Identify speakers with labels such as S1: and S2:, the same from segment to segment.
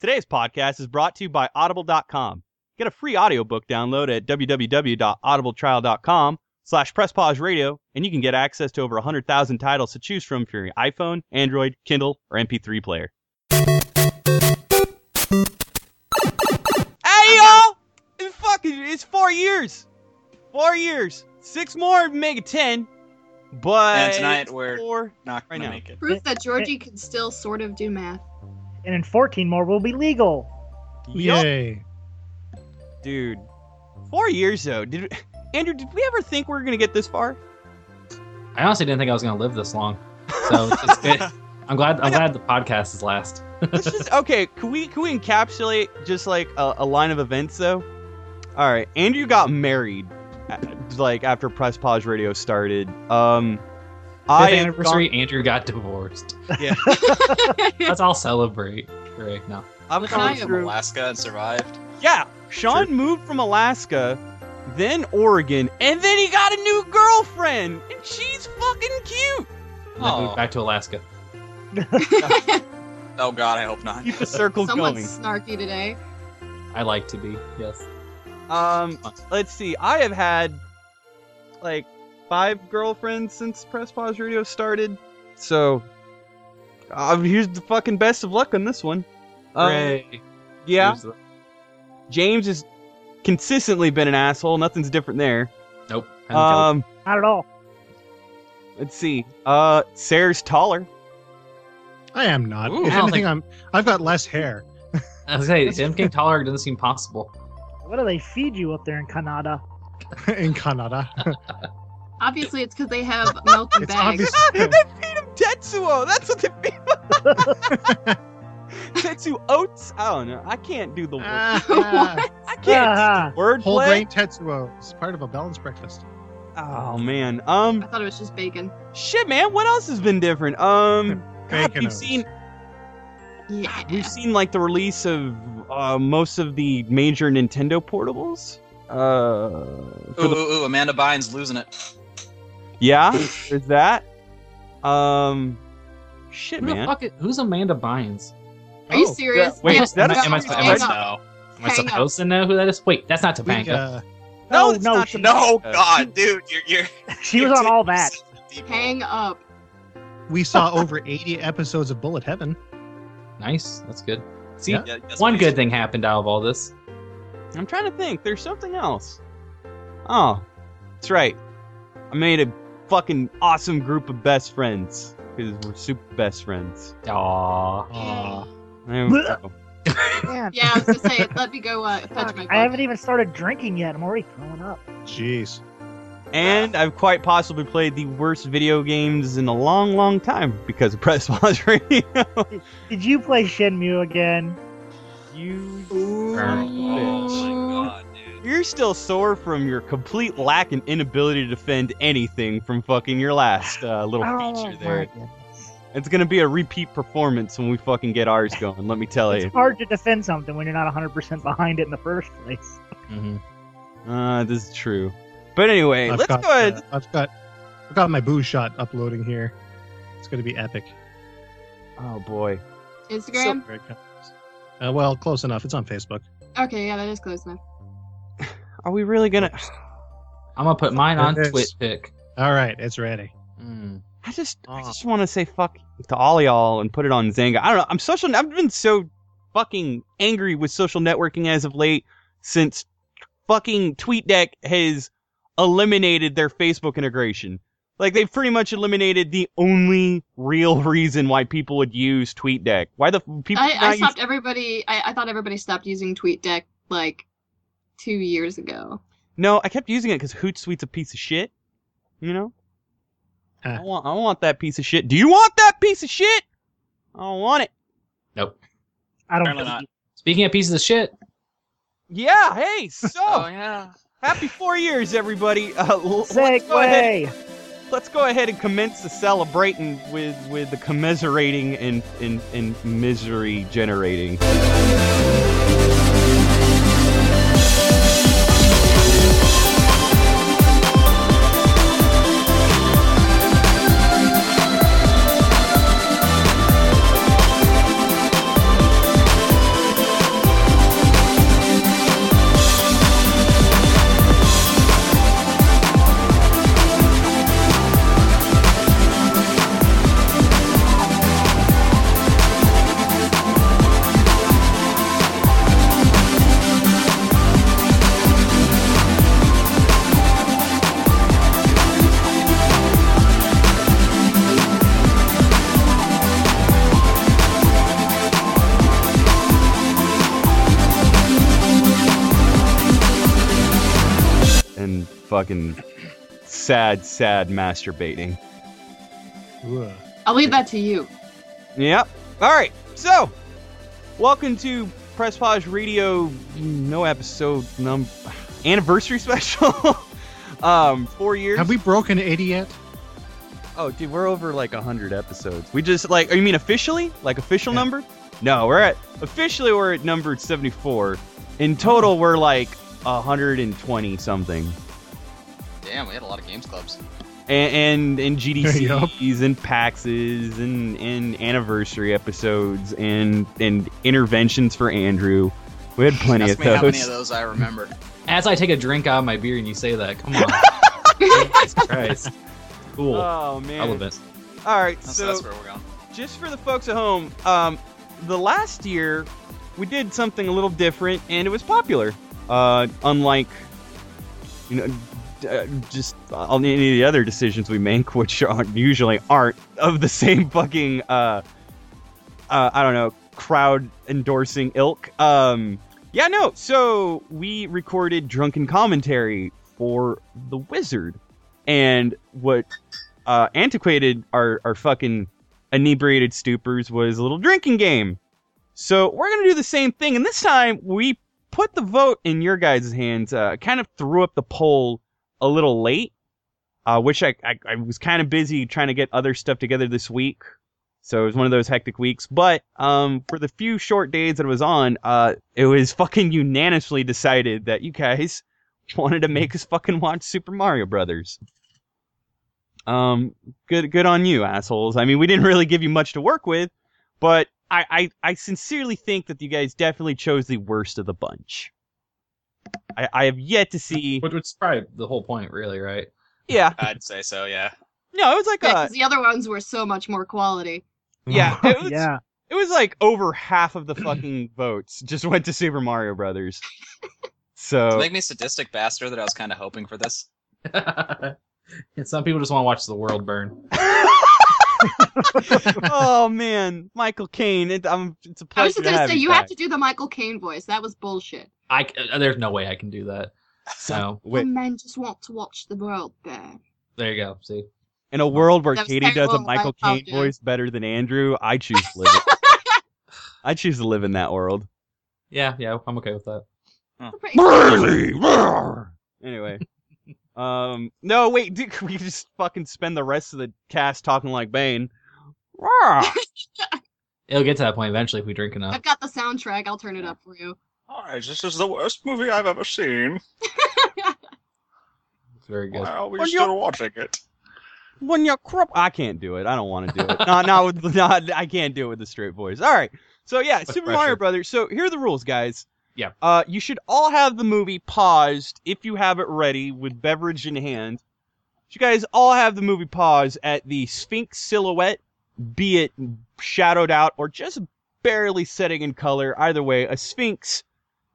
S1: Today's podcast is brought to you by Audible.com. Get a free audiobook download at www.audibletrial.com slash presspause and you can get access to over 100,000 titles to choose from for your iPhone, Android, Kindle, or MP3 player. Hey, y'all! It's fucking, it's four years. Four years. Six more would make it ten, but...
S2: And tonight
S1: it's
S2: we're-
S1: Four.
S2: Not
S1: Right
S2: gonna
S1: now.
S2: make it.
S3: Proof that Georgie can still sort of do math.
S4: and in 14 more will be legal.
S1: Yup.
S5: Yay.
S1: Dude, four years though. Did Andrew? Did we ever think we were gonna get this far?
S6: I honestly didn't think I was going to live this long. So it's just good. I'm glad. I'm glad the podcast is last.
S1: Let's just okay. Can we can we encapsulate just like a, a line of events though? All right, Andrew got married, uh, like after Press Pause Radio started. Um,
S6: Fifth
S1: I have
S6: anniversary. Andrew got divorced.
S1: Yeah.
S6: Let's all celebrate. Right now.
S1: gone- I've
S2: Look
S3: Can
S2: how
S1: gone
S3: I-
S2: we from
S1: through.
S2: Alaska and survived.
S1: Yeah, Sean moved from Alaska, then Oregon, and then he got a new girlfriend, and she's fucking cute.
S6: And then
S2: Oh.
S6: moved back to Alaska.
S2: Oh god, I hope not.
S1: Keep the circle going.
S3: Someone's snarky today.
S6: I like to be. Yes.
S1: Um, let's see. I have had like five girlfriends since Press Pause Radio started, so uh, here's the fucking best of luck on this one. Um,
S6: Hooray.
S1: yeah,
S6: Here's the-
S1: James has consistently been an asshole. Nothing's different there.
S6: Nope. I'm jealous.
S1: Um,
S4: Not at all.
S1: let's see. Uh, Sarah's taller.
S5: I am not.
S6: Ooh.
S5: if
S6: I don't
S5: anything,
S6: think-
S5: I'm I've got less hair.
S6: I was gonna say, Tim King Taller doesn't seem possible.
S4: What do they feed you up there in Canada?
S5: in Canada.
S3: Obviously, it's because they have milk in
S5: It's
S3: bags.
S5: obvious.
S1: Ah, they feed him Tetsuo. That's what they feed him. Tetsu oats. I don't know. I can't do the word.
S5: Ah, ah,
S1: I can't
S4: Ah,
S1: word
S5: whole
S1: play.
S5: grain tetsuo. It's part of a balanced breakfast.
S1: Oh man. Um.
S3: I thought it was just bacon.
S1: Shit, man. What else has been different? Um, God,
S5: Bacon
S1: we've
S5: O's.
S1: seen
S3: Yeah.
S1: we've seen like the release of uh, most of the major Nintendo portables. Uh,
S2: Ooh,
S1: for the-
S2: ooh, ooh, Amanda Bynes losing it.
S1: yeah, there's that. Um, shit,
S6: Who the
S1: man.
S6: fuck is, who's Amanda Bynes?
S3: Are you
S5: Oh,
S3: serious?
S1: yeah, wait,
S3: Hang
S1: is that
S3: on,
S6: a- am I-
S3: hang
S6: am I-
S3: on,
S2: no.
S6: Am I
S3: hang on.
S6: supposed to know who that is? Wait, that's not
S5: We,
S6: Topanga.
S5: uh,
S1: No,
S4: No,
S1: it's
S4: no,
S1: not
S4: she-
S1: Topanga.
S2: No, God, dude, you're you're.
S4: she was on all that.
S3: Hang up.
S5: we saw over 80 episodes of Bullet Heaven.
S6: Nice. That's good. See,
S5: Yeah.
S2: Yeah, yes,
S6: one
S2: please.
S6: good thing happened out of all this.
S1: I'm trying to think. There's something else. Oh, that's right. I made a fucking awesome group of best friends because we're super best friends.
S3: Yeah.
S6: Aw.
S1: There we go.
S4: Man,
S3: Yeah, I was gonna say, let me go uh, fetch my.
S4: I haven't even started drinking yet. I'm already throwing up.
S5: Jeez.
S1: And I've quite possibly played the worst video games in a long, long time because of press pause radio.
S4: Did you play Shenmue again?
S1: you,
S2: Oh
S1: bitch.
S2: my god, dude.
S1: You're still sore from your complete lack and inability to defend anything from fucking your last uh, little
S3: Oh,
S4: Oh
S1: feature there.
S4: goodness.
S1: It's gonna be a repeat performance when we fucking get ours going. Let me tell you.
S4: It's hard to defend something when you're not 100% behind it in the first place.
S6: hmm
S1: Uh, this is true. But anyway,
S5: I've
S1: let's
S5: got,
S1: go ahead.
S5: uh, I've got I've got my boo shot uploading here. It's going to be epic.
S1: Oh boy.
S3: Instagram.
S5: So- Uh, well, close enough. It's on Facebook.
S3: okay, yeah, that is close enough.
S1: Are we really gonna?
S6: I'm gonna put mine on
S5: There it is.
S6: Twitch pick.
S5: All right, it's ready.
S6: Mm.
S1: I just, I
S5: Oh.
S1: just want to say fuck to all y'all and put it on Zanga. I don't know. I'm social. I've been so fucking angry with social networking as of late since fucking TweetDeck has eliminated their Facebook integration. Like they've pretty much eliminated the only real reason why people would use TweetDeck. Why the f- people
S3: I,
S1: now
S3: I
S1: use-
S3: stopped everybody. I, I thought everybody stopped using TweetDeck like two years ago.
S1: No, I kept using it because Hootsuite's a piece of shit. You know?
S5: Huh.
S1: I want I want that piece of shit. Do you want that piece of shit? I don't want it.
S6: Nope.
S4: I don't
S2: Apparently
S4: think-
S6: Speaking of pieces of shit,
S1: Yeah, hey,
S2: Oh
S1: so
S2: yeah.
S1: happy four years, everybody. Uh, l- let's go ahead.
S4: Segway!
S1: Let's go ahead and commence the celebrating with with the commiserating and and, and misery generating. fucking sad, sad masturbating.
S5: Ugh.
S3: I'll leave that to you.
S1: Yep. All right. So, welcome to Press Pause Radio. No episode num anniversary special. um, four years.
S5: Have we broken 80 yet?
S1: Oh, dude, we're over like hundred episodes. We just like. Oh, you mean officially? Like official
S5: Yeah.
S1: number? No, we're at officially we're at number seventy-four. In total, we're like hundred and twenty something.
S2: Damn, we had a lot of games clubs.
S1: and and, and
S5: Yup.
S1: GDCs and PAXs and and anniversary episodes and and interventions for Andrew. We had plenty
S2: Ask
S1: of
S2: me how many
S1: those.
S2: of those I remember.
S6: As I take a drink out of my beer and you say that, come on. Jesus Christ. Cool.
S1: Oh man!
S6: Relevant.
S1: All right,
S2: That's,
S1: so
S2: that's where we're going.
S1: just for the folks at home, um, the last year we did something a little different and it was popular. Uh, unlike you know, d- uh, just on any of the other decisions we make, which are, usually aren't of the same fucking uh, uh, I don't know crowd endorsing ilk. Um, yeah, no. So we recorded drunken commentary for the wizard, and what uh, antiquated our our fucking inebriated stupors was a little drinking game. So we're gonna do the same thing, and this time we put the vote in your guys' hands. Uh, kind of threw up the poll a little late, uh, which I, I I was kind of busy trying to get other stuff together this week, so it was one of those hectic weeks. But um, for the few short days that it was on, uh, it was fucking unanimously decided that you guys wanted to make us fucking watch Super Mario Brothers. Um, good good on you assholes i mean we didn't really give you much to work with but I, I i sincerely think that you guys definitely chose the worst of the bunch i i have yet to see
S6: Which, which is probably the whole point, really, right?
S1: yeah
S2: I'd say so, yeah.
S1: no it was like
S3: Yeah,
S1: uh
S3: 'cause the other ones were so much more quality.
S1: yeah it was,
S4: yeah.
S1: it was like over half of the fucking votes just went to super mario brothers
S2: To
S1: so
S2: make me sadistic bastard that I was kind of hoping for this.
S6: and some people just want to watch the world burn.
S1: oh man michael kane it, I'm, it's a pleasure
S3: I was just
S1: to
S3: gonna
S1: have
S3: say
S1: you,
S3: you
S1: back.
S3: have to do the Michael Caine voice. That was bullshit.
S6: I c- uh, there's no way I can do that. So
S1: Wait,
S3: Some men just want to watch the world burn.
S6: there you go. See,
S1: in a world where
S3: That was
S1: Katie does a
S3: terrible.
S1: Michael
S3: I- I'll
S1: Caine
S3: do it.
S1: voice better than Andrew, I choose to live. it. I choose to live in that world.
S6: yeah, yeah, I'm okay with that.
S3: Pretty-
S1: anyway, um, no, wait, dude, we could just fucking spend the rest of the cast talking like Bane. Rawr.
S6: It'll get to that point eventually if we drink enough.
S3: I've got the soundtrack. I'll turn it up for you.
S7: Guys, this is the worst movie I've ever seen.
S6: It's very good.
S7: Why are we
S1: Well,
S7: still
S1: you're-
S7: watching it?
S1: when you're crop, I can't do it. I don't want to do it. not, not, with, not, I can't do it with a straight voice. All right. So yeah, Super Mario
S6: pressure.
S1: Brothers. So here are the rules, guys.
S6: Yeah.
S1: Uh, you should all have the movie paused if you have it ready with beverage in hand. You guys all have the movie paused at the Sphinx silhouette, be it shadowed out or just barely setting in color. Either way, a Sphinx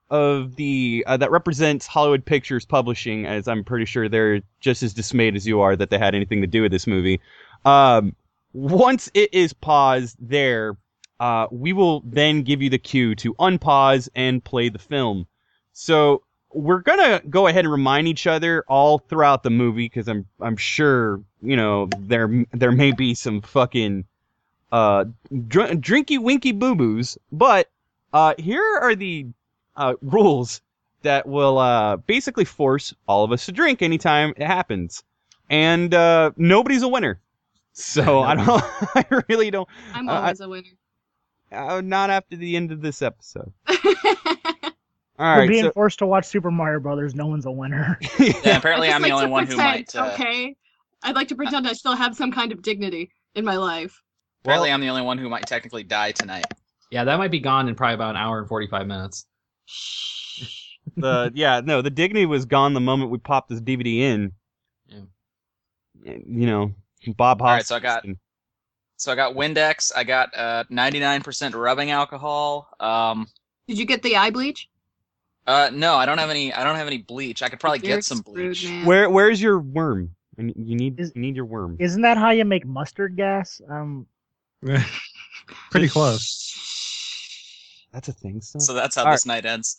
S1: of the uh, that represents Hollywood Pictures Publishing, as I'm pretty sure they're just as dismayed as you are that they had anything to do with this movie. Um, once it is paused there, uh, we will then give you the cue to unpause and play the film. So we're gonna go ahead and remind each other all throughout the movie because I'm I'm sure you know there there may be some fucking uh dr- drinky winky boo boos, but uh, here are the uh, rules that will uh, basically force all of us to drink anytime it happens, and uh, nobody's a winner. So I don't, I really don't.
S3: I'm
S1: Uh, I-
S3: always a winner.
S1: Uh, not after the end of this episode.
S3: Just
S1: All
S4: We're
S1: right.
S4: being
S1: So,
S4: forced to watch Super Mario Brothers. No one's a winner.
S2: Yeah, apparently I'm the
S3: like
S2: only
S3: to
S2: one who
S3: pretend,
S2: might. Uh,
S3: Okay. I'd like to pretend I still have some kind of dignity in my life.
S2: Apparently I'm the only one who might technically die tonight.
S6: Yeah, that might be gone in probably about an hour and 45 minutes.
S1: the uh, yeah, no, the dignity was gone the moment we popped this DVD in.
S6: Yeah.
S1: And, You know, Bob Hoskins.
S2: All right, so I got-
S1: and-
S2: So I got Windex. I got uh, 99% rubbing alcohol. Um,
S3: Did you get the eye bleach?
S2: uh, no, I don't have any. I don't have any bleach. I could probably
S3: You're
S2: get some
S3: screwed,
S2: bleach.
S3: man.
S1: Where where's your worm? And you need
S4: Is-
S1: you need your worm.
S4: Isn't that how you make mustard gas? Um,
S5: Pretty close.
S1: That's a thing. So,
S2: So that's how
S1: All
S2: this night ends.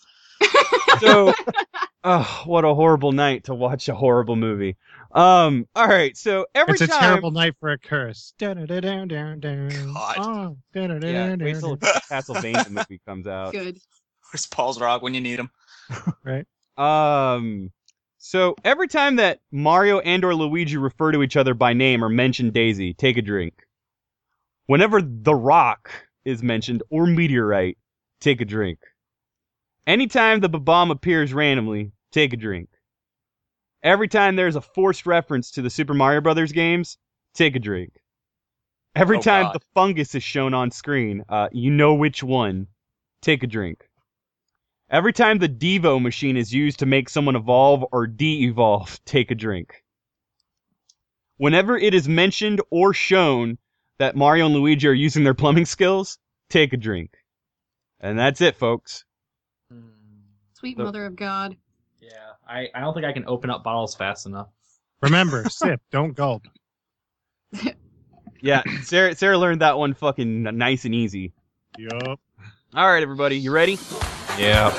S1: so Oh, what a horrible night to watch a horrible movie. Um, all right, so every
S5: it's a
S1: time
S5: terrible night for a curse. Oh, God.
S2: Yeah,
S1: wait till the Castlevania movie comes out.
S3: Good.
S2: Where's Paul's Rock when you need him?
S1: Um, so every time that Mario and or Luigi refer to each other by name or mention Daisy, take a drink. Whenever The Rock is mentioned or Meteorite, take a drink. Anytime the Babam appears randomly, take a drink. Every time there's a forced reference to the Super Mario Brothers games, take a drink. Every
S2: Oh,
S1: time
S2: God.
S1: the fungus is shown on screen, uh, you know which one, take a drink. Every time the Devo machine is used to make someone evolve or de evolve, take a drink. Whenever it is mentioned or shown that Mario and Luigi are using their plumbing skills, take a drink. And that's it, folks.
S3: Sweet
S1: The-
S3: mother of God.
S6: Yeah, I, I don't think I can open up bottles fast enough.
S5: Remember, sip, don't gulp.
S1: Yeah, Sarah, Sarah learned that one fucking nice and easy.
S5: Yup.
S1: All right, everybody, you ready?
S6: Yeah.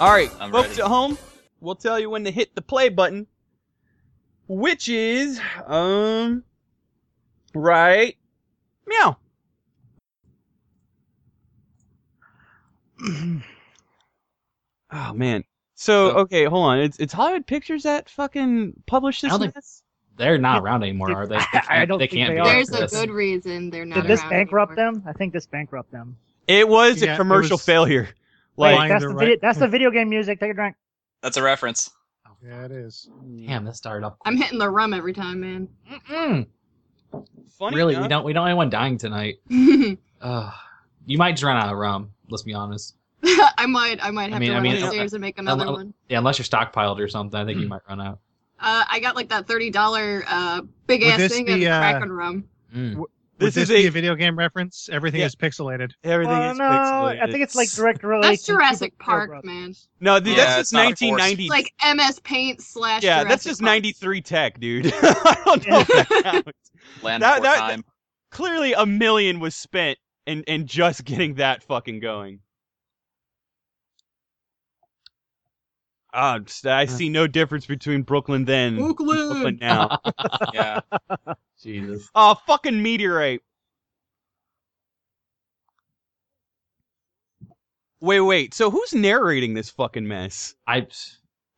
S1: All right,
S2: I'm
S1: folks
S2: ready.
S1: at home, we'll tell you when to hit the play button, which is um right meow. oh man. So
S6: So-
S1: okay, hold on. It's it's Hollywood Pictures that fucking published
S6: I
S1: this.
S6: don't think-
S1: mess?
S6: They're not around anymore, are they? They
S4: I
S6: can't-
S4: don't
S6: they
S4: think
S6: can't
S4: they
S6: be.
S4: are.
S3: There's a
S6: This-
S3: good reason they're not.
S4: Did this
S3: around
S4: bankrupt
S3: anymore.
S4: them? I think this bankrupt them.
S1: It was
S5: Yeah,
S1: a
S5: it
S1: commercial
S5: was-
S1: failure.
S4: Wait,
S1: Like
S5: Why
S4: that's,
S5: the
S4: the
S5: right-
S4: video, that's the video game music. Take a drink.
S2: That's a reference.
S5: Yeah, it is.
S6: Damn, this started up.
S3: I'm hitting the rum every time, man.
S4: Hmm,
S6: Mm-mm.
S1: funny
S6: Really,
S1: enough-
S6: we don't we don't have anyone dying tonight. Ugh. you might just run out of rum. Let's be honest.
S3: I might, I might have
S6: mean-
S3: to
S6: I
S3: run
S6: mean,
S3: upstairs and make another
S6: I'll-
S3: one.
S6: Yeah, unless you're stockpiled or something, I think you might run out.
S3: Uh, I got like that thirty dollar uh, big
S5: Would
S3: ass
S5: this
S3: thing
S5: be,
S3: of
S5: uh,
S3: Kraken rum.
S6: Mm.
S5: Would
S1: This
S5: this
S1: is
S5: be
S1: a-
S5: a video game reference? Everything
S1: Yeah.
S5: is pixelated.
S1: everything
S4: Well,
S1: is
S4: Oh, no,
S1: pixelated.
S4: I think it's like direct relation.
S3: That's Jurassic
S4: to the
S3: Park,
S4: Brothers.
S3: man.
S1: No, dude,
S2: Yeah, it's
S1: that's just
S2: not a force.
S1: 1990.
S3: It's like MS Paint slash.
S1: yeah, that's
S3: Jurassic
S1: just
S3: Park.
S1: 93 tech, dude. I don't know if that counts.
S2: Land
S1: That-
S2: before
S1: that-
S2: time.
S1: Clearly, a million was spent and and just getting that fucking going. Ah, I'm st- I see no difference between Brooklyn then and Brooklyn
S3: Brooklyn.
S1: now.
S2: yeah.
S6: Jesus.
S1: oh, fucking meteorite. Wait, wait. So who's narrating this fucking mess?
S6: I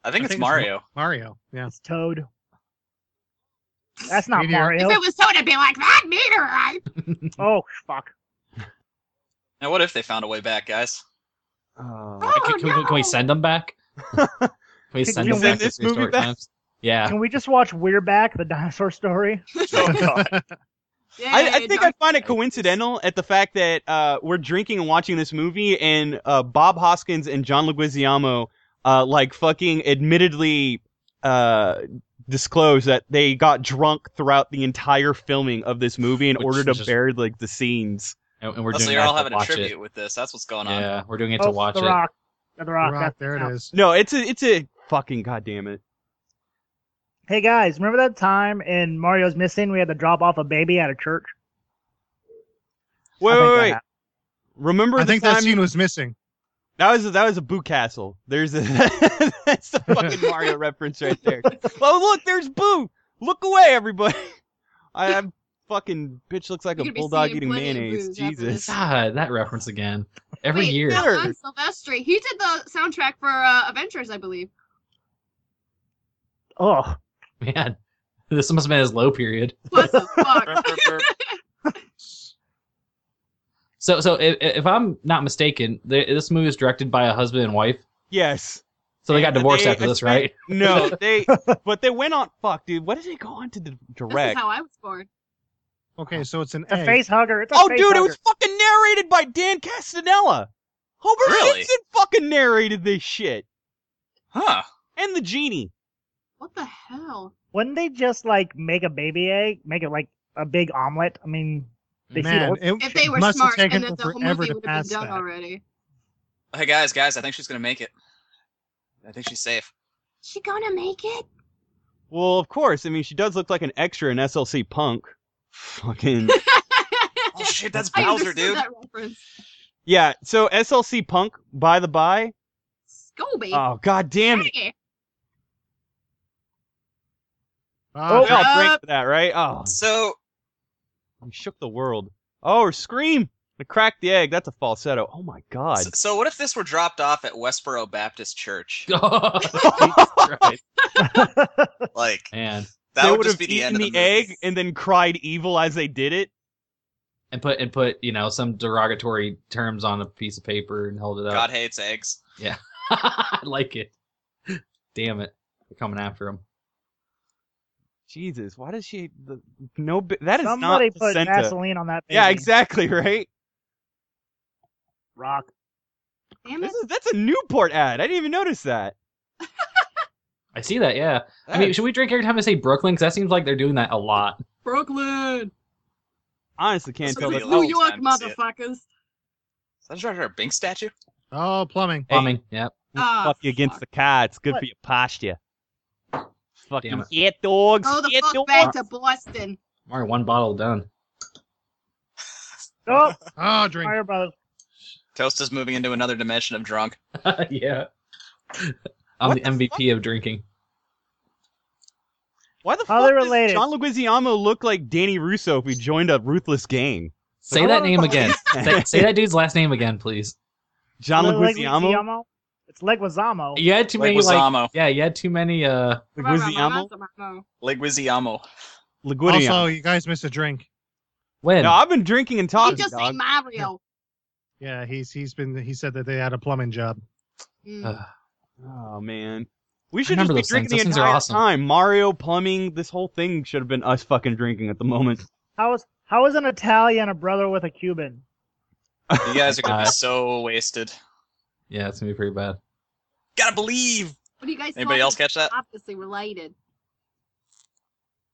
S2: I think it's Mario.
S5: Mario. Yeah.
S4: It's Toad. That's not
S5: Meteor.
S4: Mario.
S3: If it was so, it'd be like that meteorite.
S4: Oh fuck!
S2: Now, what if they found a way back, guys?
S1: Oh.
S3: Oh,
S6: can, can, we, can we
S3: no.
S6: send them back? Can we
S4: Can
S6: send
S4: you
S6: them
S1: send
S6: back to
S1: this movie
S6: prehistoric
S1: back?
S6: times? Yeah.
S4: Can we just watch We're Back, the dinosaur story?
S2: Oh, God.
S1: I, I think I
S3: John-
S1: find it coincidental at the fact that uh, we're drinking and watching this movie, and uh, Bob Hoskins and John Leguizamo, uh, like fucking, admittedly uh, disclose that they got drunk throughout the entire filming of this movie in
S6: Which
S1: order to
S6: is just-
S1: bury like the scenes.
S6: And, and we're
S2: Oh,
S6: doing
S2: so you're all
S6: that to
S2: having a
S6: watch
S2: tribute
S6: It.
S2: with this. That's what's going on.
S6: Yeah, we're doing it
S4: oh,
S6: to watch
S4: the
S6: it.
S4: Rock. The Rock.
S5: Rock,
S4: that's-
S5: there
S4: no.
S5: it is.
S1: No, it's a it's a fucking goddamn it.
S4: Hey guys, remember that time in Mario's Missing we had to drop off a baby at a church? I
S1: Wait,
S4: think
S1: wait,
S4: that
S1: wait.
S4: happened.
S1: Remember
S5: I
S1: the
S5: think
S1: time
S5: that scene was missing.
S1: That was that was a Boo Castle. There's a that's the fucking Mario reference right there. Oh look, there's Boo. Look away, everybody. I, I'm fucking bitch looks like
S3: You
S1: a
S3: could be
S1: bulldog
S3: seeing
S1: eating
S3: plenty of
S1: mayonnaise.
S3: boos after this.
S1: Jesus.
S6: God, that reference again. Every
S3: Wait,
S6: year.
S3: no,
S1: Sure.
S3: John Silvestri. He did the soundtrack for uh, Avengers, I believe.
S4: Oh,
S6: Man, this must have been his low period.
S3: What the fuck?
S6: So, so if, if I'm not mistaken, th- this movie is directed by a husband and wife
S1: Yes.
S6: So they got divorced
S1: They-
S6: after this, right?
S1: No, they but they went on fuck, dude. What did they go on to the
S3: This
S1: direct?
S3: is how I was born.
S5: Okay, so it's an
S4: It's a
S5: A.
S4: face hugger. It's a
S1: Oh
S4: face
S1: dude,
S4: hugger.
S1: it was fucking narrated by Dan Castanella. Homer
S2: Really?
S1: Simpson fucking narrated this shit.
S2: Huh.
S1: And the genie.
S3: What the hell?
S4: Wouldn't they just like make a baby egg, make it like a big omelet? I mean, They see
S5: Man,
S4: it.
S5: it
S3: If they were
S5: must have
S3: smart, and
S5: taken
S3: then the
S5: them
S3: whole
S5: forever
S3: movie
S5: to
S3: would have
S5: pass
S3: been done
S5: that.
S3: already.
S2: Hey guys, guys, I think she's gonna make it. I think she's safe.
S3: She gonna make it?
S1: Well, of course. I mean, she does look like an extra in SLC Punk. Fucking
S2: Oh shit, that's
S3: I
S2: Bowser,
S3: understood
S2: dude.
S3: That reference.
S1: yeah. So SLC Punk, by the by.
S3: Scooby.
S1: Oh god damn it!
S3: Hey.
S5: Ah, Oh,
S1: we all
S2: yeah.
S1: break for that, right? Oh,
S2: So
S1: we shook the world. Oh, or scream! I cracked the egg. That's a falsetto. Oh my god.
S2: So, so what if this were dropped off at Westboro Baptist Church?
S6: Jesus Christ.
S2: Like
S6: Man,
S2: that
S1: they
S2: would
S1: would
S2: just
S1: have
S2: be the end
S1: eaten
S2: of
S1: the,
S2: the,
S1: egg
S2: movie.
S1: and then cried evil as they did it.
S6: and put and put you know some derogatory terms on a piece of paper and hold it up.
S2: God hates eggs.
S6: I like it. Damn it, they're coming after him.
S1: Jesus, why does she? The, no, bi- that is
S4: somebody
S1: not
S4: put
S1: placenta.
S4: Vaseline on that. Baby.
S1: Yeah, exactly, right.
S4: Rock.
S3: Damn it.
S1: This is, that's a Newport ad. I didn't even notice that.
S6: I see that. Yeah. I mean, should we drink every time I say Brooklyn? Because that seems like they're doing that a lot.
S3: Brooklyn.
S1: honestly can't
S2: This would
S1: tell.
S2: be
S1: That,
S2: a
S3: New
S2: long
S3: York,
S2: time to see it.
S3: motherfuckers.
S2: Is that directed at a Bink statue?
S5: oh, plumbing.
S6: Plumbing. Yep.
S3: Ah,
S1: fuck you against the car. It's good
S4: What?
S1: for your posture. Fucking
S6: it.
S1: get dogs.
S3: Go the
S1: get
S3: fuck
S1: dogs.
S3: back to Boston.
S6: I'm already one bottle done.
S4: Oh,
S5: Oh, drink.
S4: Mario Brothers.
S2: Toast is moving into another dimension of drunk.
S6: yeah. I'm
S1: What
S6: the
S1: the
S6: MVP of drinking.
S1: Why the
S4: How
S1: fuck
S4: they
S1: does
S4: related?
S1: John Leguizamo look like Danny Russo if we joined a ruthless gang?
S6: Say that name again. say, say that dude's last name again, please.
S1: John
S4: Leg-
S1: Leguizamo.
S4: Leguizamo? It's Leguizamo.
S6: You had too
S2: Like
S6: many like.
S2: Wazamo.
S6: Yeah, you had too many. Uh,
S1: Leguizamo.
S2: Like Wiziamo.
S1: Leguizamo.
S5: Also, you guys missed a drink.
S6: when?
S1: No, I've been drinking and
S3: He
S1: talking.
S3: just
S1: dog.
S3: say Mario.
S5: Yeah, he's he's been he said that they had a plumbing job.
S3: Mm.
S1: Uh,
S6: Ugh.
S1: Oh man, we should just
S6: remember
S1: be
S6: those
S1: drinking
S6: things.
S1: the
S6: Those things are
S1: entire
S6: awesome.
S1: time. Mario plumbing, this whole thing should have been us fucking drinking at the moment.
S4: How is how is an Italian a brother with a Cuban?
S2: You guys are gonna
S6: Uh,
S2: be so wasted.
S6: yeah, it's gonna be pretty bad.
S2: Gotta believe.
S3: What do you guys
S2: Anybody
S3: call
S2: else
S3: these?
S2: catch that?
S3: Obviously related.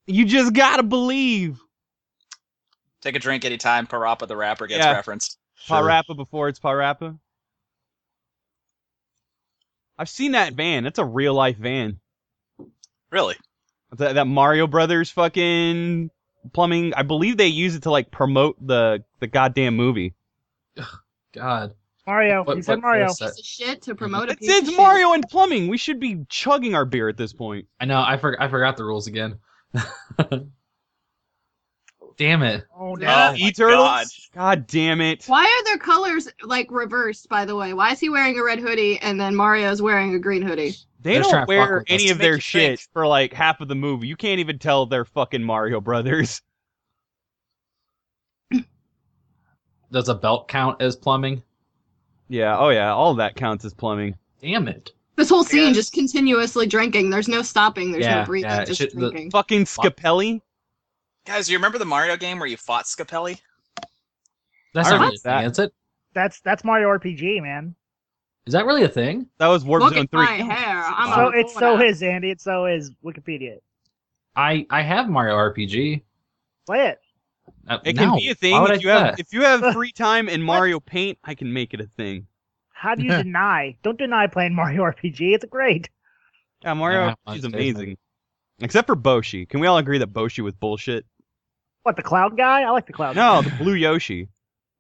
S1: You just gotta believe.
S2: Take a drink anytime Parappa the rapper gets
S1: Yeah.
S2: referenced.
S1: Parappa before it's Parappa. I've seen that van. That's a real life van.
S2: Really?
S1: That, that Mario Brothers fucking plumbing. I believe they use it to like promote the the goddamn movie.
S6: God.
S4: Mario.
S6: What-
S4: you said
S6: what
S4: Mario.
S6: was that?
S3: Piece of shit to promote a
S1: It's,
S3: piece of
S1: it's
S3: shit.
S1: Mario and plumbing. We should be chugging our beer at this point.
S6: I know. I for, I forgot the rules again. Damn it.
S4: Oh,
S3: Yeah.
S4: damn.
S2: Oh my God.
S1: E E-Turtles? God damn it.
S3: Why are their colors like reversed? By the way, why is he wearing a red hoodie and then Mario's wearing a green hoodie?
S1: They
S6: They're trying
S1: don't
S6: to fuck
S1: wear
S6: with us
S1: any
S6: to
S1: of
S2: make
S1: their
S2: you
S1: shit
S2: think.
S1: for like half of the movie. You can't even tell they're fucking Mario Brothers.
S6: Does a belt count as plumbing?
S1: Yeah, oh yeah, all of that counts as plumbing.
S6: Damn it.
S3: This whole scene
S2: Yeah.
S3: just continuously drinking. There's no stopping. There's
S6: Yeah,
S3: no breathing.
S6: yeah, it
S3: just
S6: should- the-
S3: drinking.
S1: Fucking Scapelli?
S2: Guys, you remember the Mario game where you fought Scapelli?
S6: That's
S1: I
S6: not
S1: remember
S6: really a thing,
S1: that.
S6: is it?
S4: That's that's Mario RPG, man.
S6: Is that really a thing?
S1: That was Warp
S3: Look
S1: Zone
S3: at
S1: 3.
S3: my hair. I'm
S4: So
S3: a
S4: it's
S3: boy.
S4: so is Andy. It's so is Wikipedia.
S6: I I have Mario RPG.
S4: Play it.
S6: Uh,
S1: It
S6: no.
S1: can be a thing
S6: Why would I
S1: if you
S6: do
S1: have
S6: that?
S1: if you have free time and Mario Paint, I can make it a thing.
S4: How do you deny? Don't deny playing Mario RPG. It's great.
S1: Yeah, Mario
S6: Yeah,
S1: is
S6: I'll say
S1: amazing. Except for Boshi. Can we all agree that Boshi was bullshit?
S4: What the cloud guy? I like the cloud. guy.
S1: No, the blue Yoshi.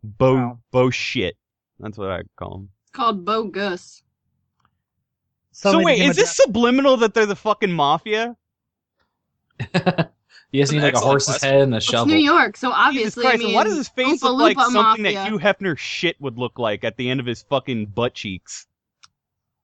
S1: Bo
S4: Uh, Wow.
S1: Bo shit. That's what I call him.
S3: It's called Bo Gus.
S1: So,
S4: many
S1: wait, is
S4: different-
S1: this subliminal that they're the fucking mafia?
S6: you just
S2: That's
S6: need
S2: an
S6: like a
S2: excellent
S6: horse's
S2: question.
S6: head and a
S3: It's
S6: shovel.
S3: New York, so
S1: Jesus
S3: obviously.
S1: Christ,
S3: I mean,
S1: and why does his face
S3: Oompa
S1: look like
S3: Loompa
S1: something that
S3: Mafia.
S1: Hugh Hefner shit would look like at the end of his fucking butt cheeks?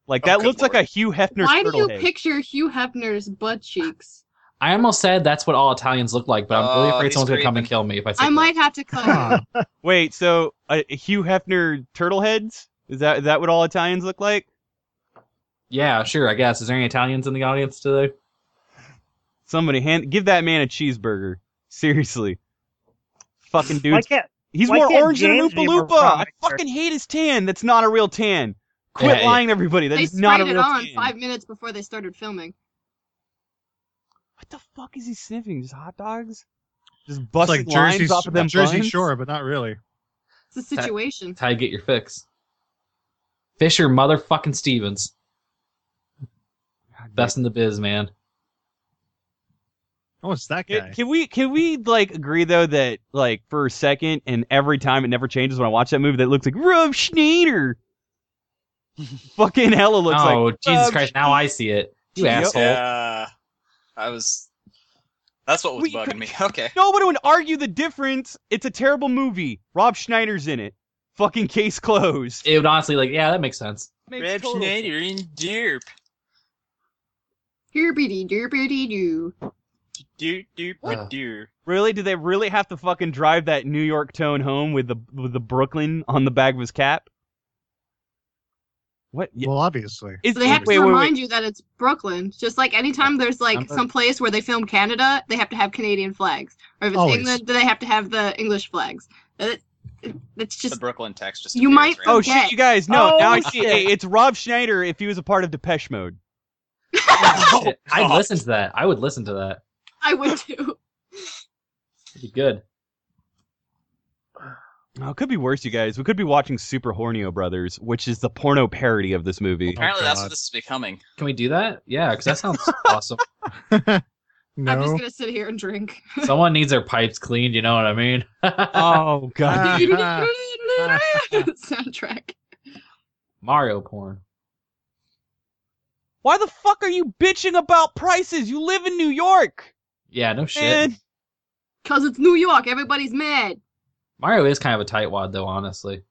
S1: Like that
S2: good
S1: looks like
S2: lord.
S1: a Hugh Hefner
S3: Why do
S1: turtle
S3: you
S1: head.
S3: picture Hugh Hefner's butt cheeks?
S6: I almost said that's what all Italians look like, but I'm really
S2: Oh,
S6: afraid
S2: he's
S6: someone's gonna come and
S2: creeping.
S6: kill me if I say
S3: I
S6: that.
S3: might have to cut.
S5: Huh.
S3: it.
S1: Wait, so uh, Hugh Hefner turtle heads? Is that is that what all Italians look like?
S6: Yeah, sure. I guess. Is there any Italians in the audience today?
S1: Somebody hand give that man a cheeseburger. Seriously, fucking dude.
S4: Why can't
S1: He's
S4: Why
S1: more
S4: can't
S1: orange than an
S4: James be
S1: Oompa
S4: more
S1: Loompa. I
S4: prominent, sir?
S1: fucking hate his tan. That's not a real tan. Quit
S6: Yeah,
S1: lying to everybody. That
S3: they
S1: is not
S3: sprayed
S1: a
S3: it
S1: real
S3: on
S1: tan.
S3: five minutes before they started filming.
S1: What the fuck is he sniffing? Just hot dogs? Just
S5: It's
S1: busting
S5: like Jersey,
S1: lines off of them
S5: Jersey
S1: buns?
S5: Shore, but not really.
S3: It's a situation.
S6: That's how you get your fix. Fisher motherfucking Stevens. Best in the biz, man.
S5: Oh, it's that guy.
S1: Can, can we can we like agree though that like for a second and every time it never changes when I watch that movie that it looks like Rob Schneider. fucking hella looks
S6: oh,
S1: like
S6: Jesus
S1: um,
S6: Christ. Now I see it. You
S1: Yep.
S6: asshole.
S7: Yeah. I was. That's what was
S1: We-
S7: bugging me. Okay.
S1: nobody would argue the difference. It's a terrible movie. Rob Schneider's in it. Fucking case closed.
S6: It would honestly, like, yeah, that makes sense.
S1: Makes total sense.
S7: in derp.
S3: Derpity derpity doo.
S7: Derp, derp,
S6: Uh.
S7: derp.
S1: Really? Do they really have to fucking drive that New York tone home with the with the Brooklyn on the back of his cap? What? Yeah.
S5: Well, obviously.
S1: Is
S3: So they have
S1: wait,
S3: to
S1: wait, wait.
S3: remind you that it's Brooklyn. Just like anytime there's like
S6: Number-
S3: some place where they film Canada, they have to have Canadian flags. Or if it's
S5: Always.
S3: England, then they have to have the English flags. It, it- it's
S7: The
S3: just
S7: Brooklyn text just.
S3: You
S7: appears
S3: might-
S1: Oh
S7: randomly.
S1: shit, you guys! No,
S4: Oh,
S1: now I see.
S4: shit.
S1: Hey, it's Rob Schneider if he was a part of Depeche Mode.
S6: Shit, I'd
S7: God.
S6: listen to that. I would listen to that.
S3: I would too.
S6: It'd be good.
S1: Oh, it could be worse, you guys. We could be watching Super Hornio Brothers, which is the porno parody of this movie.
S7: Apparently, that's
S5: God.
S7: what this is becoming.
S6: Can we do that? Yeah, because that sounds awesome.
S5: No.
S3: I'm just gonna sit here and drink.
S6: Someone needs their pipes cleaned. You know what I mean?
S1: Oh god!
S3: Soundtrack.
S6: Mario porn.
S1: Why the fuck are you bitching about prices? You live in New York,
S6: Yeah, no shit.
S7: Eh.
S1: man.
S3: Cause it's New York, everybody's mad.
S6: Mario is kind of a tightwad, though. Honestly,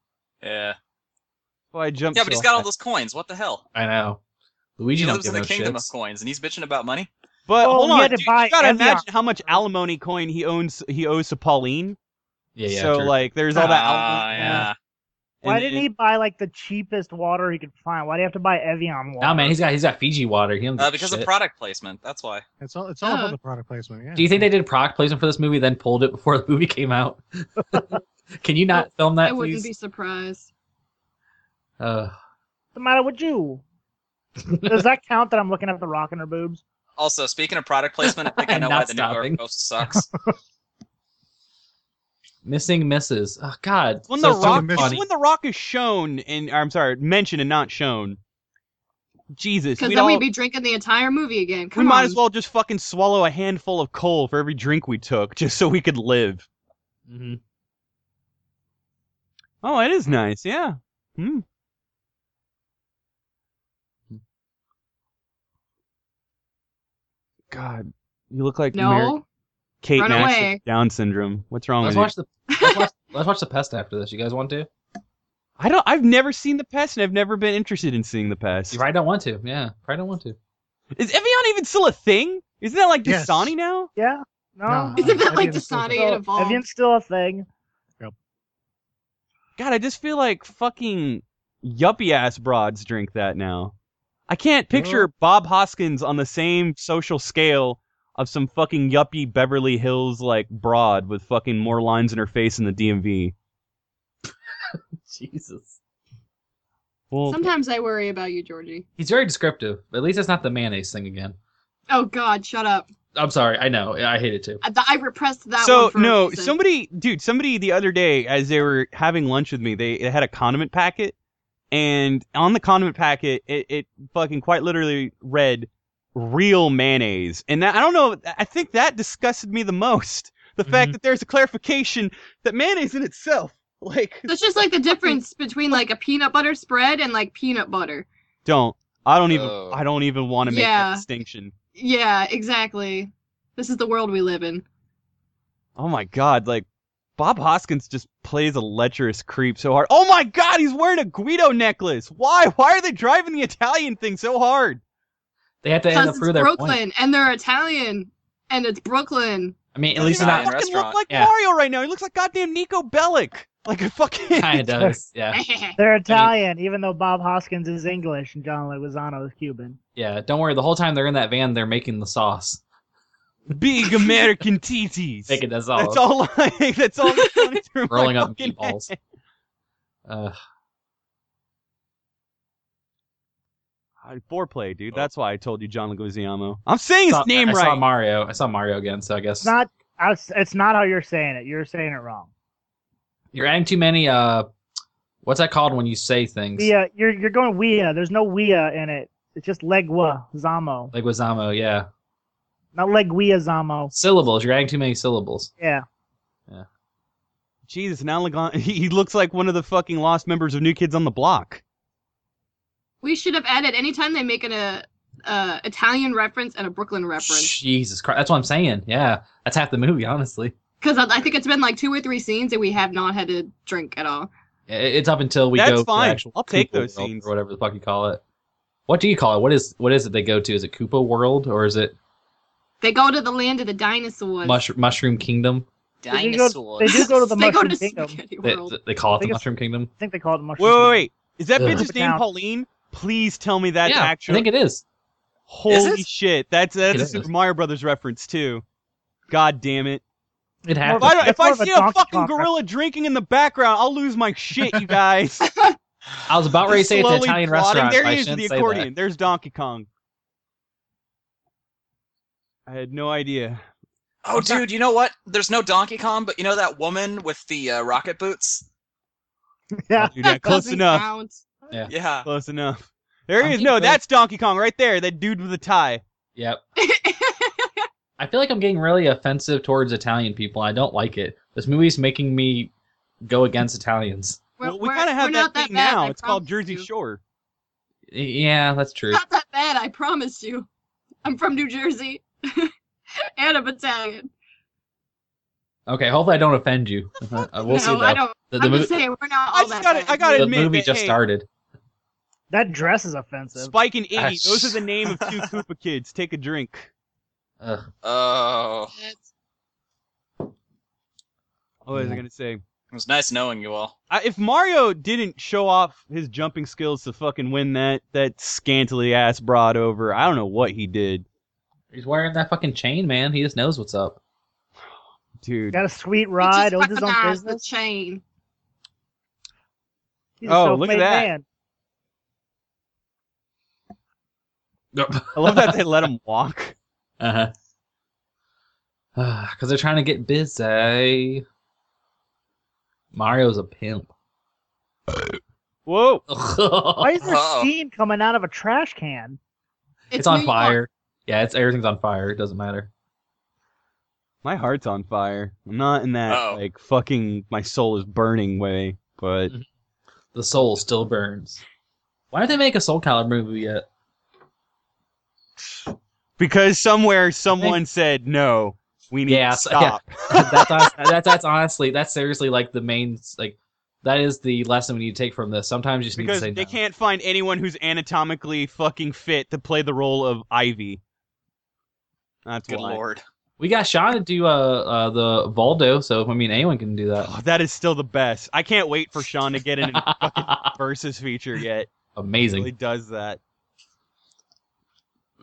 S7: Yeah.
S1: Well, I jumped.
S7: Yeah, but
S1: so
S7: he's got all
S1: high.
S7: those coins. What the hell?
S6: I know. Luigi
S7: He
S6: don't
S7: lives
S6: give
S7: in
S6: no
S7: the kingdom
S6: shits.
S7: of coins, and he's bitching about money.
S1: But
S4: Oh,
S1: hold
S4: he
S1: on,
S4: had to
S1: dude,
S4: buy
S1: you gotta
S4: every
S1: imagine how much alimony coin he owns. He owes to Pauline.
S6: Yeah, yeah.
S1: so
S6: true.
S1: like, there's all that.
S7: Ah,
S1: alimony.
S7: yeah.
S4: Why
S1: And-
S4: didn't he buy like the cheapest water he could find? Why do you have to buy Evian water?
S6: nah, man, he's got he's got Fiji water. He don't
S7: Uh,
S6: give a
S7: because
S6: shit.
S7: of product placement. That's why.
S5: It's all. It's all
S3: Uh.
S5: about the product placement. Yeah.
S6: Do you think they did product placement for this movie, then pulled it before the movie came out? Can you not film that,
S3: I wouldn't be
S6: please?
S3: surprised.
S6: Uh,
S4: What's the matter with you? Does that count that I'm looking at the rock in her boobs?
S7: Also, speaking of product placement, I think I
S6: I'm
S7: know why
S6: not
S7: the New York
S6: stopping.
S7: Post sucks.
S6: missing misses. Oh God,
S1: when
S6: so
S1: the rock
S5: miss-
S6: funny.
S1: when the rock is shown and I'm sorry, mentioned and not shown. Jesus,
S3: Because
S1: we'd
S3: then
S1: all,
S3: we'd be drinking the entire movie again. Come
S1: we might
S3: on.
S1: as well just fucking swallow a handful of coal for every drink we took, just so we could live.
S6: Mhm.
S1: Oh, it is nice, yeah. Hmm. God, you look like Mary
S3: No.
S1: Kate
S3: run
S1: Nash with
S3: away.
S1: Down syndrome. What's wrong
S6: Let's
S1: with you?
S6: watch the let's watch, let's watch the pest after this. You guys want to?
S1: I don't. I've never seen the pest, and I've never been interested in seeing the pest.
S6: You probably don't want to. Yeah, probably don't want to.
S1: Is Evian even still a thing? Isn't that like
S5: Yes.
S1: Dasani now?
S4: Yeah. No.
S5: Nah,
S3: Isn't that like
S5: Evian is still
S3: Dasani?
S5: good.
S3: It
S4: So,
S3: evolved.
S4: Evian's still a thing.
S1: God, I just feel like fucking yuppie ass broads drink that now. I can't picture Bob Hoskins on the same social scale of some fucking yuppie Beverly Hills like broad with fucking more lines in her face than the DMV.
S6: Jesus.
S1: Well,
S3: Sometimes I worry about you, Georgie.
S6: He's very descriptive. At least it's not the mayonnaise thing again.
S3: Oh God, shut up.
S6: I'm sorry. I know. I hate it too.
S3: I, th- I repressed that
S1: so
S3: one. for a
S1: no,
S3: reason.
S1: somebody, dude, somebody the other day as they were having lunch with me, they, they had a condiment packet, and on the condiment packet, it, it fucking quite literally read "real mayonnaise," and that, I don't know, I think that disgusted me the most. The fact that there's a clarification that mayonnaise in itself, like,
S3: That's just like the difference between like a peanut butter spread and like peanut butter.
S1: don't, I don't even,
S7: Oh.
S1: I don't even want to make
S3: Yeah.
S1: that distinction.
S3: Yeah, exactly. This is the world we live in.
S1: Oh my god, like Bob Hoskins just plays a lecherous creep so hard. Oh my god, he's wearing a Guido necklace. Why? Why are they driving the Italian thing so hard?
S6: They have to end
S3: Because
S6: up
S3: it's
S6: through their point.
S3: Brooklyn and they're Italian and it's Brooklyn.
S6: I mean, at least
S1: he
S6: it's
S7: Italian
S1: not
S6: not.
S1: fucking look
S7: restaurant,
S1: like
S6: yeah.
S1: Mario right now. He looks like goddamn Nico Bellic. Like a fucking.
S6: kind of does. Yeah.
S4: They're Italian, even though Bob Hoskins is English and John Leguizamo is Cuban.
S6: Yeah. Don't worry. The whole time they're in that van, they're making the sauce.
S1: Big American titties.
S6: Making the sauce.
S1: That's all. I, that's all. that's running through my
S6: Rolling up
S1: fucking head.
S6: meatballs. Uh,
S1: Uh, Foreplay, dude. That's why I told you John Leguizamo. I'm saying his
S6: saw-
S1: name
S6: I saw
S1: right.
S6: Mario. I saw Mario again, so I guess
S4: It's not. I was- It's not how you're saying it. You're saying it wrong.
S6: you're adding too many. Uh, what's that called when you say things?
S4: Yeah, you're you're going Wea. There's no Wea in it. It's just Legua Zamo,
S6: Leguizamo. Yeah.
S4: not Leguia Zamo.
S6: Syllables. You're adding too many syllables.
S4: Yeah,
S1: Jesus, now Legon- he, he looks like one of the fucking lost members of New Kids on the Block.
S3: We should have added anytime they make an uh, uh, Italian reference and a Brooklyn reference.
S6: Jesus Christ. That's what I'm saying. Yeah. That's half the movie, honestly.
S3: Because I, I think it's been like two or three scenes and we have not had a drink at all.
S6: I- It's up until we
S1: That's
S6: go. to the
S1: fine.
S6: actual
S1: I'll take
S6: Koopa
S1: those
S6: World
S1: scenes.
S6: or whatever the fuck you call it. What do you call it? What is what is it they go to? Is it Koopa World or is it
S3: They go to the land of the dinosaurs.
S6: Mush- Mushroom Kingdom?
S4: They do go-
S2: Dinosaurs.
S4: they do go to the
S3: they go
S4: Mushroom
S3: to
S4: Kingdom.
S3: Spaghetti
S6: They,
S3: World.
S6: they call
S4: I
S6: it the
S4: think it's-
S6: Mushroom Kingdom.
S4: I think they called it Mushroom.
S1: Wait, wait,
S4: Kingdom.
S1: wait. Is that
S6: Ugh.
S1: bitch's name
S4: Count.
S1: Pauline? Please tell me that's
S6: yeah,
S1: actual.
S6: I think it is.
S1: Holy
S2: it?
S1: shit! That's that's
S6: It
S1: a
S6: is.
S1: Super Mario Brothers reference too. God damn it!
S4: Well,
S6: It
S1: If
S6: happens.
S1: I, don't-
S4: It's
S1: if I
S4: more of a
S1: see a
S4: Donkey
S1: fucking
S4: Kong
S1: gorilla drinking in the background, I'll lose my shit, you guys.
S6: I was about ready to say it's an
S1: Slowly plodding.
S6: Italian restaurant.
S1: There
S6: but I
S1: he is,
S6: shouldn't
S1: the
S6: say
S1: accordion.
S6: that.
S1: There's Donkey Kong. I had no idea.
S2: Oh, dude, you know what? There's no Donkey Kong, but you know that woman with the uh, rocket boots?
S4: Yeah.
S1: Dude, yeah, close
S3: Doesn't
S1: enough.
S3: count.
S2: Yeah.
S1: Close enough. There
S6: I'm
S1: he is.
S6: getting
S1: No,
S6: really-
S1: that's Donkey Kong right there. That dude with the tie.
S6: Yep. I feel like I'm getting really offensive towards Italian people. I don't like it. This movie's making me go against Italians.
S3: We're-
S1: Well, we
S3: we're-
S1: kind of
S3: we're
S1: have
S3: not
S1: that thing
S3: bad,
S1: now.
S3: I
S1: It's called
S3: promise
S1: Jersey
S3: you.
S1: Shore.
S6: Y- Yeah, that's true.
S3: Not that bad, I promise you. I'm from New Jersey. and I'm Italian.
S6: Okay, hopefully I don't offend you. Uh, we'll
S3: no,
S6: see though.
S3: I don't.
S6: the, the
S3: I'm
S6: movie,
S3: just saying we're not all
S1: I just
S3: that
S1: gotta-
S3: bad.
S1: I gotta
S6: the
S1: admit
S6: movie
S1: that,
S6: just
S1: hey,
S6: started.
S4: That dress is offensive.
S1: Spike and Iggy.
S6: Ash.
S1: Those are the name of two Koopa kids. Take a drink.
S6: Ugh.
S2: Oh.
S3: That's-
S1: What was I
S6: Yeah.
S1: gonna say?
S2: It was nice knowing you all.
S1: I, if Mario didn't show off his jumping skills to fucking win that that scantily ass broad over, I don't know what he did,
S6: He's wearing that fucking chain, man. He just knows what's up.
S1: dude.
S4: Got a sweet
S3: He just
S4: ride. Owns his own
S3: recognized the
S4: business.
S3: chain.
S4: He's a
S1: Oh, look at
S4: self-made
S1: that.
S4: man.
S1: I love that they let him walk.
S6: Uh-huh. Because they're trying to get busy. Mario's a pimp.
S1: Whoa!
S4: Why is there
S1: Uh-huh.
S2: Uh-oh.
S4: steam coming out of a trash can?
S6: it's, on
S3: New York.
S6: fire. Yeah, it's everything's on fire. It doesn't matter.
S1: My heart's on fire. I'm not in that
S2: Uh-oh.
S1: like fucking my soul is burning way, but
S6: The soul still burns. Why don't they make a Soul Calibur movie yet?
S1: because somewhere someone said no, we need
S6: Yeah,
S1: to
S6: so- yeah.
S1: stop.
S6: that's, hon- that's that's honestly that's seriously like the main like that is the lesson we need to take from this. Sometimes you just
S1: Because
S6: need to say
S1: they
S6: no.
S1: can't find anyone who's anatomically fucking fit to play the role of Ivy. That's
S2: Good
S1: why.
S2: lord.
S6: We got Sean to do uh, uh the Voldo, so I mean anyone can do
S1: Oh, that is still the best. I can't wait for Sean to get in a fucking
S6: that.
S1: versus feature yet. He really
S6: Amazing.
S1: does that.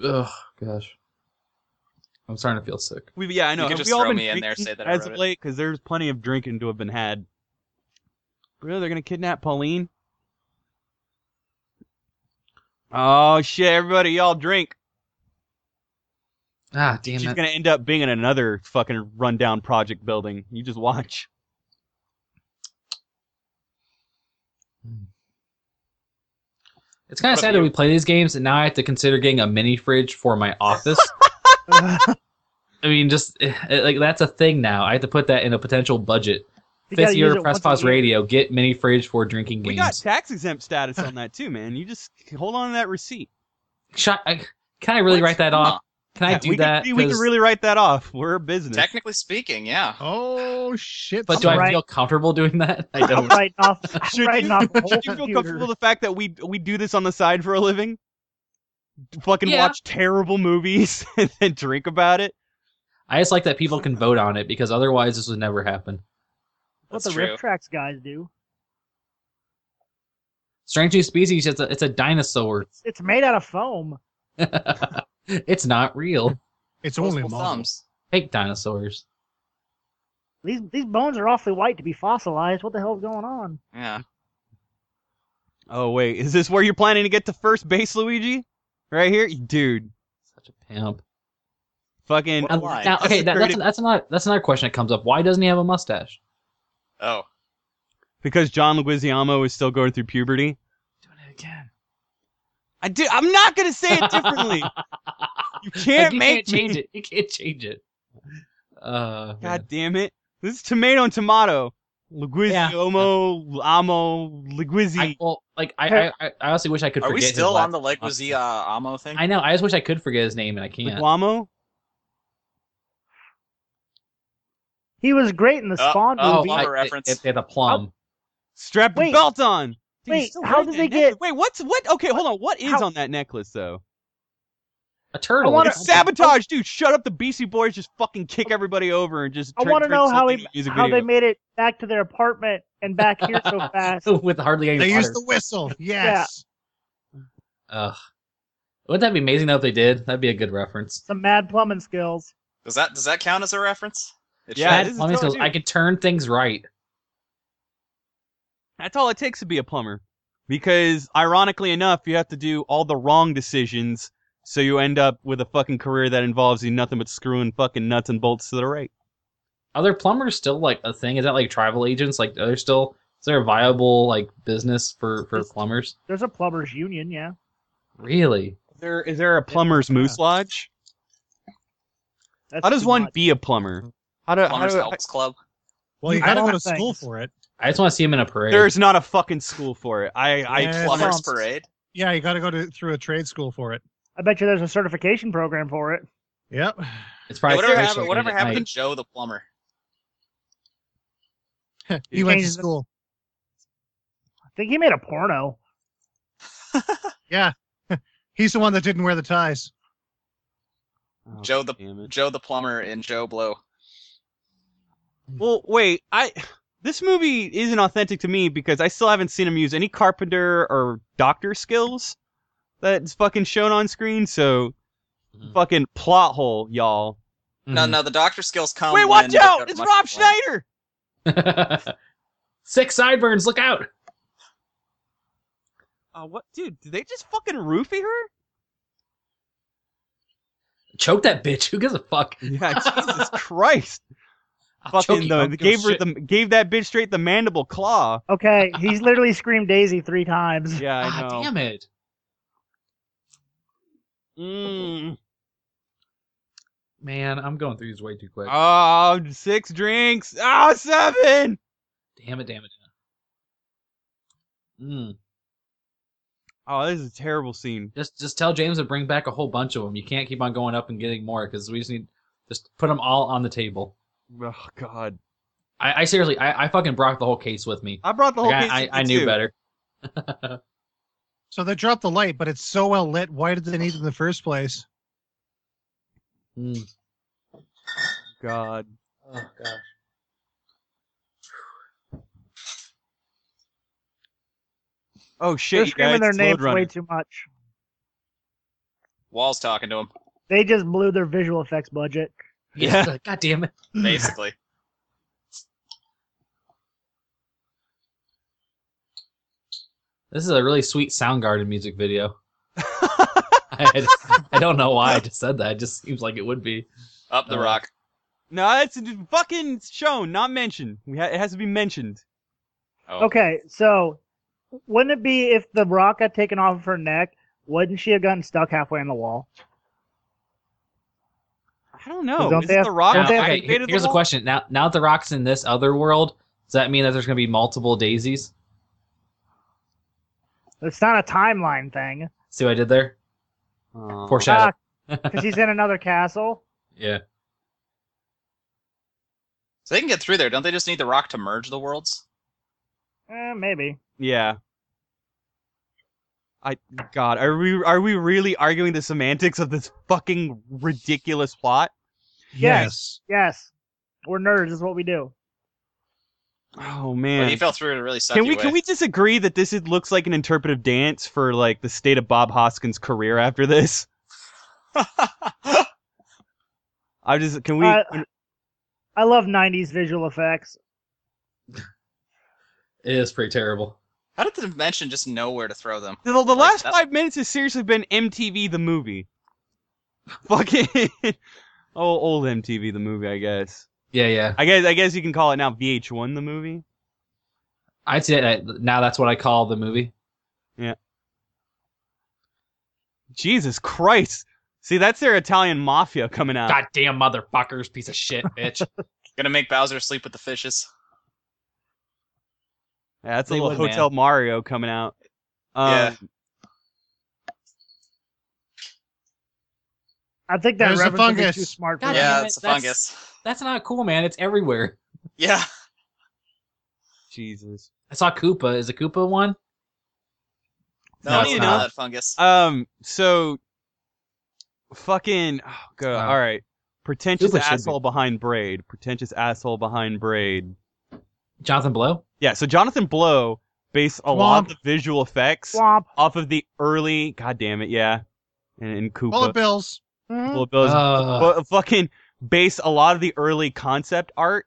S6: Oh gosh, I'm starting to feel sick.
S1: We yeah, I know.
S2: You could
S1: Have
S2: just
S1: we all
S2: throw
S1: been
S2: me in there,
S1: drinking
S2: say that I
S1: as
S2: wrote
S1: of
S2: it.
S1: late because there's plenty of drinking to have been had. Really, they're gonna kidnap Pauline? Oh shit! Everybody, y'all drink.
S6: Ah damn
S1: She's
S6: it.
S1: gonna end up being in another fucking rundown project building. You just watch.
S6: It's kind of
S2: What
S6: sad
S2: about
S6: that we play these games, and now I have to consider getting a mini fridge for my office. I mean, just eh, like that's a thing now. I have to put that in a potential budget.
S4: You gotta use
S6: Fifth year
S4: it
S6: press
S4: once a
S6: pause
S4: year.
S6: radio. Get mini fridge for drinking
S1: We
S6: games.
S1: got tax exempt status on that too, man. You just hold on to that receipt.
S6: Shut- I- can I really
S2: What?
S6: write that
S2: Come
S6: off?
S2: on.
S6: Can I
S1: Yeah,
S6: do
S1: we
S6: that?
S1: Can, we- we can
S6: 'Cause-
S1: really write that off. We're a business.
S2: Technically speaking, yeah.
S5: Oh shit!
S6: but do I
S4: Right.
S6: feel comfortable doing that? I
S4: I'm
S6: don't.
S4: writing off.
S1: Should
S4: I'm writing
S1: you-
S4: off the whole
S1: Should you feel
S4: computer.
S1: comfortable with the fact that we we do this on the side for a living? Fucking
S6: Yeah.
S1: watch terrible movies and then drink about it.
S6: I just like that people can vote on it because otherwise this would never happen.
S4: What
S2: That's
S4: the
S2: true.
S4: Rift Tracks guys do.
S6: Strange new species. It's a, it's a dinosaur.
S4: It's, it's made out of foam.
S6: it's not real.
S5: It's only
S2: Multiple
S5: a model.
S2: thumbs.
S6: Fake dinosaurs.
S4: These these bones are awfully white to be fossilized. What the hell's going on?
S2: Yeah.
S1: Oh wait, is this where you're planning to get to first base, Luigi? Right here, dude.
S6: Such a pimp.
S1: Fucking.
S2: What a lie.
S6: Now, okay, that, that's
S1: Security-
S6: that's another that's another question that comes up. Why doesn't he have a mustache?
S2: Oh.
S1: because John Leguizamo is still going through puberty.
S6: Doing it again.
S1: I do. I'm not gonna say it differently. you can't
S6: Like, you
S1: make
S6: can't change it. You can't change it. Uh,
S1: God damn it! This is tomato and tomato. Leguizamo, amo,
S6: yeah. I,
S1: Leguizzi.
S6: well, like I, I, I honestly wish I could.
S7: Are we
S6: forget his
S7: still
S6: last-
S7: on the Leguizia uh, Amo thing?
S6: I know. I just wish I could forget his name, and I can't.
S1: Leguamo.
S4: He was great in the
S7: Uh,
S4: Spawn
S7: oh,
S4: movie.
S7: I- Plumber
S6: it-
S7: reference.
S6: It, it, the plum.
S1: Strap the
S4: Wait.
S1: belt on. Dude,
S4: Wait,
S1: he's still
S4: how
S1: wearing
S4: does
S1: that
S4: they
S1: necklace.
S4: get-
S1: Wait, what's what? Okay, hold on. What is
S4: How-
S1: on that necklace though?
S6: A turtle.
S4: I wanna-
S1: It's sabotage, dude. Shut up. The BC Boys just fucking kick everybody over and just.
S4: I
S1: turn-
S4: want to
S1: turn
S4: know how
S1: something
S4: he,
S1: into a music
S4: how
S1: video.
S4: they made it back to their apartment and back here so fast.
S6: with hardly any
S5: They
S6: water.
S5: used the whistle. Yes.
S6: Ugh. Wouldn't that be amazing though if they did? That'd be a good reference.
S4: Some mad plumbing skills.
S7: Does that does that count as a reference? It
S1: Yeah,
S6: Bad
S1: this is
S6: plumbing
S1: totally
S6: skills. I could turn things right.
S1: That's all it takes to be a plumber. Because ironically enough, you have to do all the wrong decisions, so you end up with a fucking career that involves you nothing but screwing fucking nuts and bolts to the right.
S6: Are there plumbers still like a thing? Is that like travel agents? Like are there still is there a viable like business for for
S4: Just-
S6: plumbers?
S4: There's a plumbers union, yeah.
S6: Really?
S1: Is there is uh, there a plumber's moose lodge?
S4: That's
S1: How does
S4: too
S1: one
S4: much.
S1: be a plumber? How do, how
S2: Plumbers
S1: do
S2: Helps Club.
S5: Well, you
S4: I
S5: gotta
S4: don't
S5: go to
S4: think-
S5: school for it.
S6: I just want to see him in a parade.
S1: there's not a fucking school for it. I I plumber.
S5: Yeah.
S2: Plumbers
S4: Plums.
S2: Parade.
S5: Yeah, you gotta go to through a trade school for it.
S4: I bet you there's a certification program for it.
S5: Yep.
S6: it's
S2: Yeah,
S6: probably
S2: whatever
S6: fish
S2: happened,
S6: at
S2: whatever happened to
S6: night.
S2: Joe the plumber?
S5: he went to
S4: changes it.
S5: school.
S4: I think he made a porno.
S5: He's the one that didn't wear the ties.
S1: Oh,
S2: Joe the-
S1: damn it.
S2: Joe the plumber and Joe Blow.
S1: Well, wait, I this movie isn't authentic to me because I still haven't seen him use any carpenter or doctor skills that's fucking shown on screen. So
S6: Mhm.
S1: fucking plot hole, y'all.
S6: Hmm. Mm-hmm.
S2: No, no, the doctor skills come.
S1: Wait,
S2: when
S1: watch
S2: they go
S1: out!
S2: to
S1: It's
S2: mushroom
S1: Rob
S2: land.
S1: Schneider.
S6: Mhm. Six sideburns, look out!
S1: Uh, what, dude? Did they just fucking roofie her?
S6: Choke that bitch. Who gives a fuck?
S1: Yeah, Jesus Christ!
S6: I'll choke
S1: Fucking
S6: you. I
S1: the,
S6: don't give a
S1: gave her
S6: shit.
S1: the gave that bitch straight the mandible claw.
S4: Okay, he's literally screamed Daisy three times.
S1: Yeah, I
S6: Ah,
S1: know.
S6: damn it.
S1: Mm.
S6: Man, I'm going through these way too quick.
S1: Oh, six drinks. Oh, seven.
S6: Damn it, damn it, damn it. Mm.
S1: Oh, this is a terrible scene.
S6: Just just tell James to bring back a whole bunch of them. You can't keep on going up and getting more because we just need just put them all on the table.
S1: Oh God.
S6: I, I seriously, I, I fucking brought the whole case with me.
S1: I brought Uh, the whole.
S6: Like,
S1: case
S6: I, I,
S1: with
S6: I
S1: me,
S6: knew
S1: too.
S6: better.
S5: So they dropped the light, but it's so well lit. Why did they need it in the first place?
S6: Mm.
S1: God.
S6: Oh gosh.
S1: Oh
S4: They're
S1: shit, you guys.
S4: screaming their
S1: it's Lode
S4: names
S1: Runner.
S4: way too much.
S2: Wall's talking to him,
S4: They just blew their visual effects budget.
S1: Yeah.
S6: Like, God damn it.
S2: basically.
S6: This is a really sweet Soundgarden music video. I, I don't know why I just said that. It just seems like it would be.
S2: Up the
S6: Uh,
S2: rock.
S1: No, that's fucking shown, not mentioned. We ha- it has to be mentioned.
S2: Oh.
S4: Okay, so wouldn't it be if the rock got taken off of her neck? Wouldn't she have gotten stuck halfway in the wall?
S1: I don't know.
S4: Don't
S1: is
S4: they
S1: it
S4: have-
S1: the Rock?
S4: don't
S6: Now,
S1: that
S4: they have-
S6: okay,
S1: invaded
S6: here-
S1: the
S6: here's a
S1: wall?
S6: question. Now, now that the rock's in this other world, does that mean that there's going to be multiple daisies?
S4: It's not a timeline thing.
S6: See what I did there?
S1: Aw.
S6: Foreshadow.
S4: Because he's in another castle.
S6: yeah.
S2: So they can get through there. Don't they just need the rock to merge the worlds?
S4: Eh, maybe.
S1: Yeah. I God, are we are we really arguing the semantics of this fucking ridiculous plot?
S4: Yes. Yes. We're nerds, is what we do.
S1: Oh
S7: Well,
S1: man.
S7: he fell through in a really sucky
S1: can we
S7: way.
S1: can we just agree that this is, looks like an interpretive dance for like the state of Bob Hoskins' career after this? I just can we
S4: Uh, I love '90s visual effects.
S6: It is pretty terrible.
S7: How did the dimension just know where to throw them?
S1: the, the
S7: like
S1: last
S7: that-
S1: five minutes has seriously been MTV the movie. Fucking oh old MTV the movie, I guess.
S6: Yeah, yeah.
S1: I guess I guess you can call it now VH1 the movie.
S6: I'd say that now that's what I call the movie.
S1: Jesus Christ! See, that's their Italian mafia coming out.
S6: Goddamn motherfuckers, piece of shit, bitch.
S7: Gonna make Bowser sleep with the fishes.
S1: Yeah, that's a
S6: They
S1: little
S6: would,
S1: Hotel Mario coming out. Um,
S7: Yeah.
S4: I think that
S5: There's a
S4: reference would be
S5: fungus.
S4: too smart. For
S6: God
S4: that.
S6: damn
S7: yeah,
S6: it,
S7: it's a
S6: that's-
S7: fungus.
S6: that's not cool, man. It's everywhere.
S7: Yeah.
S1: Jesus.
S6: I saw Koopa. Is a Koopa one?
S7: No,
S6: No,
S7: it's
S1: it's
S7: not
S1: not.
S7: that fungus.
S1: Um. So, fucking. Oh God.
S6: Wow.
S1: All right. Pretentious
S6: Koopa should be-
S1: asshole behind braid. Pretentious asshole behind braid.
S6: Jonathan Blow?
S1: Yeah. So Jonathan Blow based a lot of
S5: Womp.
S1: the visual effects
S4: Swamp.
S1: off of the early. God damn it. Yeah. And, and Koopa.
S5: Bullet bills.
S4: Mhm.
S1: Bullet
S6: Uh,
S1: Bill's
S6: Ugh.
S1: but fucking based a lot of the early concept art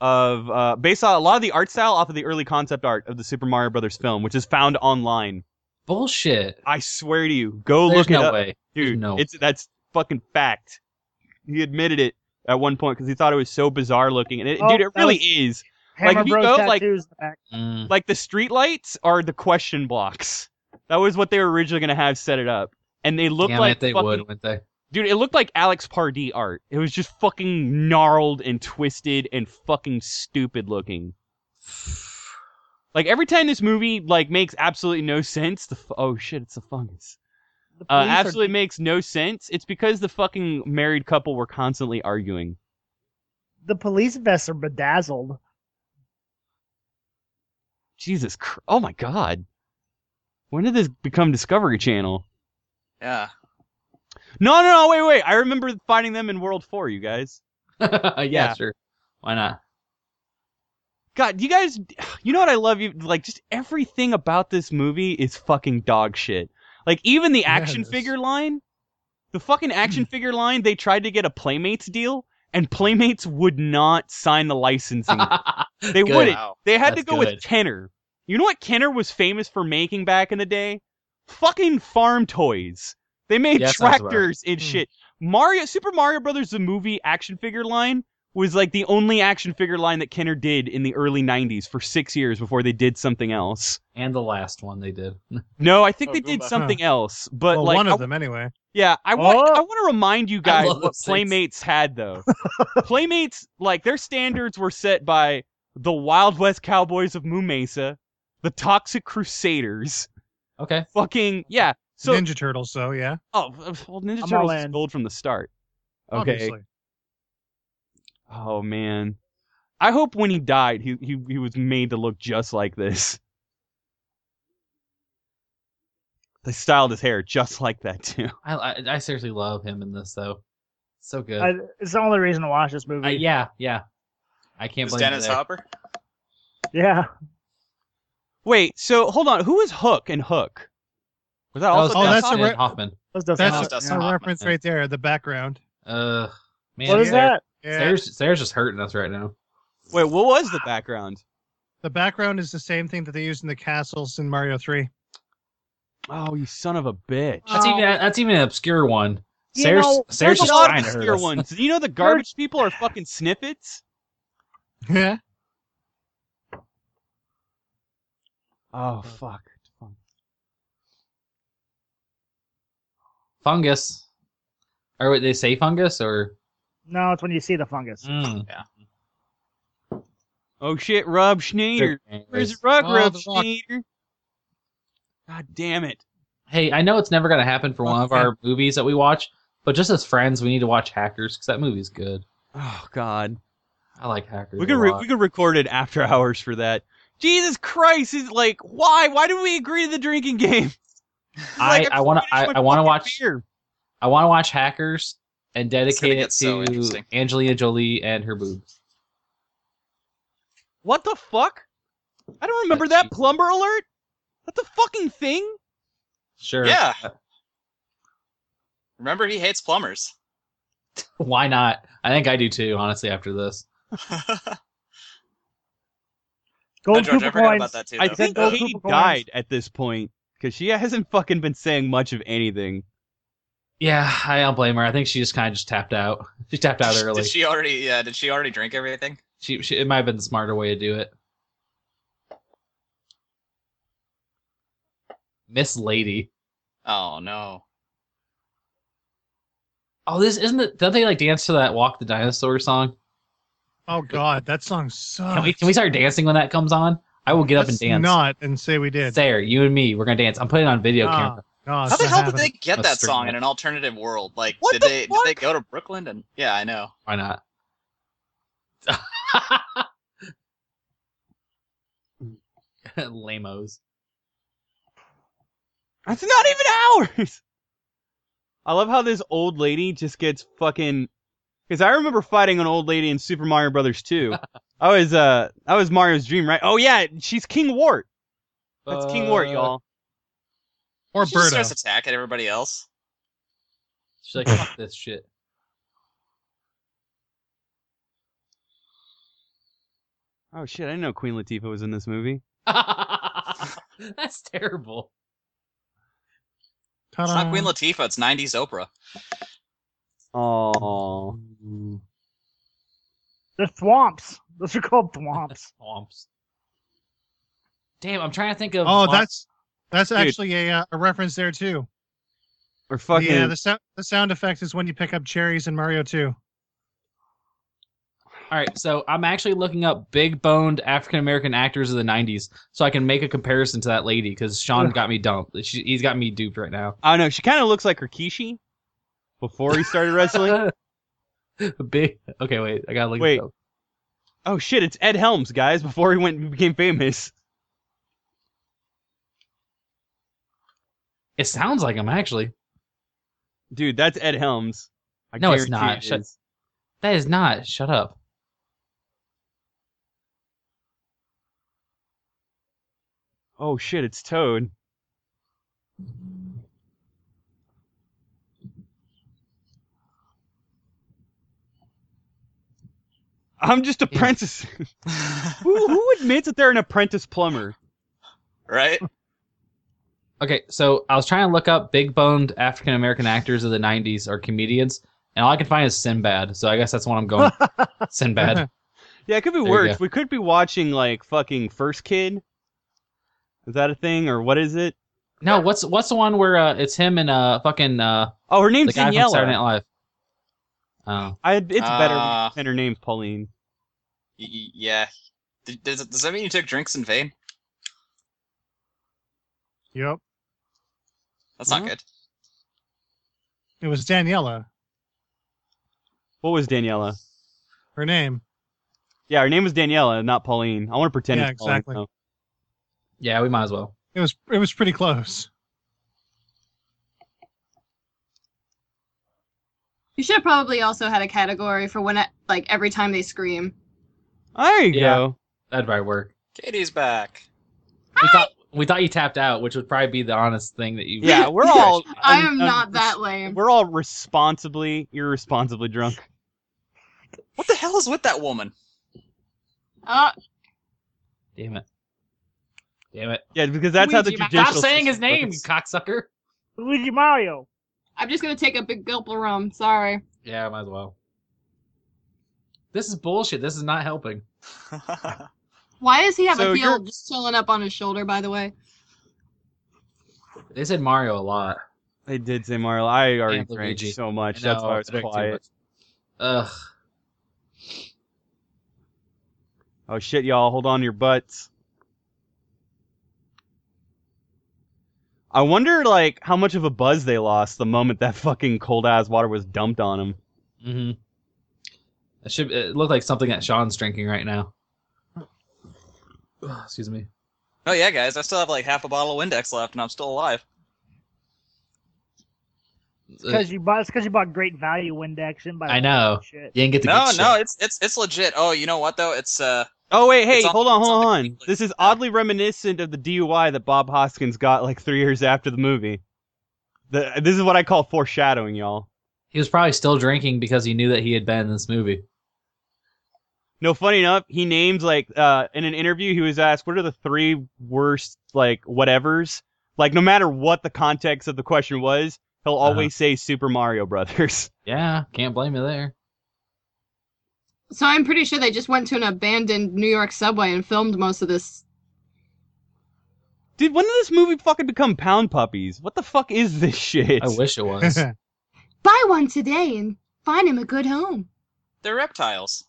S1: of uh based on a lot of the art style off of the early concept art of the Super Mario Brothers film, which is found online.
S6: Bullshit.
S1: I swear to you, go
S6: There's
S1: look
S6: no
S1: it up,
S6: way.
S1: dude.
S6: no-
S1: It's that's fucking fact. He admitted it at one point because he thought it was so bizarre looking, and it,
S4: Oh,
S1: dude, it
S4: that
S1: really
S4: was-
S1: is. Like,
S4: Hammer
S1: if you
S4: Bros
S1: go, like-
S4: tattoos. in the back.
S6: Mm.
S1: Like the streetlights are the question blocks. That was what they were originally gonna have set it up, and they look
S6: Damn
S1: like
S6: it, they
S1: fucking
S6: would, wouldn't they?
S1: Dude, it looked like Alex Pardee art. It was just fucking gnarled and twisted and fucking stupid looking. Like every time this movie like makes absolutely no sense, the f- oh shit, it's a fungus.
S4: The
S1: Uh,
S4: police are-
S1: absolutely makes no sense. It's because the fucking married couple were constantly arguing.
S4: the police vests are bedazzled.
S1: Jesus, cr- oh my god, when did this become Discovery Channel?
S7: Yeah.
S1: No, no, no, wait, wait. I remember finding them in World Four, you guys.
S6: yeah,
S1: Yeah.
S6: sure. Why not?
S1: God, you guys, you know what I love? You like just everything about this movie is fucking dog shit. Like even the action
S5: Yes.
S1: figure line, the fucking action figure line. They tried to get a Playmates deal, and Playmates would not sign the licensing. They
S6: Good.
S1: wouldn't.
S7: Wow.
S1: They had to
S6: That's
S1: go with
S6: good.
S1: Kenner. You know what Kenner was famous for making back in the day? Fucking farm toys. They made
S6: Yes, that's right.
S1: tractors and
S5: Hmm.
S1: shit. Mario Super Mario Brothers the movie action figure line was like the only action figure line that Kenner did in the early 90s for 6 years before they did something else.
S6: And the last one they did.
S1: No, I think
S7: Oh,
S1: they did
S7: Goomba.
S1: something else, but
S5: well,
S1: like
S5: one of
S6: oh,
S1: I-
S5: them anyway.
S1: yeah, I want
S4: Oh.
S1: I want to remind you guys
S6: love
S1: what
S6: those things.
S1: Playmates had though. Playmates like their standards were set by the Wild West Cowboys of Moo Mesa, the Toxic Crusaders,
S6: Okay.
S1: fucking yeah. So
S5: Ninja Turtles. So yeah,
S1: oh, well, Ninja
S4: all
S1: Turtles is
S4: in.
S1: gold from the start. Okay.
S5: obviously.
S1: Oh man, I hope when he died, he he he was made to look just like this. They styled his hair just like that too.
S6: I, I, I seriously love him in this, though. So good.
S4: I, it's the only reason to watch this movie.
S6: Uh, yeah, yeah. I can't
S7: Is
S6: blame
S7: Dennis
S6: you there.
S7: Hopper?
S4: Yeah.
S1: Wait, so hold on, who was Hook and Hook? Was that
S6: That was
S1: also
S5: Oh,
S1: Dustin?
S5: that's a
S6: Dustin
S5: re-
S6: Hoffman.
S4: Those doesn't
S5: That's
S7: Oh,
S5: a,
S4: help.
S7: Dustin
S5: a
S4: Yeah.
S7: Hoffman.
S5: reference right there. The background.
S6: Uh, man.
S4: What is
S6: Sarah-
S4: that?
S5: Yeah.
S6: Sarah's, Sarah's just hurting us right now.
S1: Wait, what was the background?
S5: The background is the same thing that they used in the castles in Mario Three.
S1: Oh, you son of a bitch.
S6: That's even that's even an obscure one.
S4: You
S6: Sarah's,
S4: know,
S6: Sarah's
S1: There's
S6: just
S1: a lot
S6: trying
S1: of
S6: to hurt
S1: obscure
S6: us.
S1: ones. You know the garbage people are fucking snippets?
S5: Yeah.
S1: Oh, fuck.
S6: Fungus. Or what they say fungus or
S4: No, it's when you see the fungus.
S6: Mm.
S1: Oh shit, Rob Schneider. Where's the rock,
S5: Oh,
S1: Rob
S5: the rock.
S1: Schneider? God damn it.
S6: Hey, I know it's never gonna happen for one of
S5: Okay.
S6: our movies that we watch, but just as friends, we need to watch Hackers because that movie's good.
S1: Oh, God.
S6: I like Hackers.
S1: We could,
S6: a
S1: re-
S6: lot.
S1: we could record it after hours for that. Jesus Christ, he's like, why? Why did we agree to the drinking game?
S6: I- I wanna-
S1: to
S6: I- I wanna watch- I want to watch Hackers and
S7: gonna
S6: dedicate
S7: get
S6: it
S7: so
S6: to
S7: interesting.
S6: Angelina Jolie and her boobs.
S1: What the fuck? I don't remember that plumber alert. That's a fucking thing.
S6: Sure.
S7: Yeah. Remember, he hates plumbers.
S6: Why not? I think I do too, honestly, after this.
S4: Gold
S7: George, I
S4: Cooper
S7: forgot about
S4: coins.
S7: that too.
S1: I
S7: though.
S1: think
S4: those
S1: Katie
S4: Cooper coins-
S1: died at this point because she hasn't fucking been saying much of anything.
S6: Yeah, I don't blame her. I think she just kind of just tapped out. She tapped out early.
S7: Did she already? Yeah. Did she already drink everything?
S6: She, she, it might have been the smarter way to do it. Miss Lady.
S7: Oh no.
S6: Oh, this isn't it. Don't they like dance to that "Walk the Dinosaur" song?
S5: Oh God, that song sucks.
S6: Can we can we start dancing when that comes on? I will get up
S5: Let's
S6: and dance.
S5: Not and say we did.
S6: Sarah, you and me, we're gonna dance. I'm putting it on video
S5: Ah,
S6: camera.
S5: no, it's
S7: How the
S5: not
S7: hell did
S5: happening.
S7: they get
S6: A
S7: that
S6: string
S7: song
S6: it.
S7: in an alternative world? Like,
S1: What
S7: did
S1: the
S7: they
S1: fuck?
S7: did they go to Brooklyn? And yeah, I know.
S6: Why not? Lamos.
S1: That's not even ours. I love how this old lady just gets fucking. Because I remember fighting an old lady in Super Mario Brothers 2. I was uh, I was Mario's dream, right? Oh yeah, she's King Wart. That's King
S6: Uh,
S1: Wart, y'all.
S5: Or
S7: She just
S5: Birdo.
S7: starts attacking everybody else.
S6: She's like, fuck this shit.
S1: Oh shit, I didn't know Queen Latifah was in this movie.
S6: That's terrible.
S5: Ta-da.
S7: It's not Queen Latifah. It's '90s Oprah.
S1: Oh,
S4: They're thwomps. Those are called thwomps.
S6: Swamps. Damn, I'm trying to think of.
S5: Oh,
S6: swamp-
S5: that's that's
S1: Dude.
S5: actually a uh, a reference there too.
S1: or fucking
S5: Yeah, the sound the sound effect is when you pick up cherries in Mario 2.
S6: All right, so I'm actually looking up big boned African American actors of the 90s so I can make a comparison to that lady because Sean got me dumped. She, he's got me duped right now.
S1: I don't know. She kind of looks like Rikishi before he started wrestling.
S6: big. Okay, wait. I got to look
S1: Wait.
S6: this up.
S1: oh shit, it's Ed Helms, guys. Before he went and became famous.
S6: It sounds like him, actually.
S1: Dude, that's Ed Helms. I
S6: No, it's
S1: guarantee
S6: not.
S1: it
S6: Shut-
S1: is.
S6: That is not. Shut up.
S1: Oh shit, it's Toad. I'm just apprentice. who, who admits that they're an apprentice plumber?
S7: Right?
S6: Okay, so I was trying to look up big boned African American actors of the 90s or comedians, and all I can find is Sinbad. So I guess that's what I'm going. Sinbad.
S1: Yeah, it could be
S6: There you
S1: worse.
S6: go.
S1: We could be watching like fucking First Kid. Is that a thing or what is it?
S6: No, what's what's the one where uh, it's him and uh fucking uh
S1: Oh, her
S6: the
S1: name's
S6: guy from
S1: Daniela.
S6: Saturday Night Live. Oh,
S1: I, it's better when you
S7: Ah.
S1: pretend her name's Pauline.
S7: Y- y- yeah. Did- Does, does that mean you took drinks in vain?
S5: Yep.
S7: That's
S5: Mm-hmm.
S1: Huh?
S7: not good.
S5: It was Daniela,
S1: What was Daniela?
S5: her name.
S1: Yeah, her name was Daniela, not Pauline. I want to pretend
S5: Yeah,
S1: it's Pauline.
S5: exactly.
S1: though.
S6: yeah, we might as well.
S5: It was it was pretty close.
S3: You should have probably also had a category for when, I, like, every time they scream.
S1: There you
S6: Yeah.
S1: go.
S6: That'd probably work.
S7: Katie's back.
S6: We thought we thought you tapped out, which would probably be the honest thing that you.
S1: Yeah, we're all.
S3: I
S1: un-
S3: am
S1: un-
S3: not that lame.
S1: We're all responsibly, irresponsibly drunk.
S7: What the hell is with that woman?
S3: Uh,
S6: Damn it. Damn it.
S1: Yeah, because that's how the
S3: Luigi, my-
S1: judicial.
S6: Stop saying his
S1: system
S6: name, you
S1: works.
S6: cocksucker.
S4: Luigi Mario.
S3: I'm just gonna take a big gulp of rum. Sorry.
S6: Yeah, might as well. This is bullshit. This is not helping.
S7: Oh,
S3: Why does he have
S1: So
S3: a
S1: you're-
S3: heel just chilling up on his shoulder? By the way,
S6: They said Mario a lot.
S1: They did say Mario. I already
S6: And
S1: drank
S6: Luigi.
S1: so much.
S6: I
S1: That's
S6: know,
S1: why I was
S6: drank too
S1: quiet.
S6: much. Ugh.
S1: Oh shit, y'all! Hold on to your butts. I wonder, like, how much of a buzz they lost the moment that fucking cold ass water was dumped on them.
S6: Mm-hmm. It should. It looked like something that Sean's drinking right now. Ugh, excuse me.
S7: Oh yeah, guys, I still have like half a bottle of Windex left, and I'm still alive.
S6: Ugh,
S4: Because you bought. It's because you bought Great Value Windex. and buy
S6: I know.
S4: Shit.
S6: You didn't get the
S7: No,
S6: good
S7: no,
S6: shit.
S7: it's it's it's legit. Oh, you know what though? It's uh,
S1: Oh wait, hey,
S7: It's on-
S1: hold on,
S7: it's
S1: hold
S7: on
S1: on.
S7: the-
S1: This is oddly reminiscent of the DUI that Bob Hoskins got like three years after the movie. The, this is what I call foreshadowing, y'all.
S6: He was probably still drinking because he knew that he had been in this movie.
S1: No, funny enough, he names like uh, in an interview he was asked, "What are the three worst like whatevers?" Like no matter what the context of the question was, he'll
S6: Uh-huh.
S1: always say Super Mario Brothers.
S6: Yeah, can't blame you there.
S3: So I'm pretty sure they just went to an abandoned New York subway and filmed most of this.
S1: Dude, when did this movie fucking become Pound Puppies? What the fuck is this shit?
S6: I wish it was.
S3: Buy one today and find him a good home.
S7: They're reptiles.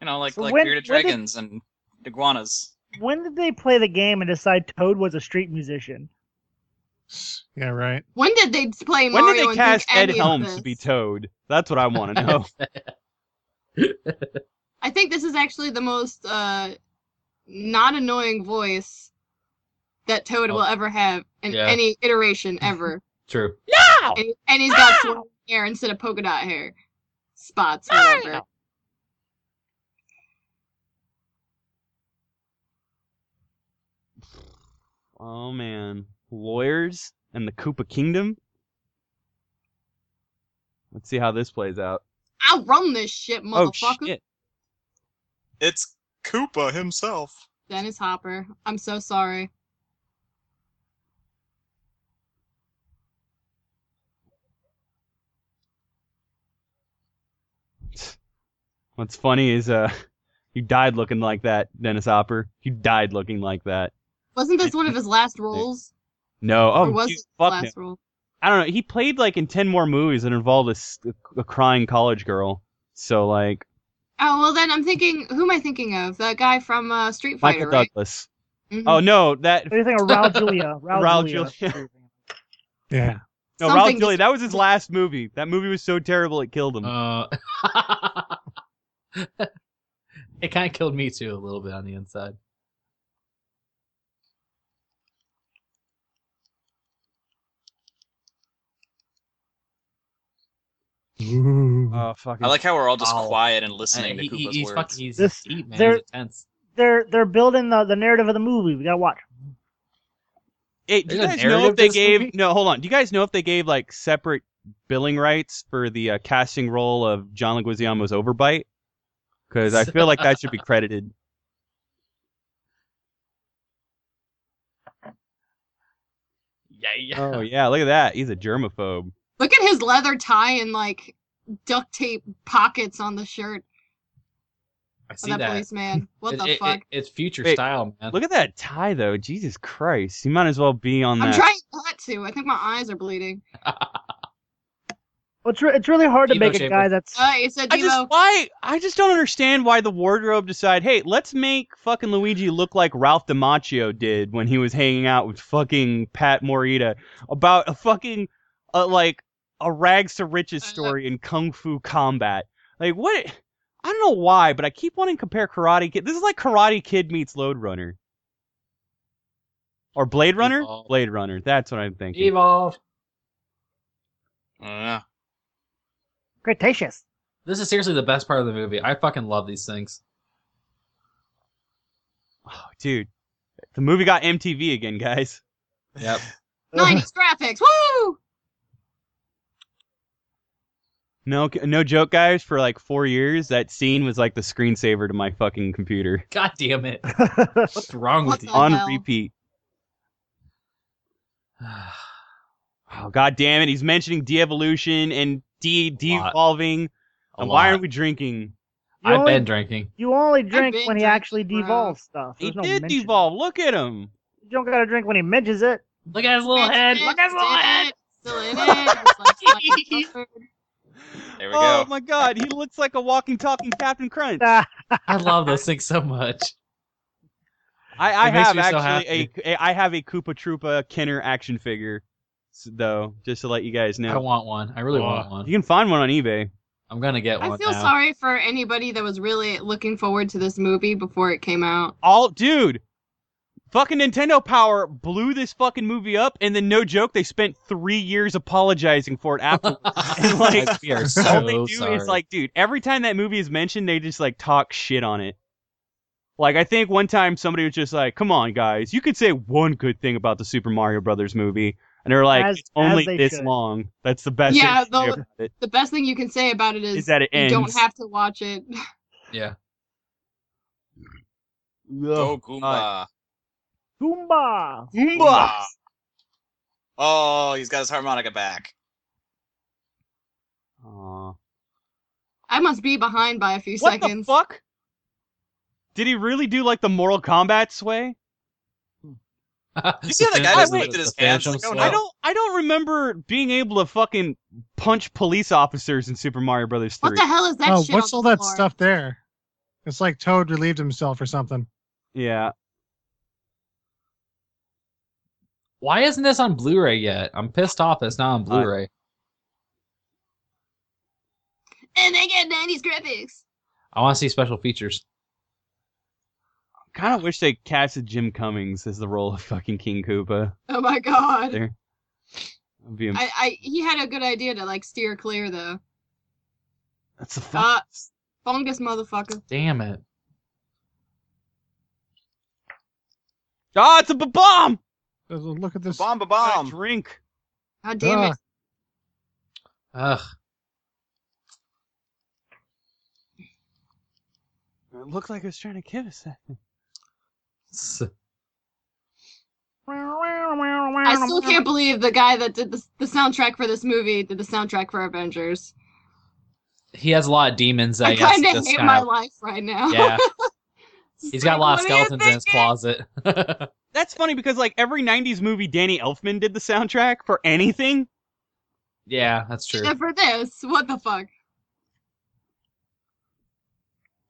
S7: You know, like
S4: So
S7: like
S4: when-
S7: bearded
S4: when did-
S7: dragons and iguanas.
S4: When did they play the game and decide Toad was a street musician?
S5: yeah, right.
S3: When did they play
S1: when
S3: Mario
S1: did they
S3: and
S1: cast
S3: think
S1: Ed
S3: any of
S1: Helms to
S3: this?
S1: be Toad? That's what I want to know.
S3: I think this is actually the most uh, not annoying voice that Toad
S6: Oh.
S3: will ever have in
S6: Yeah.
S3: any iteration ever.
S6: True.
S3: and, and he's got swirling hair instead of polka dot hair spots, whatever.
S1: Oh man, lawyers and the Koopa Kingdom. Let's see how this plays out.
S3: I run this shit,
S1: Oh
S3: motherfucker.
S1: shit!
S7: It's Koopa himself.
S3: Dennis Hopper. I'm so sorry.
S1: What's funny is uh, you died looking like that, Dennis Hopper. You died looking like that.
S3: Wasn't this one of his last roles?
S1: No,
S3: or
S1: oh
S3: was
S1: dude,
S3: it his
S1: fuck no.
S3: last role?
S1: I don't know. He played like in ten more movies and involved a s a a crying college girl. So like
S3: Oh well, then I'm thinking. Who am I thinking of? That guy from uh, Street Fighter,
S1: Michael
S3: right?
S1: Douglas.
S3: Mhm.
S1: Oh no, that
S4: What do you think of Raul Julia? Raul,
S1: Raul
S4: Julia.
S5: Yeah.
S1: no,
S3: Something
S1: Ralph Julia.
S3: just-
S1: That was his last movie. That movie was so terrible it killed him.
S6: Uh, it kind of killed me too a little bit on the inside.
S5: Ooh.
S1: oh fucking.
S7: I like how we're all just
S6: Ow.
S7: quiet and
S6: And
S7: listening
S6: he-
S7: to
S6: Oh, he-
S7: Koopa's
S6: he's
S7: words.
S6: fucking he's
S4: This-
S6: deep, man.
S4: there-
S6: He's intense.
S4: They're they're building the, the narrative of the movie. We gotta watch.
S1: Hey, do
S6: There's
S1: you
S6: a
S1: guys know
S6: narrative
S1: if they
S6: to this
S1: gave
S6: movie?
S1: no? Hold on. Do you guys know if they gave like separate billing rights for the uh, casting role of John Leguizamo's Overbite? Because I feel like that should be credited.
S6: Yeah, yeah.
S1: Oh yeah, look at that. He's a germaphobe.
S3: Look at his leather tie and like duct tape pockets on the shirt
S6: I
S3: of
S6: see
S3: that,
S6: that.
S3: policeman. What
S6: It-
S3: the
S6: it- it-
S3: fuck?
S6: it's future
S1: Wait,
S6: style, man.
S1: Look at that tie though. Jesus Christ, you might as well be on
S3: I'm
S1: that.
S3: trying not to. I think my eyes are bleeding.
S4: Well, it's, re- it's really hard to
S6: Dino
S4: make a
S6: Shaver.
S4: guy that's
S3: Uh, he said,
S1: I
S3: Devo.
S1: just why I just don't understand why the wardrobe decide. Hey, let's make fucking Luigi look like Ralph DiMacchio did when he was hanging out with fucking Pat Morita about a fucking uh, like a rags to riches story in kung fu combat. Like what? I don't know why, but I keep wanting to compare Karate Kid. This is like Karate Kid meets Load Runner. Or Blade Runner?
S6: Evolve.
S1: Blade Runner. That's what I'm thinking.
S6: Evolve.
S7: Oh, Yeah.
S4: Cretaceous.
S6: This is seriously the best part of the movie. I fucking love these things.
S1: Oh, dude. The movie got MTV again, guys.
S6: Yep.
S3: 90s graphics. Woo!
S1: No, no joke, guys. For like four years, that scene was like the screensaver to my fucking computer
S6: God damn it. What's wrong
S3: What's
S6: with you?
S3: up?
S1: on
S3: hell?
S1: repeat. Oh god damn it! He's mentioning de-evolution and de de-evolving.
S6: A
S1: And why
S6: lot.
S1: aren't we drinking?
S4: You
S6: I've
S4: only-
S6: been drinking.
S4: You only drink
S3: been
S4: when he
S3: drinking,
S4: actually
S3: bro.
S4: devolves stuff. There's
S1: he
S4: no
S1: did
S4: mention.
S1: devolve. Look at him.
S4: You don't gotta drink when he mentions it.
S6: Look at his little head. Look at his little head.
S3: Still in it. It's like slightly covered.
S7: There we
S1: oh
S7: go.
S1: my god, he looks like a walking, talking Captain Crunch. I,
S4: Ah,
S6: I love those things so much.
S1: I
S6: It makes
S1: have
S6: me so
S1: actually a, a I have a Koopa Troopa Kenner action figure, s- though, just to let you guys
S6: I
S1: know.
S6: want one. I really want
S1: You
S6: one.
S1: can find one on eBay.
S6: I'm gonna get one
S3: I feel
S6: now.
S3: sorry for anybody that was really looking forward to this movie before it came out.
S1: all dude fucking nintendo power blew this fucking movie up and then no joke they spent three years apologizing for it after and like
S6: we are
S1: all
S6: so
S1: they do
S6: sorry.
S1: is like dude every time that movie is mentioned they just like talk shit on it Like I think one time somebody was just like, "Come on, guys, you could say one good thing about the Super Mario Brothers movie," and they're like,
S4: As-
S1: "It's only
S4: as they
S1: this
S4: should.
S1: long. That's the best."
S3: Yeah,
S1: thing you can
S3: the-
S1: say about it,
S3: The best thing you can say about it is,
S1: is that it
S3: you
S1: ends.
S3: don't have to watch it.
S6: Yeah.
S7: Go Oh, Goomba.
S4: Goomba.
S7: Goomba. Oh, he's got his harmonica back.
S1: Aw.
S3: I must be behind by a few
S1: What the
S3: seconds.
S1: fuck? Did he really do like the Mortal Kombat sway?
S7: You see how the guy just
S1: wait.
S7: looked at his hands? Like, oh, no.
S1: I don't. I don't remember being able to fucking punch police officers in Super Mario Brothers Three.
S3: What the hell is that
S5: oh,
S3: shit?
S5: what's
S3: on
S5: all
S3: the
S5: that
S3: floor?
S5: stuff there? It's like Toad relieved himself or something.
S1: Yeah.
S6: Why isn't this on Blu-ray yet? I'm pissed off that it's not on Blu-ray.
S3: And they get 90s graphics.
S6: I want to see special features.
S1: Kind of wish they casted Jim Cummings as the role of fucking King Koopa.
S3: Oh my god.
S1: There. That'd be am-
S3: I, I he had a good idea to like steer clear though.
S1: That's a fuck.
S3: Uh, fungus motherfucker.
S6: Damn it.
S1: Ah, it's a bomb.
S5: Uh, Look at this.
S7: Bomb ba
S1: Um,
S7: bomb.
S1: drink.
S3: God damn
S5: Ah.
S3: it.
S6: Ugh.
S1: It looked like it was trying to kill us. that thing.
S6: S-
S3: I still can't believe the guy that did the, the soundtrack for this movie did the soundtrack for Avengers.
S6: He has a lot of demons that
S3: I
S6: he has to
S3: kind of
S6: just
S3: hate
S6: kind
S3: my
S6: of-
S3: life right now.
S6: Yeah.
S3: It's
S6: He's got a
S3: like,
S6: lot of
S3: what are you
S6: skeletons in his
S3: thinking?
S6: closet.
S1: That's funny because like every '90s movie, Danny Elfman did the soundtrack for anything.
S6: yeah, that's true.
S3: Except for this, what the fuck?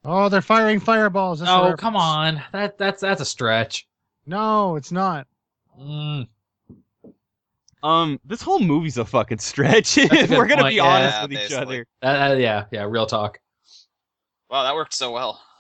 S5: Oh, they're firing fireballs. That's
S6: Oh,
S5: hilarious.
S6: come on. That that's that's a stretch.
S5: No, it's not.
S6: Mm.
S1: Um, this whole movie's a fucking stretch.
S6: a
S1: if
S6: good
S1: we're gonna
S6: point,
S1: be
S6: yeah.
S1: honest with
S7: Yeah,
S1: each
S7: basically.
S1: other.
S6: That- that- yeah, yeah, real talk.
S7: Wow, that worked so well.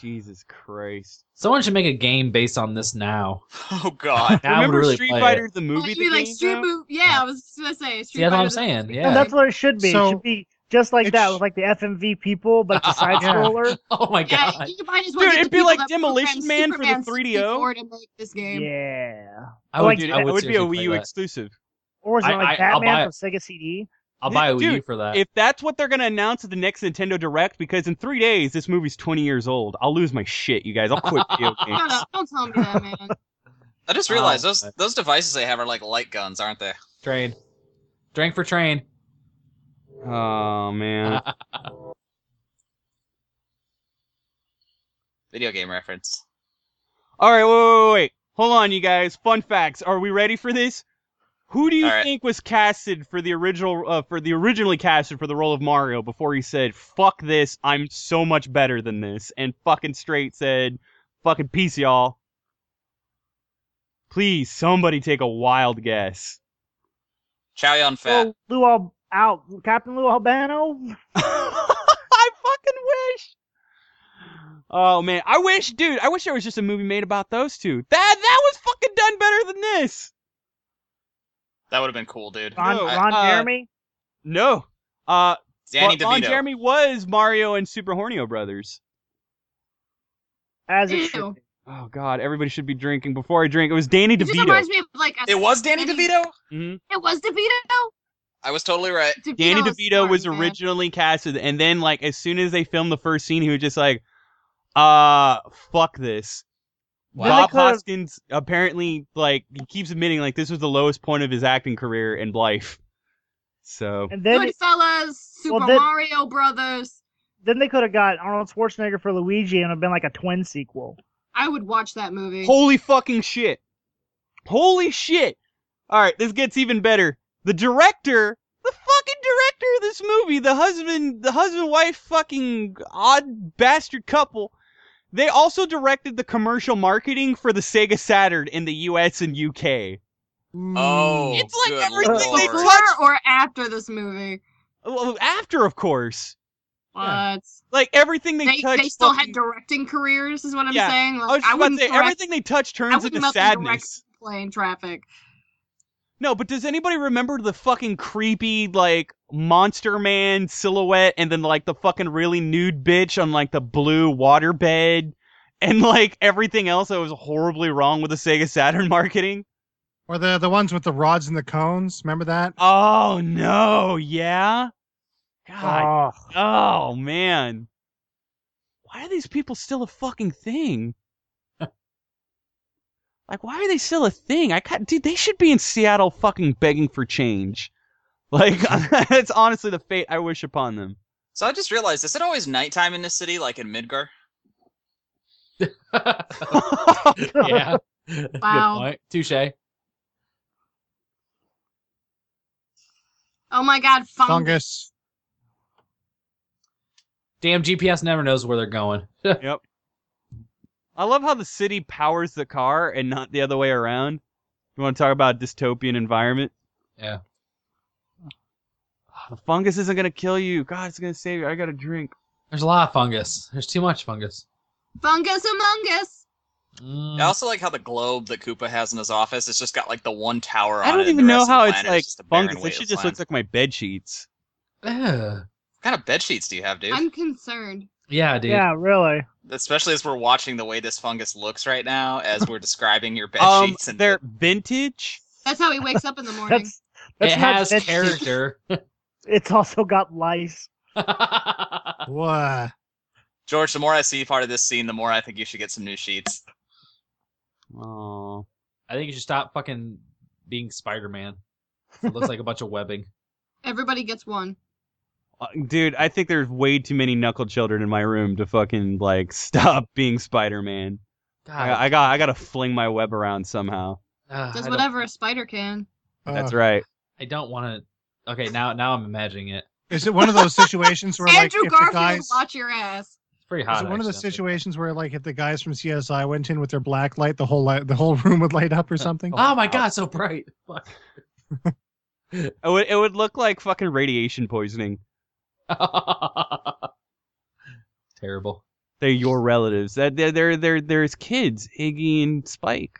S1: Jesus Christ.
S6: Someone should make a game based on this now.
S7: Oh God.
S6: I would
S1: Remember
S6: really
S1: Street
S6: play
S1: Fighter the
S3: Well,
S1: movie?
S3: you
S1: the
S3: mean, like
S1: game,
S3: Street
S1: though?
S3: Move? Yeah, I was just gonna say Street
S6: See, that's what
S3: Fighter
S6: I'm
S3: the-
S6: saying.
S4: And
S6: Yeah.
S4: that's what it should be.
S5: So-
S4: it should be just like
S5: It
S4: that
S5: sh-
S4: with like the FMV people, but it's a side
S5: Yeah.
S4: scroller.
S6: Oh my
S3: Yeah,
S6: god.
S3: you might as well
S1: Dude,
S3: get
S1: it'd
S3: the
S1: be
S3: people
S1: like
S3: that
S1: Demolition
S3: programmed
S1: Man for the
S3: Superman
S1: 3DO.
S3: 64 to make this game.
S4: Yeah.
S6: I would,
S4: like,
S1: Oh, Dude,
S6: I
S1: it
S6: would
S1: would be a
S6: seriously play
S1: Wii U
S6: that.
S1: exclusive.
S4: Or is it
S6: I-
S4: like
S6: I- I'll buy
S4: Batman
S6: it.
S4: from Sega CD?
S6: I'll buy a Wii U
S1: Dude,
S6: for that.
S1: If that's what they're gonna announce at the next Nintendo Direct, because in three days this movie's 20 years old, I'll lose my shit, you guys. I'll quit video games.
S3: Shut up! Don't tell me that, man.
S7: I just realized
S6: Oh,
S7: those
S6: but-
S7: those devices they have are like light guns, aren't they?
S6: Train. Drink for train.
S1: Oh man.
S7: Video game reference.
S1: All right, wait, wait, wait, wait. Hold on, you guys. Fun facts. Are we ready for this? Who do you
S7: All right.
S1: think was casted for the original uh, for the originally casted for the role of Mario before he said "fuck this, I'm so much better than this" and fucking straight said "fucking peace, y'all." Please, somebody take a wild guess.
S7: Chow Yun Fat.
S4: Oh, Lou Al- out Captain Lou Albano.
S1: I fucking wish. Oh man, I wish, dude. I wish there was just a movie made about those two. That that was fucking done better than this.
S7: That would have been cool, dude.
S4: Ron,
S1: No,
S4: Ron
S1: uh,
S4: Jeremy.
S1: No. Uh,
S7: Danny
S1: Ron
S7: DeVito.
S1: Jeremy was Mario and Super Hornio Brothers.
S4: As
S3: Ew.
S4: it should. be.
S1: Oh God, everybody should be drinking before I drink. It was Danny
S3: It just reminds
S1: DeVito.
S3: me of like a,
S7: It was Danny DeVito.
S1: Mhm.
S3: It was DeVito.
S7: I was totally right.
S3: DeVito
S1: Danny
S3: is
S1: DeVito was
S3: smart, man.
S1: originally casted, and then like as soon as they filmed the first scene, he was just like, "Uh, fuck this."
S4: Then they
S1: Bob
S4: could've-
S1: Hoskins apparently like he keeps admitting like this was the lowest point of his acting career and life. So
S4: And then
S3: Goodfellas, Super
S4: then-
S3: Mario Brothers.
S4: then they could have got Arnold Schwarzenegger for Luigi and have been like a twin sequel.
S3: I would watch that movie.
S1: Holy fucking shit. Holy shit. All right, this gets even better. The director, the fucking director of this movie, the husband, the husband wife fucking odd bastard couple, they also directed the commercial marketing for the Sega Saturn in the US and UK.
S7: Oh,
S1: It's like
S7: good
S1: everything
S7: lord.
S1: they
S3: Before
S1: touched
S3: or after this movie?
S1: well, after of course.
S3: What?
S1: Like everything they,
S3: They,
S1: touched
S3: they still
S1: fucking-
S3: had directing careers, is what I'm
S1: Yeah.
S3: saying.
S1: I
S3: Like,
S1: was just about to
S3: wouldn't
S1: say
S3: direct
S1: everything they touch turns
S3: wouldn't
S1: into
S3: melt the
S1: sadness.
S3: plane traffic.
S1: No, but does anybody remember the fucking creepy like monster man silhouette and then like the fucking really nude bitch on like the blue waterbed and like everything else that was horribly wrong with the Sega Saturn marketing?
S5: Or the the ones with the rods and the cones. Remember that?
S1: Oh no, yeah. God.
S4: Oh,
S1: Oh man. Why are these people still a fucking thing? like why are they still a thing? I got dude, they should be in Seattle fucking begging for change. Like that's honestly the fate I wish upon them.
S2: So I just realized, is it always nighttime in this city, like in Midgar?
S3: Wow.
S6: yeah. Good point. Touche.
S3: Oh my god, fungus.
S5: Fungus.
S6: Damn, GPS never knows where they're going.
S1: I love how the city powers the car and not the other way around. You want to talk about dystopian environment? Ah,
S6: Yeah.
S1: The fungus isn't gonna kill you. God, it's gonna save you. I got a drink.
S6: There's a lot of fungus. There's too much fungus.
S3: Fungus among us.
S6: Mm.
S2: I also like how the globe that Koopa has in his office, it's just got like the one tower on
S1: I
S2: it
S1: don't
S2: and
S1: even
S2: the
S1: know
S2: rest of
S1: how
S2: the
S1: it's
S2: planet is
S1: like
S2: just a barren
S1: fungus. That shit
S2: wasteland.
S1: just looks like my bed sheets.
S6: Ugh.
S2: What kind of bed sheets do you have, dude?
S3: I'm concerned.
S6: Yeah, dude.
S4: yeah, really.
S2: Especially as we're watching the way this fungus looks right now, as we're describing your bed
S1: um,
S2: sheets and
S1: they're vintage.
S3: That's how he wakes up in the morning.
S4: That's that's
S6: it
S4: not
S6: has
S4: bed sheet.
S6: character.
S4: It's also got lice.
S5: Whoa.
S2: George, the more I see part of this scene, the more I think you should get some new sheets.
S1: Oh,
S6: I think you should stop fucking being Spider Man. It looks like a bunch of webbing.
S3: Everybody gets one.
S1: Uh, dude, I think there's way too many knuckle children in my room to fucking like stop being Spider-Man.
S6: God,
S1: I, I got, I gotta fling my web around somehow.
S6: ugh, I
S3: Does
S6: don't-
S3: whatever a spider can.
S1: That's
S5: Uh,
S1: right.
S6: I don't want to. Okay, now now I'm imagining it.
S5: Is it one of those situations where like
S3: Andrew
S5: if the
S3: Garfield,
S5: guys
S3: watch your ass.
S6: It's pretty
S5: is
S6: hot.
S5: it one of those
S6: actually.
S5: situations where like if the guys from CSI went in with their black light, the whole light, the whole room would light up or something?
S6: Oh my god, so bright. Fuck.
S1: It would, it would look like fucking radiation poisoning.
S6: Terrible.
S1: They're your relatives. That they're, they're, they're, there's kids, Iggy and Spike.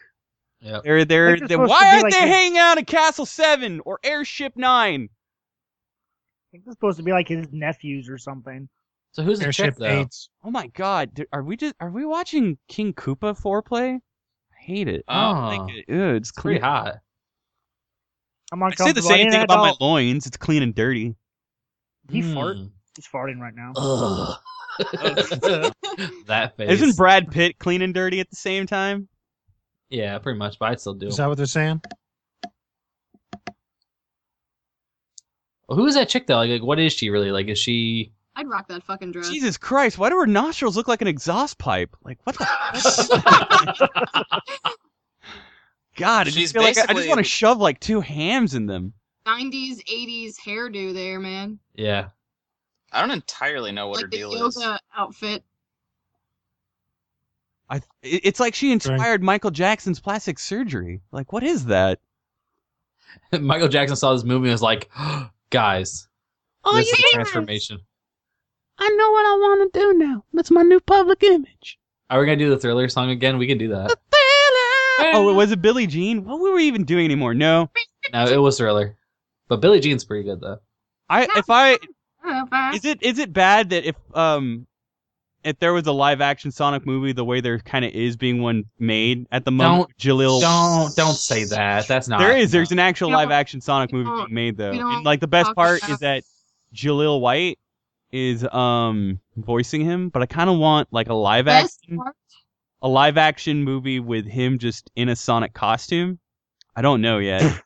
S6: Yep.
S1: They're, they're,
S4: Like they're
S1: they're
S4: supposed to
S1: why
S4: be
S1: aren't
S4: like
S1: they
S4: these-
S1: hanging out at Castle Seven or Airship Nine?
S4: I think it's supposed to be like his nephews or something.
S6: So who's the chick
S5: Airship
S6: though?
S5: eight.
S1: Oh my god, dude, are we just are we watching King Koopa foreplay? I hate it.
S2: Um,
S6: Oh,
S1: Like, it- ew, it's
S6: it's pretty
S1: clean.
S6: hot.
S4: I'm
S1: I say the
S4: uncomfortable. I
S1: same
S4: need
S1: thing
S4: an
S1: about my
S4: adult.
S1: loins. It's clean and dirty.
S4: He
S6: Hmm.
S4: fart? He's farting right now.
S6: Ugh. that face.
S1: Isn't Brad Pitt clean and dirty at the same time?
S6: yeah, pretty much. But I'd still do.
S5: Is
S6: it.
S5: that what they're saying?
S6: Well, who is that chick though? Like, like, what is she really? Like, is she?
S3: I'd rock that fucking dress.
S1: Jesus Christ, why do her nostrils look like an exhaust pipe? Like what the God, I just
S2: She's
S1: feel like I- I, just
S2: basically-
S1: want to shove like two hams in them.
S3: 90s, 80s hairdo there, man.
S6: Yeah.
S2: I don't entirely know what
S3: like
S2: her
S3: the
S2: deal
S3: yoga
S2: is.
S3: outfit.
S1: I it- it's like she inspired Michael Jackson's plastic surgery. Like what is that?
S6: Michael Jackson saw this movie and was like, guys,
S1: Oh
S6: this is a transformation.
S1: I know what I want to do now. That's my new public image.
S6: Are we gonna do the Thriller song again? We can do that.
S1: Oh, was it Billie Jean? What were we even doing anymore? No.
S6: No, it was Thriller, but Billie Jean's pretty good though.
S1: I
S3: No.
S1: if I
S3: Is
S1: Is it is it bad that if um if there was a live action Sonic movie the way there kind of is being one made at the moment, Jalil
S6: Don't don't say that. That's not.
S1: there is there's an actual
S3: We don't-
S1: live action Sonic
S3: we
S1: movie
S3: don't-
S1: being made though.
S3: we
S1: And,
S3: don't
S1: like the best
S3: talk
S1: part
S3: about-
S1: is that Jalil White is um voicing him, but I kind of want like a live
S3: Best
S1: action
S3: part?
S1: a live action movie with him just in a Sonic costume. I don't know yet.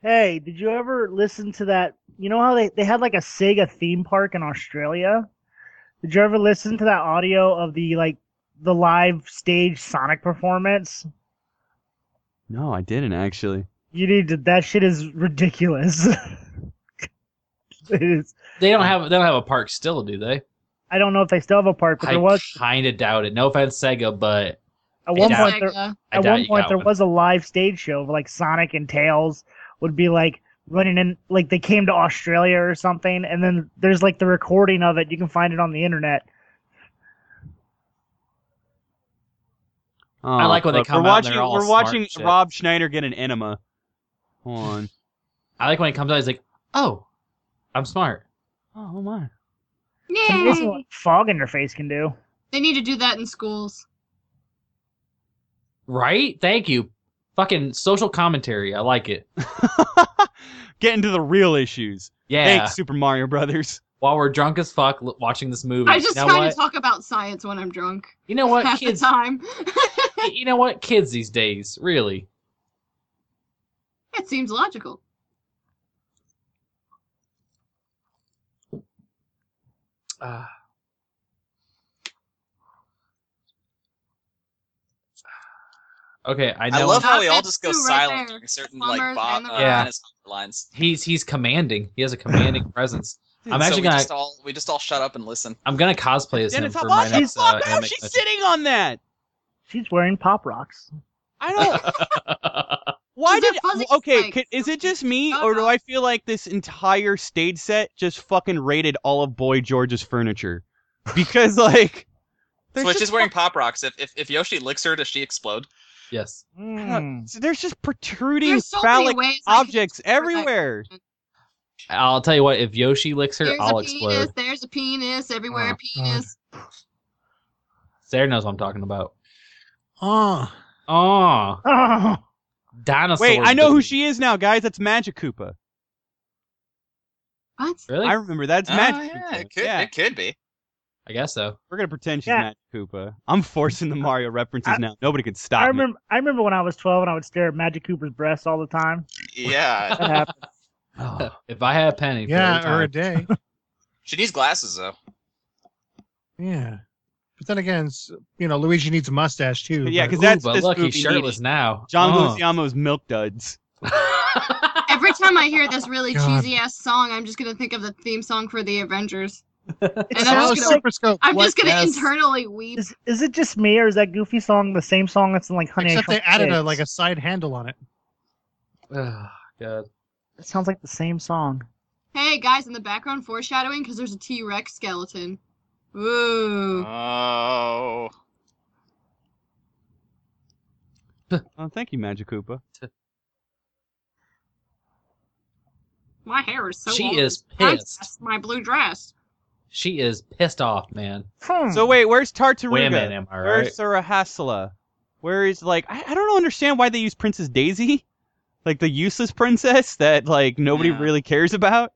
S4: Hey, did you ever listen to that? You know how they, they had like a Sega theme park in Australia? Did you ever listen to that audio of the like the live stage Sonic performance?
S1: no, I didn't actually.
S4: You need to that shit is ridiculous. it is
S6: They don't have they don't have a park still, do they?
S4: I don't know if they still have a park, but
S6: I
S4: there was
S6: kind of doubt it. No offense, Sega, but
S4: at one
S6: doubt
S4: point there,
S3: Sega.
S6: I
S4: at
S6: doubt
S4: one
S6: you
S4: point
S6: got
S4: there
S6: one.
S4: was a live stage show of like Sonic and Tails would be like running in like they came to Australia or something and then there's like the recording of it you can find it on the internet
S1: Oh,
S6: like when they
S1: fuck.
S6: come
S1: we're
S6: out and
S1: watching
S6: they're all
S1: Oh, we're
S6: smart
S1: watching
S6: shit.
S1: Rob Schneider get an enema. Hold on.
S6: I like when it comes out. He's like, "Oh, I'm smart." Oh, oh my!
S4: I mean, this is
S3: Yay!
S4: what fog in your face can do.
S3: They need to do that in schools.
S6: Right? Thank you. Fucking social commentary. I like it.
S1: Getting to the real issues.
S6: Yeah.
S1: Thanks, Super Mario Brothers.
S6: While we're drunk as fuck l- watching this movie.
S3: I just
S6: you know
S3: try
S6: what?
S3: to talk about science when I'm drunk.
S6: you know what,
S3: half
S6: kids?
S3: the time.
S6: you know what, kids these days, really.
S3: it seems logical.
S6: Uh, okay, I
S7: I
S6: know
S7: love how
S3: Not
S7: we all
S3: bad
S7: just go
S3: too, right
S7: silent
S3: there.
S7: during certain
S3: Plumbers
S7: like Bob
S3: and the
S7: uh,
S6: Yeah.
S7: Anna's lines.
S6: he's he's commanding. He has a commanding presence. I'm
S7: so
S6: actually
S7: we
S6: gonna
S7: just all we just all shut up and listen.
S6: I'm gonna cosplay as
S1: Then
S6: him
S1: it's
S6: for
S1: all
S6: my
S1: what the
S6: next uh,
S1: fuck? How
S6: anime
S1: she's
S6: session.
S1: sitting on that?
S4: She's wearing pop rocks.
S1: I don't. Why
S3: Is it
S1: did
S3: fuzzy
S1: okay?
S3: spikes?
S1: could- is it just me,
S3: Oh,
S1: or do
S3: no.
S1: I feel like this entire stage set just fucking raided all of Boy George's furniture? Because like, there's
S7: So
S1: just
S7: she's wearing pop rocks. If, if if Yoshi licks her, does she explode?
S6: yes.
S4: Mm.
S1: So there's just protruding
S3: There's so many
S1: phallic
S3: ways. I could-
S1: objects everywhere.
S6: I'll tell you what. If Yoshi licks her,
S3: There's
S6: I'll
S3: a
S6: explode.
S3: penis. There's a penis everywhere.
S6: Oh,
S3: penis.
S6: Sarah knows what I'm talking about.
S5: Oh,
S6: Oh,
S4: Oh,
S6: dinosaur.
S1: Wait, I know who
S6: booty.
S1: she is now, guys. That's Magic Koopa.
S3: What?
S6: Really?
S1: I
S6: I,
S1: remember that's
S7: Oh,
S1: Magic
S7: yeah,
S1: Koopa.
S7: it could it could be.
S6: guess so.
S1: We're gonna pretend she's
S4: Yeah.
S1: Magic Koopa. I'm forcing the Mario references
S4: I-
S1: now. Nobody could stop
S4: I
S1: me.
S4: remember. I remember when I was 12 and I would stare at Magic Cooper's breasts all the time.
S7: Yeah,
S4: That happened.
S6: if I had a penny, for every
S5: yeah,
S6: time-
S5: or a day.
S7: she needs glasses though.
S5: yeah, but then again, s- you know, Luigi needs a mustache too.
S1: Yeah,
S5: but-
S1: because
S6: Ooh,
S1: that's
S6: but
S1: this
S6: look,
S1: movie
S6: he's shirtless
S1: needed.
S6: now.
S1: John
S6: Oh.
S1: Luciano's Milk Duds.
S3: Every time I hear this really
S5: God.
S3: cheesy ass song, I'm just gonna think of the theme song for the Avengers.
S4: It
S3: And
S5: That
S3: I'm
S5: was
S4: sounds
S3: just gonna,
S5: Super Scope.
S3: I'm just gonna
S6: Yes.
S3: internally weep.
S4: Is, is it just me or is that goofy song the same song that's in like Honey? I
S5: Except they
S4: Shrunk the
S5: added a,
S4: Kids?
S5: like a side handle on it.
S6: Ugh, God.
S4: It sounds like the same song.
S3: Hey guys, in the background foreshadowing because there's a T Rex skeleton. Ooh.
S7: Uh, Oh,
S1: Oh, thank you, Magic Koopa.
S3: My hair is so
S6: She
S3: long.
S6: is
S3: My
S6: pissed.
S3: dress, My blue dress.
S6: She is pissed off, man.
S4: Hmm.
S1: So wait, where's
S6: Women,
S1: Tartaruga?
S6: am I right?
S1: Where's Sarah Hasla? Where is like I, I don't understand why they use Princess Daisy, like the useless princess that like nobody
S7: Yeah.
S1: really cares about.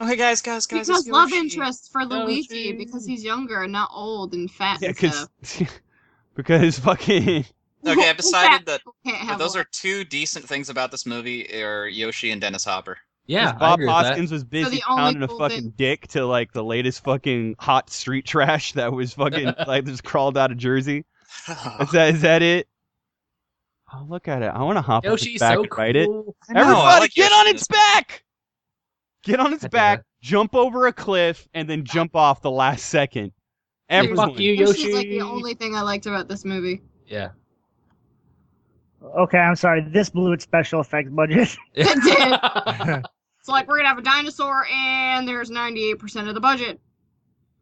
S7: okay, guys, guys, guys.
S3: because
S7: it's
S3: love
S7: Yoshi.
S3: interest for
S6: No,
S3: Luigi
S6: she-
S3: because he's younger and not old and fat.
S1: Yeah,
S3: and stuff.
S1: because because fucking
S7: Okay, I've
S3: Fat
S7: decided that
S3: people can't
S7: But
S3: have
S7: those
S3: one.
S7: are two decent things about this movie are Yoshi and Dennis Hopper.
S6: Yeah, I
S1: Bob
S6: agree with that.
S1: Hoskins was busy
S3: the only
S1: pounding a
S3: cool
S1: fucking
S3: thing-
S1: dick to like the latest fucking hot street trash that was fucking like just crawled out of Jersey. Is that is that it? Oh, look at it. I want to hop on its
S6: Yoshi's
S1: back
S6: so
S1: and ride it.
S6: cool.
S4: I know.
S1: Everybody,
S7: I like
S1: get
S7: Yoshi
S1: on
S7: in
S1: its
S7: this.
S1: back! Get on its
S6: Yeah.
S1: back, jump over a cliff, and then jump off the last second. Everyone.
S6: Fuck you,
S3: Yoshi's like
S6: Yoshi.
S3: the only thing I liked about this movie.
S6: Yeah.
S4: Okay, I'm sorry. This blew its special effects budget.
S3: It It's like we're gonna have a dinosaur and there's 98% of the budget.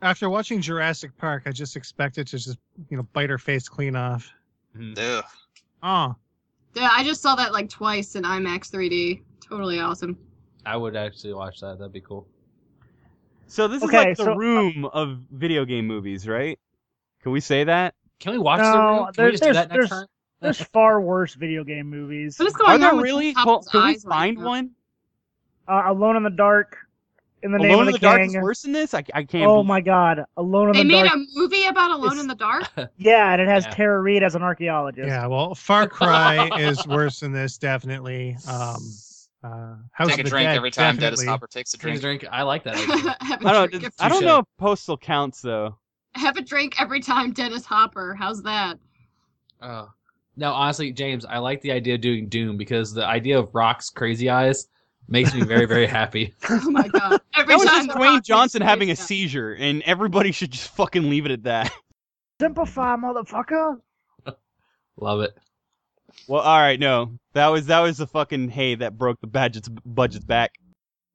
S5: After watching Jurassic Park, I just expected to just you know bite her face clean off.
S7: Ugh.
S5: Oh,
S3: Yeah, I just saw that like twice in IMAX 3D. Totally awesome.
S6: I would actually watch that. That'd be cool.
S1: So this
S4: Okay,
S1: is like the
S4: so-
S1: room of video game movies, right? Can we say that?
S6: Can we watch the
S4: No,
S6: room? Can we
S4: there-
S6: just do that next
S4: there's-
S6: time?
S4: There's far worse video game movies.
S3: What is
S1: Are
S3: going on
S1: there
S3: with
S1: really?
S3: Tom
S1: Well,
S3: Hanks'
S1: Can we
S3: eyes right
S1: find
S3: now?
S1: one?
S4: Uh, Alone in the Dark, In the Name
S1: Alone in
S4: of
S1: the
S4: the,
S1: Dark is
S4: King.
S1: worse than this. I, I can't.
S4: Oh
S1: believe-
S4: my God, Alone in
S3: They
S4: the
S3: made
S4: Dark.
S3: a movie about Alone
S4: It's-
S3: in the Dark?
S4: Yeah, and it has
S6: Yeah.
S4: Tara Reid as an archaeologist.
S5: yeah. Well, Far Cry is worse than this, definitely. Um, uh, House
S7: Take a
S5: of the
S7: drink
S5: Dead,
S7: every time
S5: definitely.
S7: Dennis Hopper takes a
S6: Drink,
S7: drink.
S6: drink. I like that. idea.
S3: have, a
S1: I don't.
S3: drink
S1: I
S3: every,
S1: don't
S6: Touche.
S1: know if postal counts though.
S3: have a drink every time Dennis Hopper. How's that?
S6: Oh. No, honestly, James, I like the idea of doing Doom because the idea of Rock's crazy eyes makes me very, very happy.
S3: Oh my god. Every
S1: That was
S3: time
S1: just
S3: The Rock
S1: Dwayne
S3: takes
S1: Johnson
S3: his
S1: having a
S3: face
S1: seizure, and everybody should just fucking leave it at that.
S4: Simplify, motherfucker.
S6: Love it.
S1: Well, all right, no, that was that was the fucking hay that broke the budget's budget's back.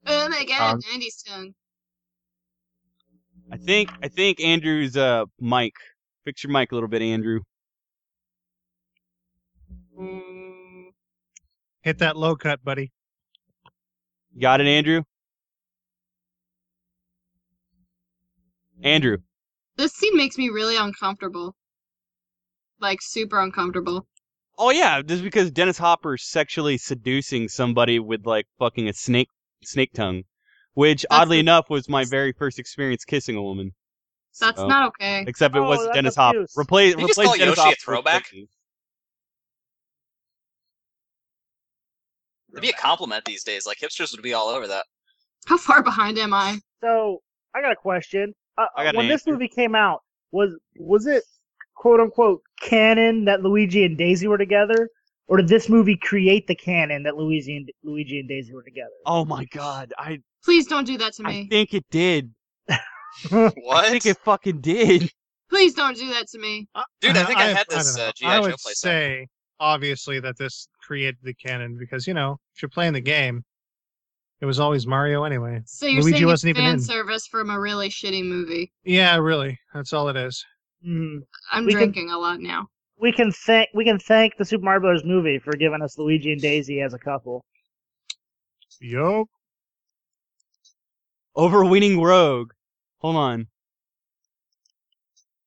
S3: down. Oh my god,
S6: Um,
S3: 90s tone.
S1: I think I think Andrew's uh mic. Fix your mic a little bit, Andrew.
S3: Mm.
S5: Hit that low cut, buddy.
S1: You Got it, Andrew? Andrew.
S3: This scene makes me really uncomfortable. Like super uncomfortable.
S1: Oh yeah, just because Dennis Hopper's sexually seducing somebody with like fucking a snake snake tongue, which
S3: That's
S1: oddly
S3: the-
S1: enough was my very first experience kissing a woman.
S3: That's
S1: So-
S3: not okay.
S1: Except it
S4: Oh,
S1: wasn't
S4: that's
S1: Dennis Hopper.
S4: abuse.
S1: Replace
S7: you just
S1: replace
S7: call
S1: Dennis
S7: Yoshi a
S1: Hopper with
S7: throwback?
S1: Whitney.
S7: It'd be a compliment these days. Like hipsters would be all over that.
S3: How far behind am I?
S4: So I got a question. Uh,
S1: I got an
S4: when this
S1: answer.
S4: movie came out, was was it quote unquote canon that Luigi and Daisy were together, or did this movie create the canon that Luigi and Luigi and Daisy were together?
S1: Oh my god, I
S3: Please don't do that to
S1: I
S3: me.
S1: think it did.
S7: What?
S1: I think it fucking did.
S3: Please don't do that to me.
S7: Dude, I think I had
S5: don't
S7: this,
S5: know.
S7: uh, G.I.
S5: I
S7: Joe
S5: would
S7: playset.
S5: say, obviously, that this created the canon because you know if you're playing the game, it was always Mario anyway.
S3: So you're
S5: Luigi
S3: saying
S5: wasn't
S3: it's
S5: even
S3: fan
S5: in.
S3: service from a really shitty movie.
S5: Yeah, really, that's all it is.
S4: Hmm.
S3: I'm
S4: We can-
S3: drinking a lot now.
S4: We can thank we can thank the Super Mario Bros. movie for giving us Luigi and Daisy as a couple.
S5: Yo,
S1: Overweening rogue. Hold on.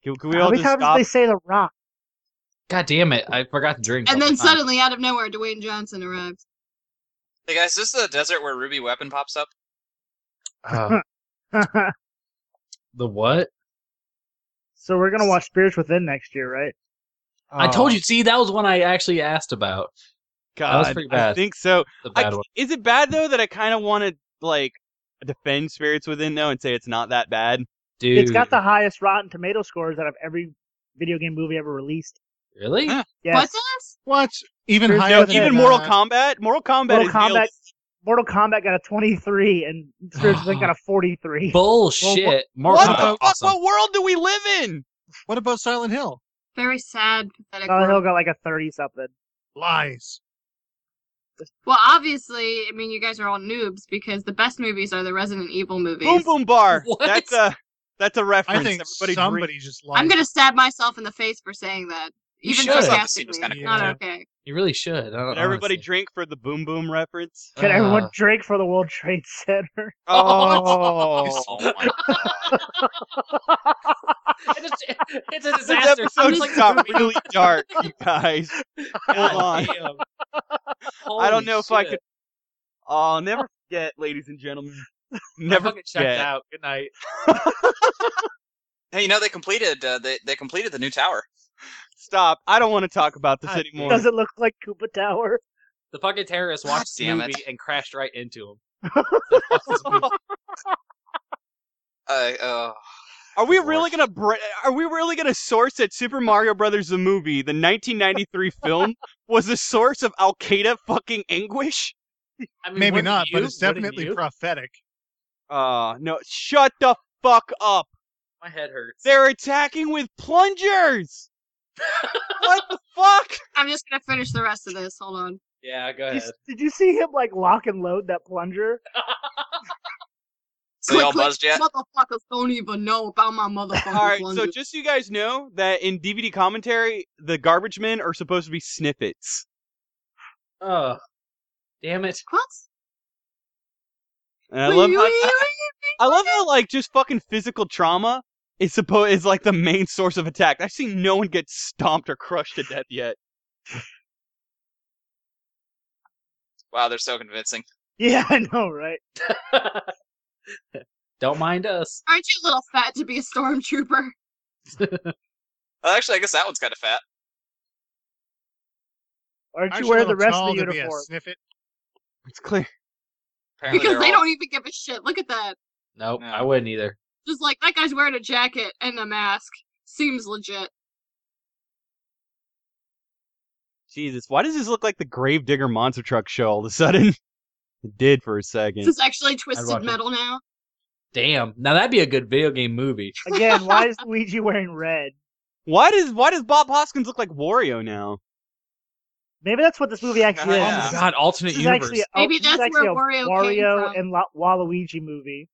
S1: Can, can we
S4: How
S1: all
S4: many
S1: just
S4: times
S1: stop?
S4: did Uh, they say the Rock?
S6: God damn it! I forgot to drink.
S3: And
S6: all
S3: then
S6: the time.
S3: suddenly, out of nowhere, Dwayne Johnson arrived.
S7: Hey guys, this is the desert where Ruby Weapon pops up.
S6: Uh, the what?
S4: so we're gonna watch Spirits Within next year, right?
S6: I
S1: Um,
S6: told you. See, that was one I actually asked about.
S1: God,
S6: was pretty
S1: I
S6: bad.
S1: think so.
S6: The
S1: I-
S6: bad one.
S1: is it bad though that I kind of want to like defend spirits within though and say it's not that bad?
S6: Dude,
S4: It's got the highest Rotten Tomato scores out of every video game movie ever released.
S6: really.
S5: Yeah.
S4: Yes.
S3: What's this?
S5: what? Even
S4: There's
S5: higher
S1: No,
S5: than uh,
S1: even
S5: that.
S1: Mortal Kombat. Mortal Kombat.
S4: Mortal
S1: is nailed-
S4: Kombat, Mortal Kombat got a 23, and Spirits Within got a 43.
S6: Bullshit.
S5: Well,
S6: More
S1: What
S5: Kombat.
S1: the fuck?
S6: awesome.
S1: What world do we live in?
S5: What about Silent Hill?
S3: Very sad, pathetic.
S4: Silent
S3: world.
S4: Hill got like a 30 something.
S5: Lies.
S3: Well, obviously, I mean, you guys are all noobs because the best movies are the Resident Evil movies.
S1: Boom Boom Bar.
S6: What?
S1: That's a that's a reference.
S5: I think
S1: Everybody
S5: somebody
S1: drink-
S5: just lied.
S3: I'm gonna stab myself in the face for saying that.
S6: You
S3: Even
S6: should. I thought the
S7: scene was
S3: sarcastically,
S7: kinda
S3: it's not
S5: cool.
S3: okay.
S6: You really should. I don't,
S1: Did everybody
S6: honestly.
S1: drink for the Boom Boom reference?
S4: Can everyone
S6: Uh,
S1: Ah.
S4: drink for the World Trade Center?
S1: Oh,
S7: Oh my god.
S6: It just- it- Uh, it's a
S1: this
S6: disaster.
S1: episode
S6: It's like-
S1: got really dark, you guys.
S6: God
S1: Hold on.
S6: damn.
S1: I don't
S6: Holy
S1: know if I
S6: shit.
S1: could. Oh, I'll never forget, ladies and gentlemen.
S6: I
S1: Never
S6: fucking checked
S1: forget.
S6: out. Good night.
S7: Hey, you know they completed uh, they they completed the new tower.
S1: Stop. I don't want to talk about this
S6: God
S1: anymore.
S4: Does it look like Koopa Tower?
S6: The fucking terrorist
S7: God
S6: watched the
S7: damn it.
S6: movie and crashed right into him. The fuck is this movie?
S7: Uh, uh,
S1: Are we
S7: Lord.
S1: really gonna br- are we really gonna source at Super Mario Brothers the movie, the 1993 film, was the source of Al Qaeda fucking anguish?
S6: I mean,
S5: Maybe
S6: wouldn't
S5: not, but
S6: you?
S5: it's
S6: Wouldn't
S5: definitely
S6: you?
S5: prophetic.
S1: Uh no! Shut the fuck up!
S6: My head hurts.
S1: They're attacking with plungers. what the fuck?
S3: I'm just gonna finish the rest of this. Hold on.
S6: Yeah, go
S4: Did
S6: ahead.
S4: you, did you see him like lock and load that plunger?
S7: so y'all
S3: Quick, quick,
S7: buzzed yet?
S3: Motherfuckers don't even know about my motherfucking
S1: All right, so
S3: plunges.
S1: just so you guys know that in DVD commentary, the garbage men are supposed to be snippets.
S6: Oh, damn it.
S3: What?
S1: And I love how,
S3: Wee- wee-
S1: I love how like just fucking physical trauma is supposed is like the main source of attack. I've seen no one get stomped or crushed to death yet.
S7: Wow, they're so convincing.
S4: Yeah, I know, right?
S6: Don't mind us.
S3: Aren't you a little fat to be a stormtrooper?
S7: Well, actually, I guess that one's kind of fat.
S4: Aren't
S5: Aren't
S4: you
S5: you
S4: wearing the
S5: a little
S4: rest of
S5: tall
S4: the
S5: to be a
S4: uniform?
S5: sniffit?
S1: It's clear.
S7: Apparently
S3: Because
S7: they're
S3: they
S7: all-
S3: don't even give a shit. Look at that.
S6: Nope,
S7: No.
S6: I wouldn't either.
S3: Just like that guy's wearing a jacket and a mask. Seems legit.
S1: Jesus, why does this look like the Gravedigger monster truck show all of a sudden? It did for a
S3: Is
S1: second.
S3: this actually
S6: watch
S3: twisted
S6: it.
S3: metal now?
S6: Damn. Now that'd be a good video game movie.
S4: Again, why is Luigi wearing red?
S1: Why does why does Bob Hoskins look like Wario now?
S4: Maybe that's what this movie actually
S7: Yeah.
S4: is.
S6: Oh my god, alternate
S4: This is
S6: universe.
S4: actually a,
S3: Maybe
S4: this is
S3: that's
S4: actually
S3: where Wario
S4: a
S3: came
S4: Wario
S3: from.
S4: and La- Waluigi movie.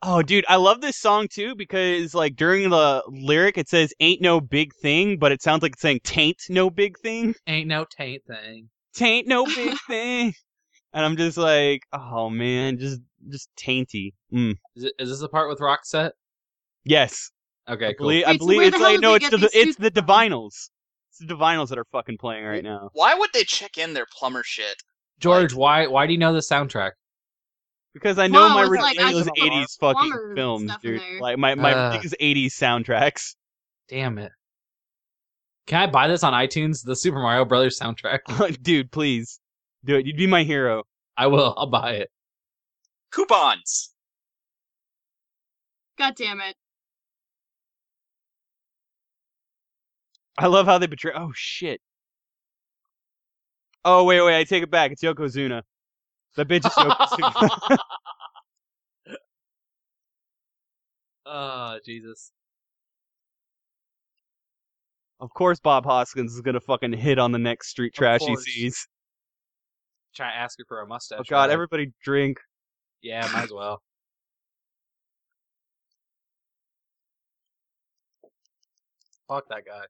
S1: Oh, dude, I love this song too because like during the lyric it says "ain't no big thing," but it sounds like it's saying "taint no big thing."
S6: Ain't no taint thing.
S1: taint no big thing. And I'm just like, oh man, just just tainty. Mm.
S6: Is, it, is this the part with Roxette?
S1: Yes,
S6: Okay,
S1: I
S6: cool.
S1: believe, I
S3: Wait, so
S1: believe
S3: where
S1: it's
S3: the hell
S1: like
S3: did
S1: no,
S3: they
S1: it's
S3: get
S1: the, the
S3: these
S1: it's
S3: suits
S1: the
S3: from?
S1: Divinals. It's the Divinals that are fucking playing right now.
S7: Why would they check in their plumber shit?
S6: George, why why do you know the soundtrack?
S1: Because I know
S3: Wow,
S1: my
S3: it's like, I
S1: ridiculous
S3: just saw
S1: '80s fucking
S3: Plumber and
S1: films,
S3: stuff in
S1: dude.
S3: there.
S1: Like my my
S6: Uh.
S1: ridiculous '80s soundtracks.
S6: Damn it. Can I buy this on iTunes? The Super Mario Brothers soundtrack.
S1: dude, please do it. You'd be my hero.
S6: I will. I'll buy it.
S7: Coupons.
S3: God damn it.
S1: I love how they betray. Oh shit. Oh wait, wait. I take it back. It's Yokozuna. The bitch is Yokozuna.
S6: Oh, Jesus.
S1: of course, Bob Hoskins is gonna fucking hit on the next street trash he
S6: course.
S1: sees.
S6: Try to ask her for a mustache.
S1: Oh god,
S6: right?
S1: everybody drink.
S6: Yeah, might as well. Fuck that guy.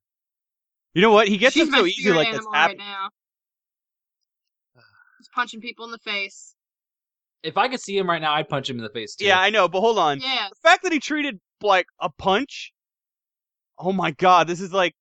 S1: You know what? He gets
S3: She's
S1: it
S3: my
S1: so easy.
S3: spirit
S1: Like that's
S3: animal
S1: happening.
S3: right now. Just punching people in the face.
S6: If I could see him right now, I'd punch him in the face too.
S1: Yeah, I know, but hold on.
S3: Yeah.
S1: the fact that he treated like a punch. Oh my god, this is like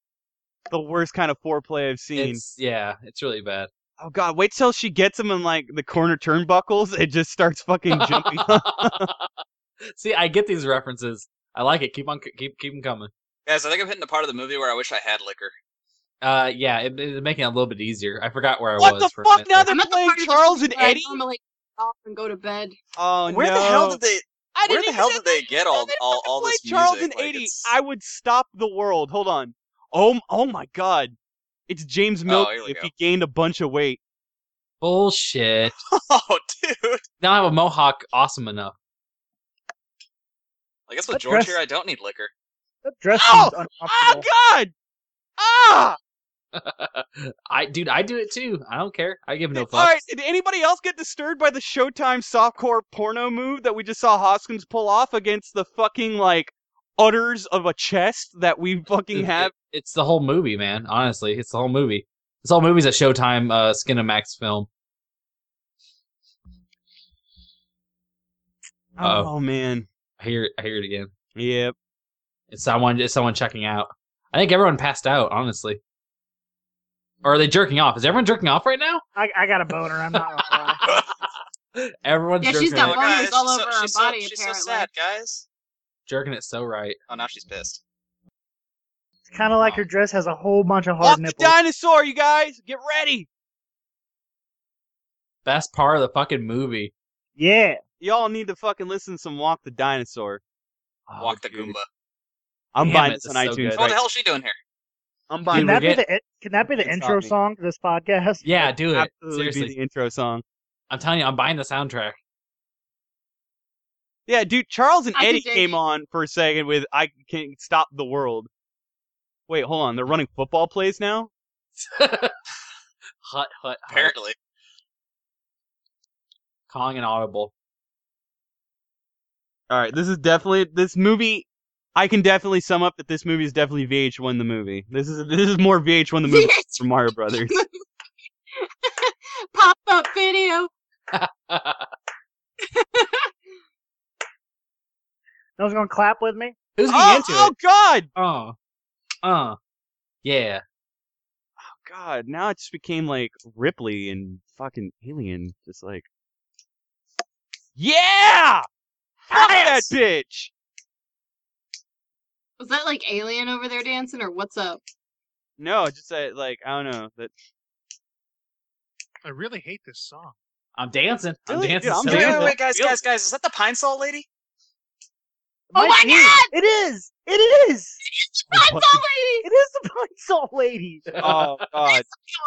S1: the worst kind of foreplay I've seen.
S6: it's, yeah, it's really bad.
S1: Oh god, wait till she gets him in like the corner turnbuckles. It just starts fucking jumping.
S6: see, I get these references. I like it. Keep on, keep, keep them coming.
S7: Guys, I think I'm hitting the part of the movie where I wish I had liquor.
S6: Uh, yeah, it, it's making it a little bit easier. I forgot where I
S1: what
S6: was.
S1: the
S6: for a
S1: fuck?
S6: minute
S1: Now
S6: there.
S1: they're
S3: I'm at the
S1: playing
S3: part of the
S1: Charles and
S3: where I
S1: Eddie.
S3: normally off and go to bed.
S1: Oh
S7: Where
S1: no!
S7: the hell did they?
S1: I
S7: Where
S1: didn't
S7: the
S1: even
S7: hell
S1: have
S7: did they get all
S1: they
S7: all,
S1: fucking
S7: all this
S1: played Charles
S7: music?
S1: and
S7: Like,
S1: Eddie.
S7: it's-
S1: I would stop the world. Hold on. Oh, m- oh my god! It's James Milk.
S7: here we
S1: if
S7: go.
S1: he gained a bunch of weight.
S6: Bullshit.
S7: Oh, dude.
S6: Now I have a mohawk. Awesome enough.
S7: I guess with
S4: What
S7: George
S4: dress-
S7: here, I don't need liquor.
S4: That dress
S1: Ow!
S4: seems
S1: Oh
S4: uncomfortable.
S1: god! Ah!
S6: I, dude, I do it too. I don't care. I give no fucks.
S1: All right, did anybody else get disturbed by the Showtime softcore porno move that we just saw Hoskins pull off against the fucking like udders of a chest that we fucking
S6: It-
S1: have?
S6: it- it's the whole movie, man. Honestly, it's the whole movie. This whole movie's a Showtime uh, Skinamax film. Uh-oh.
S1: Oh man,
S6: I hear, I hear it again.
S1: yep.
S6: It's someone, it's someone checking out. I think everyone passed out. Honestly, or are they jerking off? Is everyone jerking off right now?
S4: I, I got a boner. I'm not gonna lie.
S6: Everyone's
S3: Yeah, she's
S6: jerking,
S3: got
S6: it,
S3: one. Bonnie's all
S7: Oh, she's so-
S3: over her
S7: she's
S3: body,
S7: So, she's so
S3: apparently.
S7: sad, guys.
S6: jerking it so right.
S7: Oh, now she's pissed.
S4: It's kind of like her dress has a whole bunch of
S1: Fuck
S4: hard
S1: the
S4: nipples.
S1: dinosaur, you guys! Get ready!
S6: Best part of the fucking movie.
S4: Yeah.
S1: Y'all need to fucking listen to some Walk the Dinosaur.
S6: Oh,
S7: Walk the
S6: dude.
S7: Goomba.
S1: I'm
S6: Damn
S1: buying
S6: it,
S1: this on
S6: that's so
S1: iTunes.
S6: good.
S7: What
S1: Right?
S7: the hell is she doing here?
S1: I'm
S4: Can
S1: buying
S6: Dude,
S1: it.
S4: that be
S6: forget-
S4: the can that be the
S1: It's
S4: intro
S1: not me.
S4: song to this podcast?
S6: Yeah, do it.
S1: Absolutely
S6: Seriously,
S1: be the intro song.
S6: I'm telling you, I'm buying the soundtrack.
S1: Yeah, dude, Charles and
S3: I can
S1: Eddie
S3: dig
S1: came
S3: it.
S1: on for a second with I Can Stop the World. Wait, hold on. They're running football plays now?
S6: hut, hut, hut.
S7: Apparently.
S6: Calling an audible.
S1: All right, this is definitely this movie. I can definitely sum up that this movie is definitely VH1 the movie. This is this is more VH1 the movie from Mario Brothers.
S3: Pop up video.
S4: No one's gonna clap with me.
S6: Who's getting
S1: oh,
S6: into
S1: oh God,
S6: it? Oh, uh, yeah.
S1: God! Now it just became like Ripley and fucking Alien, just like yeah, fuck that
S7: Yes!
S1: bitch.
S3: Was that like alien over there dancing or what's up?
S1: No, just that like I don't know that.
S5: I really hate this song.
S6: I'm dancing. I'm
S1: Really? Dude,
S6: dancing.
S1: I'm
S6: so
S7: Wait, wait,
S1: dancing.
S6: good.
S7: wait, guys, guys, guys! Is that the Pine Sol lady?
S3: Oh my
S4: Might be.
S3: God!
S4: It is. It is.
S3: That's all,
S1: What?
S3: lady.
S4: It is the Pine Sol Lady.
S1: Oh God!
S3: Well,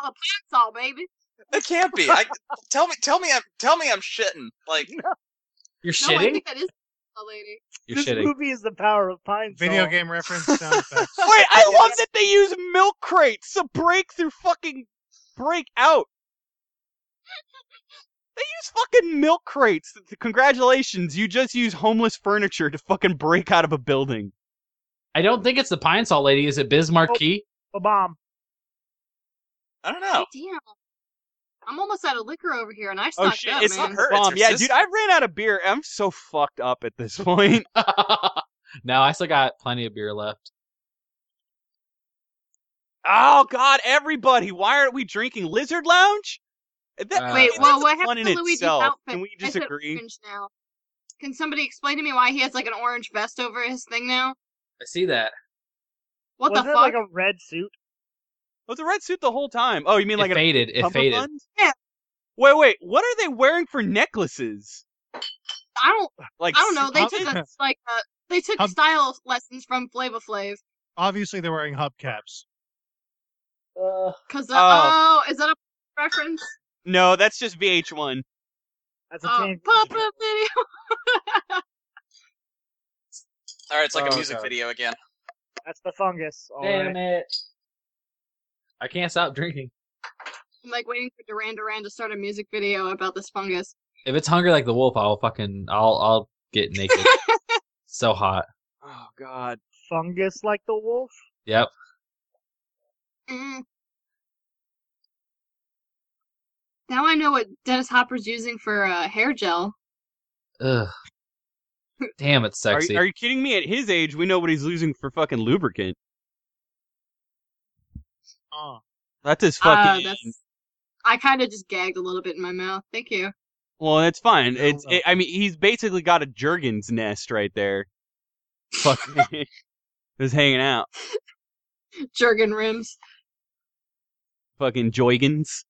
S3: that's all, baby.
S7: It can't be. I, tell me, tell me, I'm, tell me, I'm shitting. Like,
S6: You're
S3: No, I
S6: shitting.
S3: think that is a lady.
S6: You're
S4: this
S6: shitting.
S4: movie is the power of Pine Sol.
S5: Video game reference sound effects.
S1: Wait, I love that they use milk crates to break through fucking break out. They use fucking milk crates. Congratulations, you just use homeless furniture to fucking break out of a building.
S6: I don't think it's the Pine Sol
S1: Oh.
S6: Lady. Is it Biz Marquis?
S4: A bomb.
S7: I don't know.
S3: Damn. I'm almost out of liquor over here, and I
S1: Oh
S3: stocked
S1: shit,
S3: up,
S1: it's
S3: man.
S1: not
S7: her, it's
S1: bomb.
S7: her
S1: Yeah, dude,
S7: sister.
S1: I ran out of beer. I'm so fucked up at this point.
S6: no, I still got plenty of beer left.
S1: Oh God, everybody, why aren't we drinking Lizard Lounge? That-
S6: Uh,
S3: Wait,
S1: that's
S3: well, what
S1: fun
S3: happened
S1: in
S3: to Luigi's
S1: itself.
S3: outfit?
S1: Can we
S3: Why is it
S1: disagree?
S3: orange now? Can somebody explain to me why he has like an orange vest over his thing now?
S6: I see that.
S3: What
S4: Wasn't
S3: the
S4: it
S3: fuck?
S4: like a red suit?
S1: Was a red suit the whole time. Oh, you mean like a
S6: it faded. It faded.
S1: cummerbund?
S3: Yeah.
S1: Wait, wait. What are they wearing for necklaces?
S3: I don't.
S1: Like
S3: I don't know. They
S1: something?
S3: took a, like a, they took
S5: Hub-
S3: style lessons from Flava Flav.
S5: Obviously, they're wearing hubcaps.
S3: Cause uh,
S1: Oh.
S3: oh. is that a reference?
S1: No, that's just VH1.
S4: That's a
S3: Oh,
S4: change.
S3: pop up video.
S7: All right, it's like
S5: Oh,
S7: a music
S5: God.
S7: video again.
S4: That's the fungus. All right.
S6: it! I can't stop drinking.
S3: I'm like waiting for Duran Duran to start a music video about this fungus.
S6: If it's hungry like the wolf, I'll fucking I'll I'll get naked. so hot.
S1: Oh God.
S4: Fungus like the wolf.
S6: Yep.
S3: Mm. Now I know what Dennis Hopper's using for uh, hair gel.
S6: Ugh. Damn, it's
S1: Are
S6: sexy.
S1: you, are you kidding me? At his age, we know what he's losing for fucking lubricant.
S5: Oh,
S1: That's his
S3: Uh,
S1: fucking.
S3: that's. I kind of just gagged a little bit in my mouth. Thank you.
S1: well, that's fine.
S5: No,
S1: It's.
S5: no.
S1: It, I mean, he's basically got a Jurgen's nest right there.
S6: Fuck.
S1: Just hanging out.
S3: Jergen rims.
S1: fucking Joygans.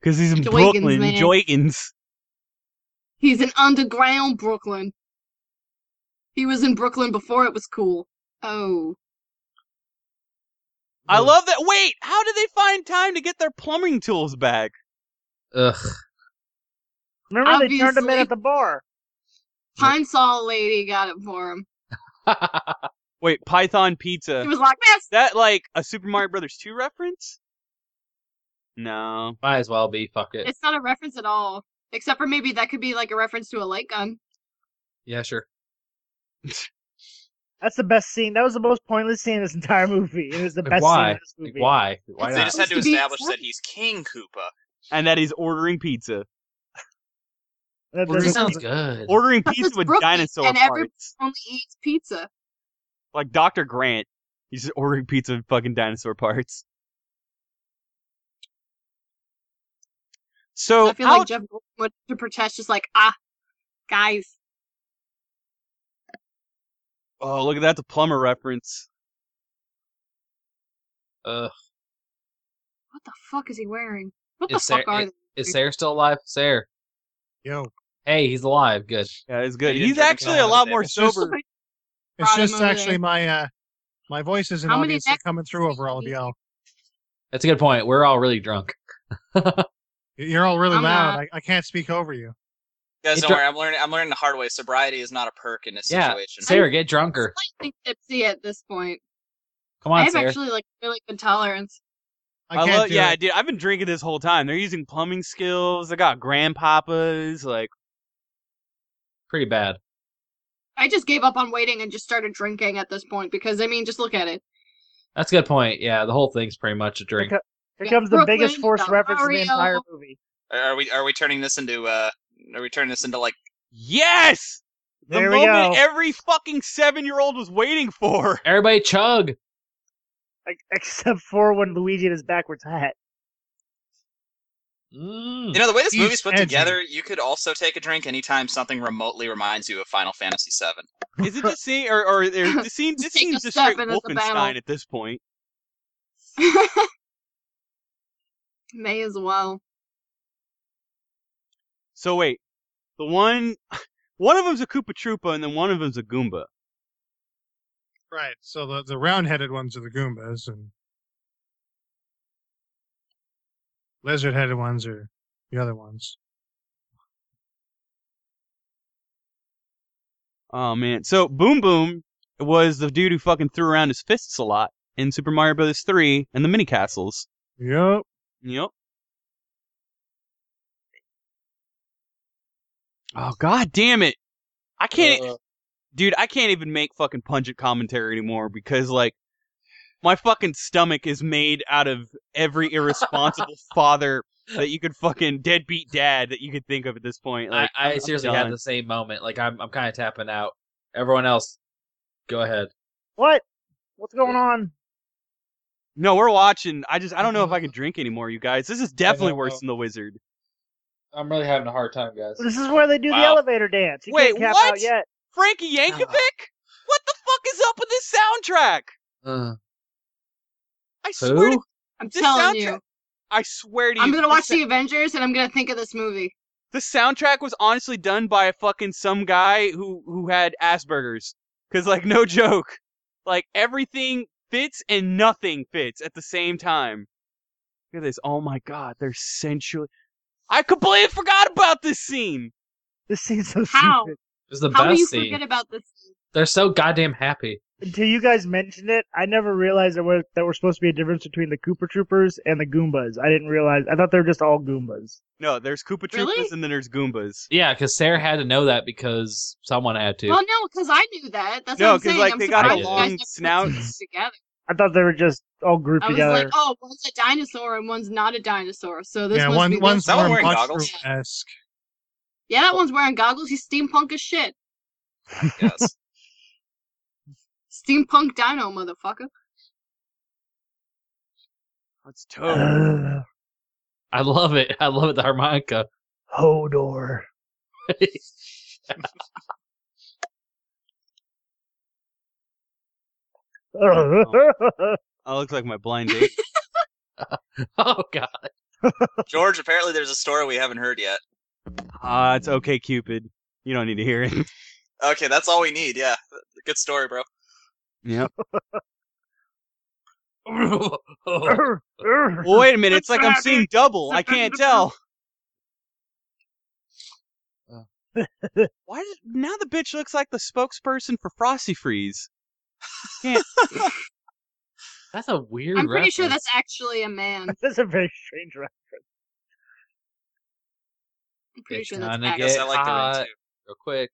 S1: Because he's in
S3: Juergens,
S1: Brooklyn,
S3: man.
S1: Joygans.
S3: He's in underground Brooklyn. He was in Brooklyn before it was cool. Oh.
S1: I love that. Wait, how did they find time to get their plumbing tools back?
S6: Ugh.
S4: Remember they turned him in
S3: Obviously.
S4: at the bar.
S3: Pine Saw Lady got it for him.
S1: Wait, Python
S3: He
S1: Pizza.
S3: was like, man,
S1: Is that like a Super Mario Brothers 2 reference? No.
S6: Might as well be. Fuck it.
S3: it's not a reference at all. Except for maybe that could be like a reference to a light gun.
S6: Yeah, sure.
S4: That's the best scene. That was the most pointless scene in this entire movie. It was the
S6: Like,
S4: best scene
S6: why?
S4: in this
S6: Like,
S4: movie.
S6: why? Why
S7: They
S6: not?
S7: just had to
S3: Supposed to be
S7: establish
S3: accepted.
S7: that he's King Koopa.
S1: And that he's ordering pizza.
S4: That
S6: Well,
S4: doesn't-
S6: this sounds good.
S1: Ordering
S3: That's
S1: pizza
S3: what's
S1: with
S3: Brooklyn,
S1: dinosaur
S3: and every-
S1: parts.
S3: Only eats pizza.
S1: Like Dr. Grant. He's just ordering pizza with fucking dinosaur parts. So,
S3: I feel
S1: how
S3: like Jeff Goldblum went to protest, just like, ah, guys,
S1: Oh, look at that! The plumber reference.
S6: Ugh.
S3: what the fuck is he wearing? What the
S6: Is
S3: fuck
S6: Sarah,
S3: are they?
S6: is Sarah still alive? Sarah.
S5: yo,
S6: Hey, he's alive. Good.
S1: Yeah, it's good.
S7: He didn't
S1: He's
S7: drink
S1: actually
S7: until
S1: a lot
S7: Monday.
S1: more
S5: It's just-
S1: sober.
S5: it's
S3: Brought him
S5: just
S3: over
S5: actually
S3: there.
S5: my uh, my voice isn't
S3: How many
S5: obviously
S3: necklaces
S5: coming through over all of
S3: do you
S5: y'all.
S6: That's a good point. We're all really drunk.
S5: Y- You're all really
S3: I'm
S5: loud. I, I can't speak over you.
S7: You guys,
S6: It
S7: don't
S6: dro-
S7: worry. I'm learning. I'm learning the hard way. Sobriety is not a perk in this
S6: Yeah,
S7: situation.
S6: Sarah, get drunker.
S3: Slightly tipsy at this point.
S6: Come
S3: I
S6: on,
S3: have
S6: Sarah.
S3: actually like really good tolerance.
S5: I can't
S1: love,
S5: do
S1: yeah,
S5: it.
S1: dude. I've been drinking this whole time. They're using plumbing skills. They got grandpapas. Like,
S6: Pretty bad.
S3: I just gave up on waiting and just started drinking at this point because I mean, just look at it.
S6: That's a good point. Yeah, the whole thing's pretty much a drink.
S4: Because- Here comes the
S3: Brooklyn,
S4: biggest force
S3: the
S4: reference in the
S3: Mario.
S4: entire movie.
S7: Are- Are we? Are we turning this into? Uh, are we turning this into like?
S1: yes, the
S4: There we
S1: moment
S4: go.
S1: every fucking seven-year-old was waiting for.
S6: Everybody chug.
S4: Like, Except for when Luigi in his backwards hat.
S6: Mm.
S7: You know, the way this
S5: He's
S7: movie's put
S5: edgy.
S7: together, you could also take a drink anytime something remotely reminds you of Final Fantasy VII.
S1: Is it the scene or or, or the scene? This
S3: Just take a
S1: seems just
S3: step
S1: straight
S3: and it's a battle.
S1: Wolfenstein at this point.
S3: May as well.
S1: So wait, the one, one of them's a Koopa Troopa, and then one of them's a Goomba.
S5: Right. So the the round-headed ones are the Goombas, and lizard-headed ones are the other ones.
S1: Oh man. So Boom Boom was the dude who fucking threw around his fists a lot in Super Mario Brothers 3 and the mini castles.
S5: Yep.
S1: Yep. Oh god damn it. I can't dude, I can't even make fucking pungent commentary anymore because like my fucking stomach is made out of every irresponsible father that you could fucking deadbeat dad that you could think of at this point. Like,
S6: I, I
S1: I'm
S6: seriously
S1: done.
S6: had the same moment. Like I'm, I'm kind of tapping out. Everyone else, go ahead.
S4: What? What's going on?
S1: No, we're watching. I just I don't know if I can drink anymore, you guys. This is definitely worse than the wizard.
S6: I'm really having a hard time, guys.
S4: This is where they do the
S2: Wow.
S4: elevator dance. You
S1: Wait,
S4: can't cap
S1: what?
S4: out yet.
S1: Frankie Yankovic? What the fuck is up with this soundtrack?
S6: Uh,
S1: I swear
S6: who?
S1: to,
S3: I'm
S1: This
S3: telling
S1: soundtrack-
S3: you.
S1: I swear to you.
S3: I'm gonna watch
S1: the,
S3: the Avengers and I'm gonna think of this movie.
S1: the soundtrack was honestly done by a fucking some guy who who had Asperger's. Cause like no joke. Like everything fits and nothing fits at the same time. Look at this. Oh my god, they're sensual. I completely forgot about this scene.
S4: This scene's so
S3: How?
S4: stupid.
S6: It's the
S3: How do you
S6: best scene.
S3: forget about this?
S6: They're so goddamn happy.
S4: Until you guys mentioned it, I never realized there was that were supposed to be a difference between the Cooper Troopers and the Goombas. I didn't realize. I thought they were just all Goombas.
S1: No, there's Koopa Troopas
S3: Really?
S1: and then there's Goombas.
S6: Yeah, because Sarah had to know that because someone had to.
S3: Well, no, because I knew that. That's
S1: No,
S3: what I'm
S1: 'cause,
S3: saying.
S1: like,
S3: I'm
S1: they got
S3: surprised
S6: the
S3: you
S6: long
S3: guys never put these
S1: snouts.
S3: together.
S4: I thought they were just all grouped
S3: I was
S4: together.
S3: like, oh, one's a dinosaur and one's not a dinosaur. So this
S5: yeah,
S3: must be
S5: one
S3: this
S5: one's
S7: That one
S5: more
S7: wearing
S5: Buckaroo
S7: goggles?
S5: esque.
S3: Yeah, that one's wearing goggles. He's steampunk as shit.
S7: Yes.
S3: Steampunk dino, motherfucker.
S1: That's total.
S3: "Oh."
S4: Ugh,
S6: I love it. I love it. The harmonica.
S4: Hodor. Wait,
S1: That looks like my blind date.
S6: oh god.
S7: George, apparently there's a story we haven't heard yet.
S1: Ah, it's okay, Cupid. You don't need to hear it.
S7: Okay, that's all we need. Yeah. Good story, bro.
S1: Yep.
S4: I
S1: Well, wait a minute. It's like I'm seeing double. I can't tell.
S6: Oh.
S1: Why does now the bitch looks like the spokesperson for Frosty Freeze? Can't.
S6: That's a weird.
S3: I'm pretty sure
S6: reference.
S3: that's actually a man. I'm
S4: That's a very strange reference.
S3: pretty
S6: It's
S3: sure that's
S6: gonna
S3: actually.
S7: Yes,
S6: Get
S7: I like the
S6: hot.
S7: ring too.
S6: real quick.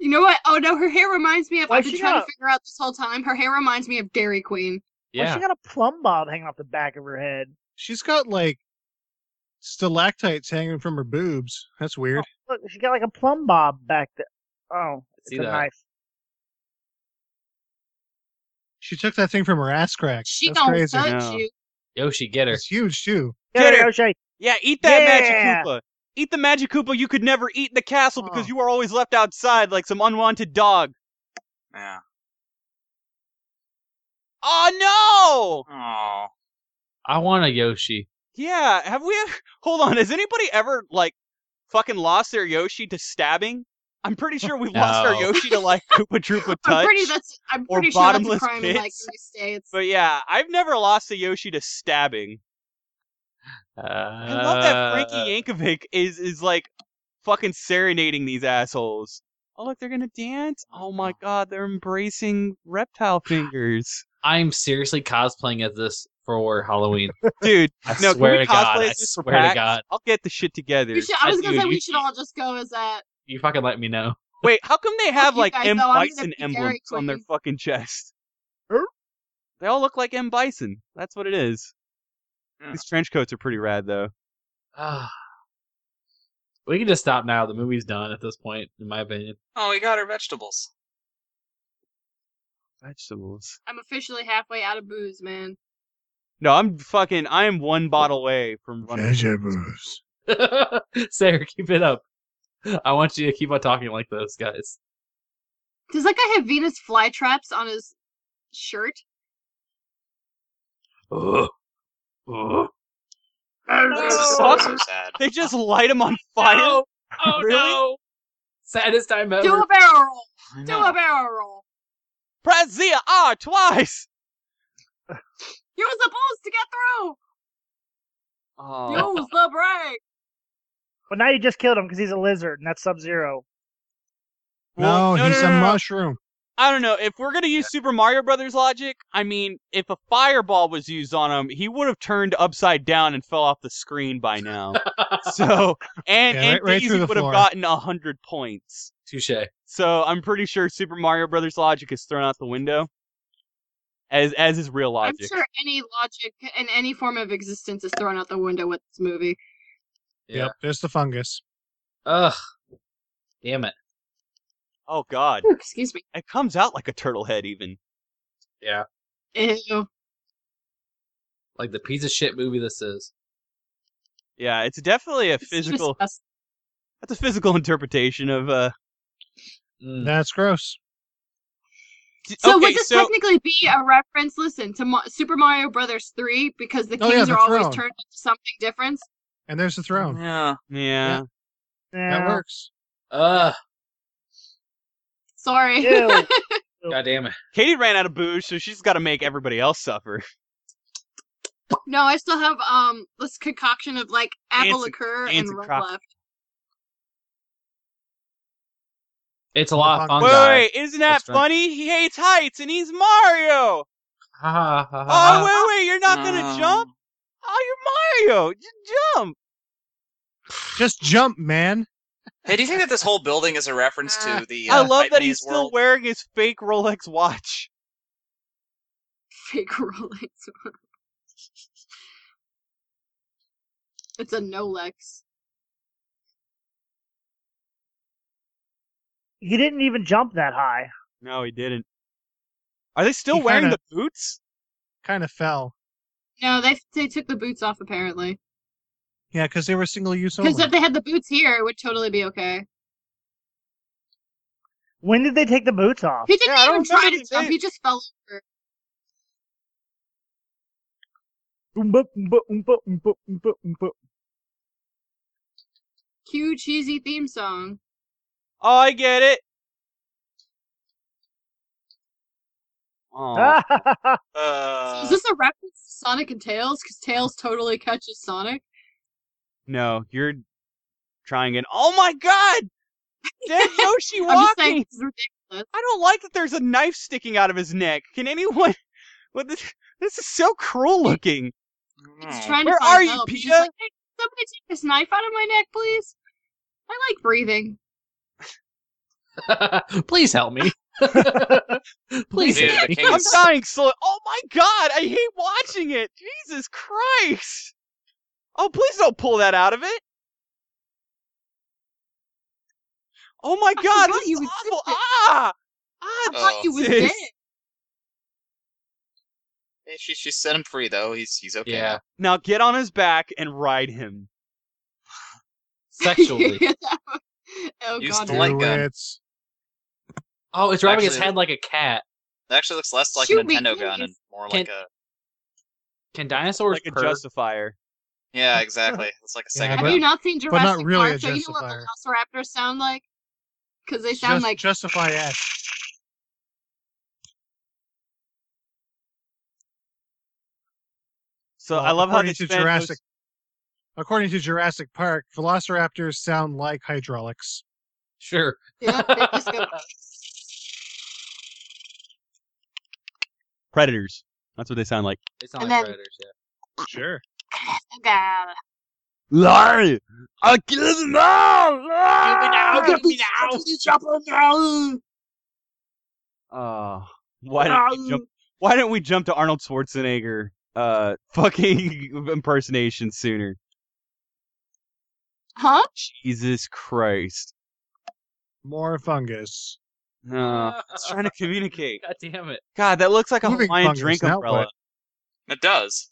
S3: You know what? Oh no, her hair reminds me of.
S4: Why
S3: I've been
S4: she
S3: trying
S4: got-
S3: to figure out this whole time. Her hair reminds me of Dairy Queen.
S4: Well,
S6: Yeah.
S4: she got a plumb bob hanging off the back of her head.
S5: She's got like stalactites hanging from her boobs. That's weird.
S3: Oh.
S4: Look, she got like a plumb bob back there. Oh, it's
S6: See
S4: a
S6: that.
S4: knife.
S5: She took that thing from her ass crack.
S3: She
S5: That's
S3: don't
S5: crazy.
S3: touch
S1: No.
S3: you.
S6: Yoshi, get her.
S5: It's huge too.
S1: Get
S4: Get
S1: her.
S4: her, O'Shea.
S1: Yeah, eat that
S4: Yeah.
S1: magic Koopa. Eat the magic Koopa you could never eat in the castle because
S4: Oh.
S1: you are always left outside like some unwanted dog.
S7: Yeah.
S1: Oh
S7: Oh.
S6: I want a Yoshi.
S1: no! Yeah, have we? e-, Hold on, has anybody ever like fucking lost their Yoshi to stabbing? I'm pretty sure we've lost our
S6: No.
S1: Yoshi to like Koopa Troopa
S3: I'm
S1: touch.
S3: pretty. That's. I'm
S1: or
S3: pretty sure that's a
S1: bottomless
S3: crime in like
S1: pits.
S3: three states.
S1: But yeah, I've never lost a Yoshi to stabbing.
S6: Uh,
S1: I love that Frankie Yankovic is is like fucking serenading these assholes. Oh look, they're gonna dance. Oh my god, they're embracing reptile fingers,
S6: I'm seriously cosplaying as this for Halloween.
S1: dude.
S6: I
S1: No, can
S6: swear
S1: we
S6: to God.
S1: cosplay
S6: I
S1: as this for
S6: swear to
S1: PAX?
S6: God.
S1: I'll get the shit together.
S3: We should, I was
S6: I-
S3: gonna
S6: dude,
S3: say we
S6: you-
S3: should all just go as uh, that.
S6: You fucking let me know.
S1: Wait, how come they have
S3: you
S1: like
S3: guys,
S1: M
S3: though, I'm gonna
S1: Bison
S3: be Dairy
S1: emblems on their
S3: Queen.
S1: fucking chest?
S4: Er?
S1: They all look like M Bison. That's what it is. These trench coats are pretty rad though.
S6: Ah. we can just stop now. The movie's done at this point, in my opinion.
S7: Oh, we got our vegetables.
S1: Vegetables.
S3: I'm officially halfway out of booze, man.
S1: No, I'm fucking. I am one bottle away from running.
S5: Vegetables.
S6: Sarah, keep it up. I want you to keep on talking like this, guys.
S3: Does that guy have Venus flytraps on his shirt?
S6: Ugh. Ugh.
S7: This is so,
S1: Fuck.
S7: so sad.
S1: They just light them on fire.
S6: No! Oh
S1: Really?
S6: no! Saddest time ever.
S3: Do a barrel roll.
S7: I
S3: Do
S7: know.
S3: a barrel roll.
S1: Press Z R twice.
S3: Use the booze to get through.
S1: Oh,
S3: Use the break.
S4: But now you just killed him because he's a lizard, and that's Sub Zero.
S5: No,
S1: Well,
S5: he's
S1: no,
S5: a
S1: no.
S5: mushroom.
S1: I don't know. If we're gonna use Super Mario Brothers logic, I mean, if a fireball was used on him, he would have turned upside down and fell off the screen by now. so, and
S5: Yeah, right-
S1: and
S5: right
S1: Daisy
S5: through the
S1: would have
S5: floor.
S1: gotten a hundred points.
S6: Touche.
S1: So I'm pretty sure Super Mario Brothers logic is thrown out the window. as as is real
S3: I'm
S1: logic.
S3: sure any logic and any form of existence is thrown out the window with this movie.
S6: Yeah.
S5: Yep, there's the fungus.
S6: Ugh. Damn it.
S1: Oh God,
S3: Ooh, Excuse me.
S1: it comes out like a turtle head. Even
S3: Ew.
S6: Like the piece of shit movie this is.
S1: yeah, it's definitely a
S3: It's
S1: physical.
S3: disgusting.
S1: That's a physical interpretation of. uh
S6: Mm.
S5: That's gross.
S1: d-
S3: So
S1: okay,
S3: would this
S1: so
S3: technically be a reference? Listen to Mo- Super Mario Brothers three because the
S5: Oh,
S3: kings
S5: yeah,
S3: are
S5: the
S3: always
S5: throne.
S3: turned into something different.
S5: And there's the throne.
S2: Yeah.
S1: yeah,
S5: That
S4: Yeah.
S5: works.
S6: Ugh.
S3: Sorry.
S4: Ew.
S6: God damn it.
S1: Katie ran out of booze, so she's got to make everybody else suffer.
S3: no, I still have um this concoction of like apple
S1: Anti-
S3: liqueur and
S1: anti-
S3: rum
S1: croc-
S3: left.
S6: It's a lot of fun.
S5: Wait,
S1: Wait,
S6: guy.
S1: wait, isn't that
S6: Let's drink.
S1: funny? He hates heights and he's Mario.
S6: Ha, ha, ha, ha, ha.
S1: Oh wait, wait, you're not gonna
S7: Uh.
S2: Um,
S1: jump? Oh, you're Mario. J- jump.
S5: Just jump, man.
S2: Hey, do you think that this whole building is a reference to the? Uh,
S1: Ah. I love that he's
S2: Vietnamese
S1: still
S2: world?
S1: wearing his fake Rolex watch.
S3: Fake Rolex. it's a Nolex.
S4: He didn't even jump that high.
S1: No, he didn't. Are they still
S5: He
S1: wearing
S5: kinda-
S1: the boots?
S5: Kind of fell.
S3: No, they they took the boots off apparently.
S5: Yeah, because they were single use only.
S3: Because if they had the boots here, it would totally be okay.
S4: When did they take the boots off?
S3: He didn't
S1: Yeah, I don't
S3: even try
S1: remember
S3: to
S1: the
S3: jump. He just fell over.
S4: Oompa, oompa, oompa, oompa, oompa, oompa.
S3: Cue cheesy theme song.
S1: Oh, I get it. Oh,
S4: Ah,
S3: So
S2: Uh,
S3: is this a reference to Sonic and Tails? Because Tails totally catches Sonic.
S1: no, you're trying it. Oh my god! Dead Yoshi
S3: I'm just saying,
S1: walking!
S3: this is ridiculous.
S1: I don't like that there's a knife sticking out of his neck. Can anyone. What this, this is so cruel looking.
S3: He's
S7: hmm.
S2: no.
S3: trying to
S1: Where
S3: find
S1: are you,
S3: help. He's
S1: Pia?
S3: just like, hey, can somebody take this knife out of my neck, please. I like breathing.
S1: Oh,
S6: Please help me. Please
S2: Dude,
S6: help
S2: the
S6: me.
S2: king
S1: I'm
S2: is-
S1: dying slow. Oh my god, I hate watching it. Jesus Christ. Oh, please don't pull that out of it. Oh my
S3: I
S1: god,
S3: forgot
S1: this
S3: you
S1: is
S3: existed.
S1: awful. Ah!
S3: I
S1: Ah,
S3: thought you was
S1: Jesus.
S3: dead.
S2: Hey, She she set him free though. He's he's okay.
S6: Yeah.
S1: Now get on his back and ride him.
S6: Sexually.
S3: oh
S2: Use
S3: god.
S2: the light
S5: Do
S2: gun.
S5: it.
S6: Oh, it's rubbing his
S2: Actually-
S6: head like a cat.
S2: It actually looks less like
S3: Shoot
S2: a
S3: me,
S2: Nintendo gun
S3: please.
S2: and more
S6: Can-
S2: like a
S6: Can dinosaurs
S1: like a
S6: purr?
S1: justifier.
S2: yeah, exactly. It's like a
S5: Yeah,
S2: Sega
S3: Have
S5: but-
S2: gun.
S3: you not seen
S5: but
S3: Jurassic
S5: not really a
S3: Park? So you know what
S5: justifier.
S3: velociraptors sound like? Because they
S5: Just,
S3: sound like
S5: justify ass.
S1: So
S5: Well,
S1: I love how
S5: according
S1: they
S5: to
S1: spent those-
S5: Jurassic. According to Jurassic Park, velociraptors sound like hydraulics.
S6: Sure.
S3: yeah, they just go,
S1: predators. That's what they sound like.
S6: It's not
S3: And
S6: like
S3: then-
S6: predators, yeah.
S5: Sure.
S3: oh god.
S1: Larry, I'll kill them all. Larry!
S3: Give me now.
S1: Oh, why didn't we jump? Why didn't we jump to Arnold Schwarzenegger? Uh, fucking impersonation sooner.
S3: Huh?
S1: Jesus Christ!
S5: More fungus.
S1: No, it's trying to communicate.
S6: God damn it.
S1: Uh, God, that looks like a
S5: Moving
S1: Hawaiian
S5: fungus,
S1: drink
S5: now
S1: umbrella.
S5: what?
S2: It does.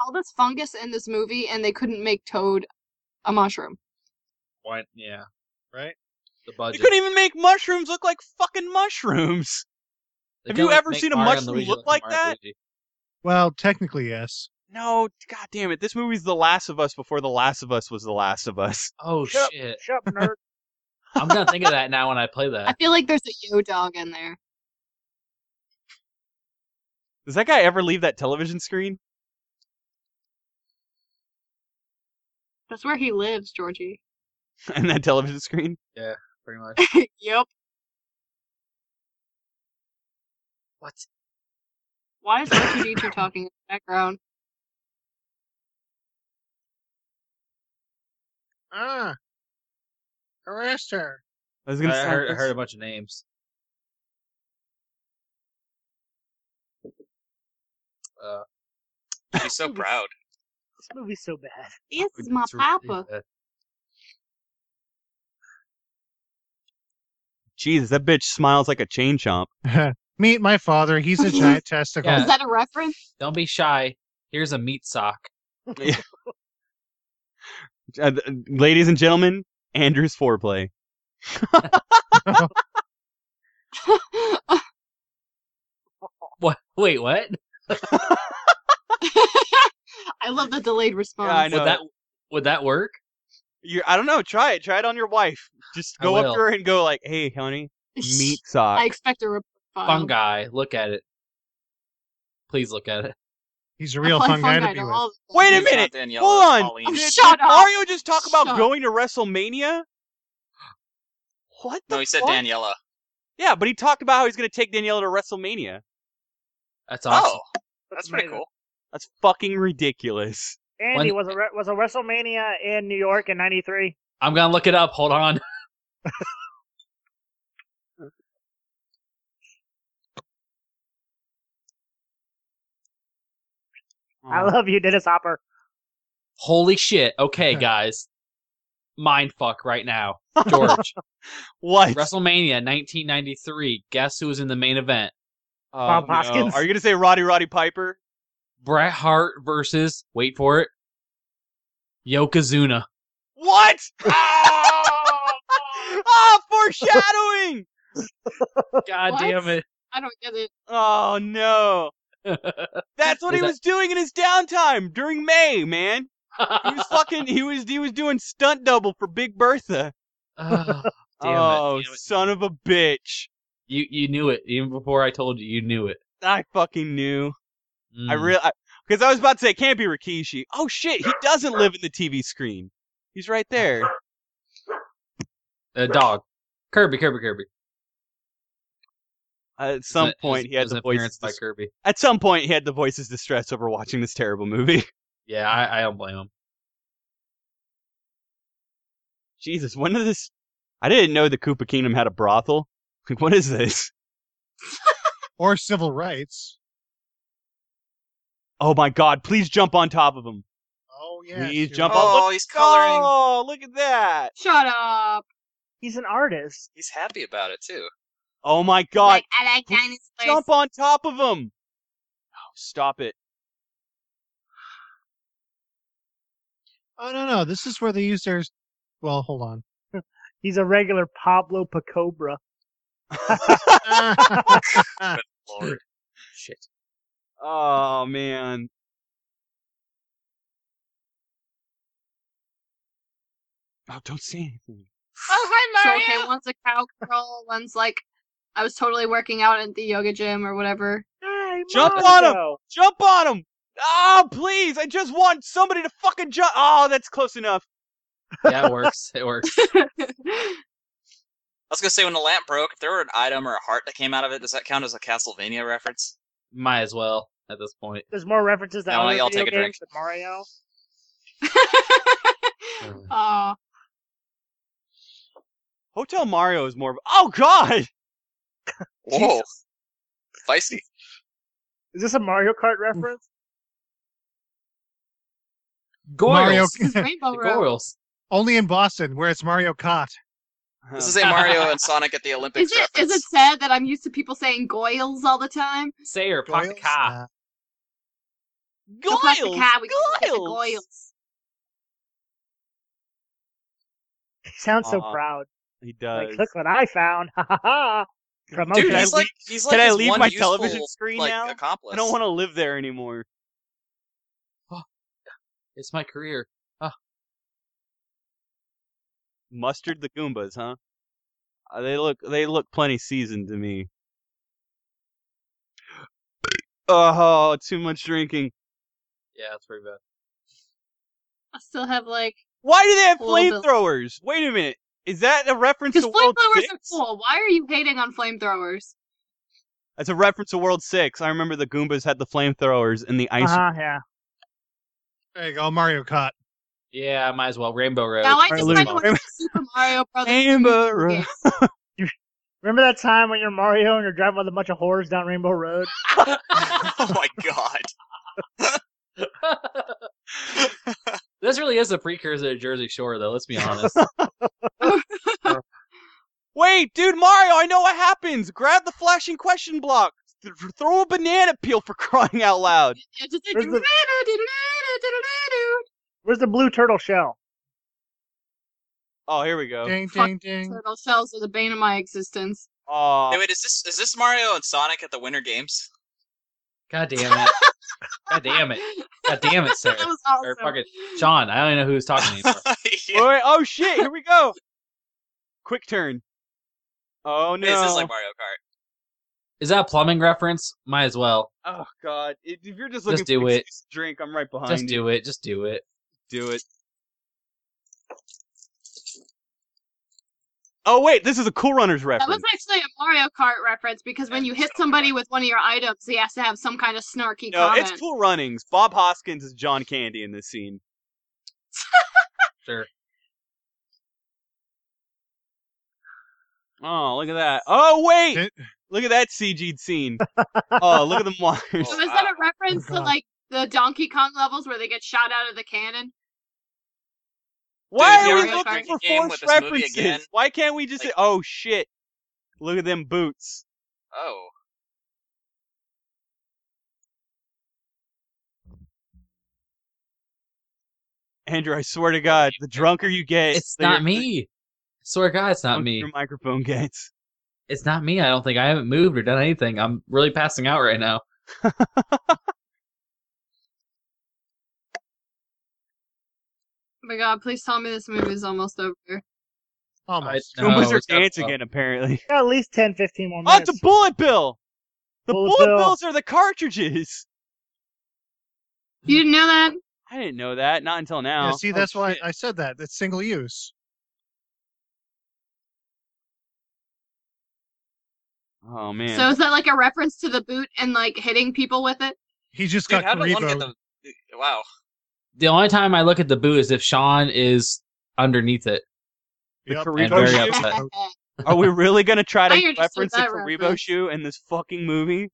S3: All this fungus in this movie, and they couldn't make Toad a mushroom.
S6: Why? Yeah.
S5: Right?
S6: The
S1: You
S6: budget.
S1: couldn't even make mushrooms look like fucking mushrooms.
S6: They
S1: have you
S6: couldn't
S1: ever
S6: make
S1: seen a
S6: Mario and
S1: mushroom
S6: Luigi
S1: look like
S6: Mario and
S1: that?
S6: Luigi.
S5: Well, technically yes.
S1: No, god damn it! This movie's The Last of Us before The Last of Us was The Last of Us.
S6: Oh,
S4: Yep.
S6: shit.
S4: Shut up, nerd.
S6: I'm going to think of that now when I play
S3: I
S6: that.
S3: feel like there's a yo dog in there.
S1: Does that guy ever leave that television screen?
S3: That's where he lives, Georgie.
S1: and that television screen?
S6: Pretty much.
S3: yep.
S6: What?
S3: Why is R2D2 talking in the background?
S5: Ah. Arrest her.
S1: I was
S6: I
S1: gonna.
S6: heard, I heard a bunch of names.
S2: Uh,
S7: She's so proud.
S4: This movie's so bad.
S3: This is my
S6: It's really
S3: papa.
S6: bad.
S1: Jesus, that bitch smiles like a chain chomp.
S5: Meet my father. He's a giant testicle.
S6: Yeah.
S3: Is that a reference?
S6: Don't be shy. Here's a meat sock.
S1: Uh, th- ladies and gentlemen, Andrew's foreplay.
S6: What? Wait, what?
S3: I love the delayed response.
S1: Yeah, I know.
S6: Would that would that work?
S1: You, I don't know. Try it. Try it on your wife. Just
S6: I
S1: go up
S6: will.
S1: to her and go like, "Hey, honey, meat sock."
S3: I expect a reply.
S1: Uh-huh.
S6: Fungi. Look at it. Please look at it.
S5: He's a real
S3: I
S5: fun guy to
S3: fungi
S5: be
S3: to
S5: with.
S3: all of them.
S1: Wait a
S7: It's not
S1: minute.
S7: Daniela,
S1: Hold
S7: it's
S1: on.
S7: Pauline.
S3: Oh,
S1: Did,
S3: shut
S1: did
S3: up.
S1: Mario just talk about
S3: Shut up.
S1: going to WrestleMania? What? The
S7: No, he said
S1: fuck?
S7: Daniela.
S1: Yeah, but he talked about how he's going to take Daniela to WrestleMania.
S6: That's awesome.
S7: Oh, that's pretty cool.
S1: That's fucking ridiculous.
S4: Andy
S6: When-
S4: was a re- was a WrestleMania in New York in '93.
S6: I'm gonna look it up. Hold on.
S4: I love you, Dennis Hopper.
S6: Holy shit. Okay, guys. Mind fuck right now. George.
S1: What?
S6: WrestleMania 1993. Guess who was in the main event?
S1: Oh,
S4: Bob
S1: no.
S4: Hoskins?
S1: Are you going to say Roddy Roddy Piper?
S6: Bret Hart versus, wait for it, Yokozuna.
S1: What? ah, foreshadowing!
S6: God
S3: What?
S6: damn it.
S3: I don't get it.
S1: Oh no. That's what he
S6: Was that-
S1: was doing in his downtime during May, man. He
S6: Ah,
S1: was fucking he was he was doing stunt double for Big Bertha.
S6: Ah, damn
S1: oh,
S6: it. Damn it.
S1: son of a bitch.
S6: You you knew it even before I told you. You knew it.
S1: I fucking knew. I
S6: Mm.
S1: real because I was about to say it can't be Rikishi. Oh shit, he doesn't live in the TV screen. He's right there.
S6: uh, dog. Kirby, Kirby, Kirby.
S1: Uh, at some
S6: It was-
S1: point, he
S6: it
S1: had
S6: was
S1: the
S6: an appearance
S1: voices.
S6: by
S1: dis-
S6: Kirby.
S1: at some point, he had the voices distress over watching this terrible movie.
S6: Yeah, I, I don't blame him.
S1: Jesus, when did this? I didn't know the Koopa Kingdom had a brothel. Like, what is this?
S5: Or civil rights.
S1: Oh my God! Please jump on top of him.
S5: Oh yeah.
S1: Please
S5: sure.
S1: jump on.
S7: Oh, he's coloring.
S1: Oh, look at that!
S3: Shut up.
S4: He's an artist.
S7: He's happy about it too.
S1: Oh my God!
S3: Like, I like dinosaurs.
S1: Jump on top of him! Oh, stop it!
S5: Oh no no. This is where they use their. Well, hold on.
S4: He's a regular Pablo Pacobra.
S7: Lord.
S6: Shit.
S1: Oh man. Oh, don't say anything.
S3: Oh, hi, Mario. So, okay, one's a cowgirl, one's like, I was totally working out at the yoga gym or whatever.
S4: Hey,
S1: Jump on him!
S4: Mario!
S1: Jump on him! Oh, please! I just want somebody to fucking jump. Oh, that's close enough.
S6: Yeah, it works. It works. Mm.
S7: I was gonna say when the lamp broke, if there were an item or a heart that came out of it, does that count as a Castlevania reference?
S6: Might as well at this point.
S4: There's more references to
S7: Now
S4: other
S7: y'all
S4: video
S7: take a drink.
S4: games than Mario.
S3: Aw.
S1: Hotel Mario is more. Of- oh God!
S7: Whoa, feisty.
S4: Is this a Mario Kart reference?
S5: Mario.
S6: Goyles.
S3: This is Rainbow
S6: The
S3: Road.
S6: Goyles.
S5: Only in Boston, where it's Mario Kart.
S1: Oh,
S7: This is a Mario and Sonic at the Olympics
S3: Is it,
S7: reference.
S3: is it sad that I'm used to people saying goyles all the time?
S6: Sayer, pop the
S5: Goyles?
S6: car.
S5: Uh,
S3: So plus the
S1: Goyles!
S3: cat, we can get the
S1: Goyles!
S3: goyles.
S4: He sounds so
S1: Uh-uh.
S4: proud.
S1: He
S4: Like,
S1: does.
S4: look what I found. Ha ha ha. Promotion.
S7: Dude,
S1: Can I
S7: he's like he's like
S1: Can I
S7: his
S1: leave
S7: one
S1: my
S7: useful,
S1: television screen
S7: like,
S1: now?
S7: Accomplice.
S1: I don't want to live there anymore.
S6: It's my career.
S1: Mustard the Goombas, huh? Uh, they look they look plenty seasoned to me. Oh, too much drinking.
S6: Yeah, that's pretty bad.
S3: I still have like
S1: Why do they have
S3: Little bit.
S1: flamethrowers? Wait a minute. Is that a reference
S3: because
S1: to World
S3: flamethrowers are
S1: Six?
S3: cool. Why are you hating on flamethrowers?
S1: That's a reference to World Six. I remember the Goombas had the flamethrowers in the ice.
S4: Uh-huh, yeah.
S5: There you go, Mario Kart.
S6: Yeah, might as well. Rainbow Road.
S3: Now I
S1: Or
S3: just
S1: Luma.
S3: kind of want to Super Mario Brothers.
S1: Amber.
S3: games.
S4: Remember that time when you're Mario and you're driving with a bunch of whores down Rainbow Road?
S7: oh my god.
S6: really is a precursor to Jersey Shore, though. Let's be honest.
S1: Wait, dude, Mario, I know what happens. Grab the flashing question block. Th- throw a banana peel for crying out loud.
S3: Yeah, just say,
S4: Where's the-
S3: "Do-do-do-do-do-do-do-do."
S4: Where's the blue turtle shell?
S1: Oh, here we go.
S5: Ding,
S3: Fuck.
S5: ding, ding.
S3: So those shells are the bane of my existence.
S1: Aw.
S7: Hey, wait, is this is this Mario and Sonic at the Winter Games?
S6: God damn it. God damn it. God damn it, Sarah.
S3: that was
S6: Or
S3: awesome.
S6: fucking John. I don't even know who's talking anymore.
S7: Yeah.
S1: Wait, wait, oh shit, here we go. Quick turn. Oh no.
S7: Hey, Is this like Mario Kart?
S6: Is that a plumbing reference? Might as well.
S1: oh god. If if you're just looking
S6: Just do
S1: for
S6: it.
S1: excuse to drink, I'm right behind
S6: Just
S1: you.
S6: do it. Just do it.
S1: Do it. Oh wait, this is a Cool Runners
S3: That was
S1: reference.
S3: actually a Mario Kart reference because when you hit somebody with one of your items, he has to have some kind of snarky
S1: No,
S3: comment.
S1: it's Cool Runnings. Bob Hoskins is John Candy in this scene.
S6: Sure.
S1: Oh, look at that. Oh wait,
S5: Did-
S1: look at that CG'd scene. oh, look at the wires.
S3: So is that a reference
S4: Oh,
S1: uh-huh.
S3: to
S4: God.
S3: like the Donkey Kong levels where they get shot out of the cannon?
S1: Why are
S7: Dude,
S3: you
S1: we
S3: ever
S1: looking
S3: played
S1: for
S7: a game
S1: forced
S7: with this movie
S1: references?
S7: again?
S1: Why can't we just say,
S7: Like-
S1: "Oh shit, look at them boots"?
S7: Oh,
S1: Andrew, I swear to God, the drunker you get,
S6: It's
S1: the-
S6: not me. swear to God, it's
S1: the
S6: not
S1: drunker
S6: me.
S1: Your microphone gets.
S6: It's not me. I don't think I haven't moved or done anything. I'm really passing out right now.
S3: Oh my god, please tell me this movie's almost over.
S5: Almost.
S6: I- No,
S1: Goombas are
S6: it's not-
S1: dancing again, apparently.
S4: Got at least 10, 15 more
S1: Oh,
S4: minutes.
S1: it's a bullet bill. The
S4: Bullet
S1: bullet,
S4: bill.
S1: bills are the cartridges.
S3: You didn't know that?
S1: I didn't know that. Not until now.
S5: Yeah, see,
S1: Oh,
S5: that's why
S1: shit.
S5: I said that. That's single use.
S1: Oh man.
S3: So is that like a reference to the boot and like hitting people with it?
S5: He just
S7: dude, how
S5: got
S7: did one get
S5: Karibo.
S7: the? Wow,
S6: The only time I look at the boot is if Sean is underneath it.
S1: The
S5: Yup.
S1: Karibo
S6: And very
S1: shoe?
S6: upset.
S1: Are we really gonna try
S3: I
S1: to
S3: understood
S1: reference the
S3: that
S1: Karibo
S3: reference.
S1: shoe in this fucking movie?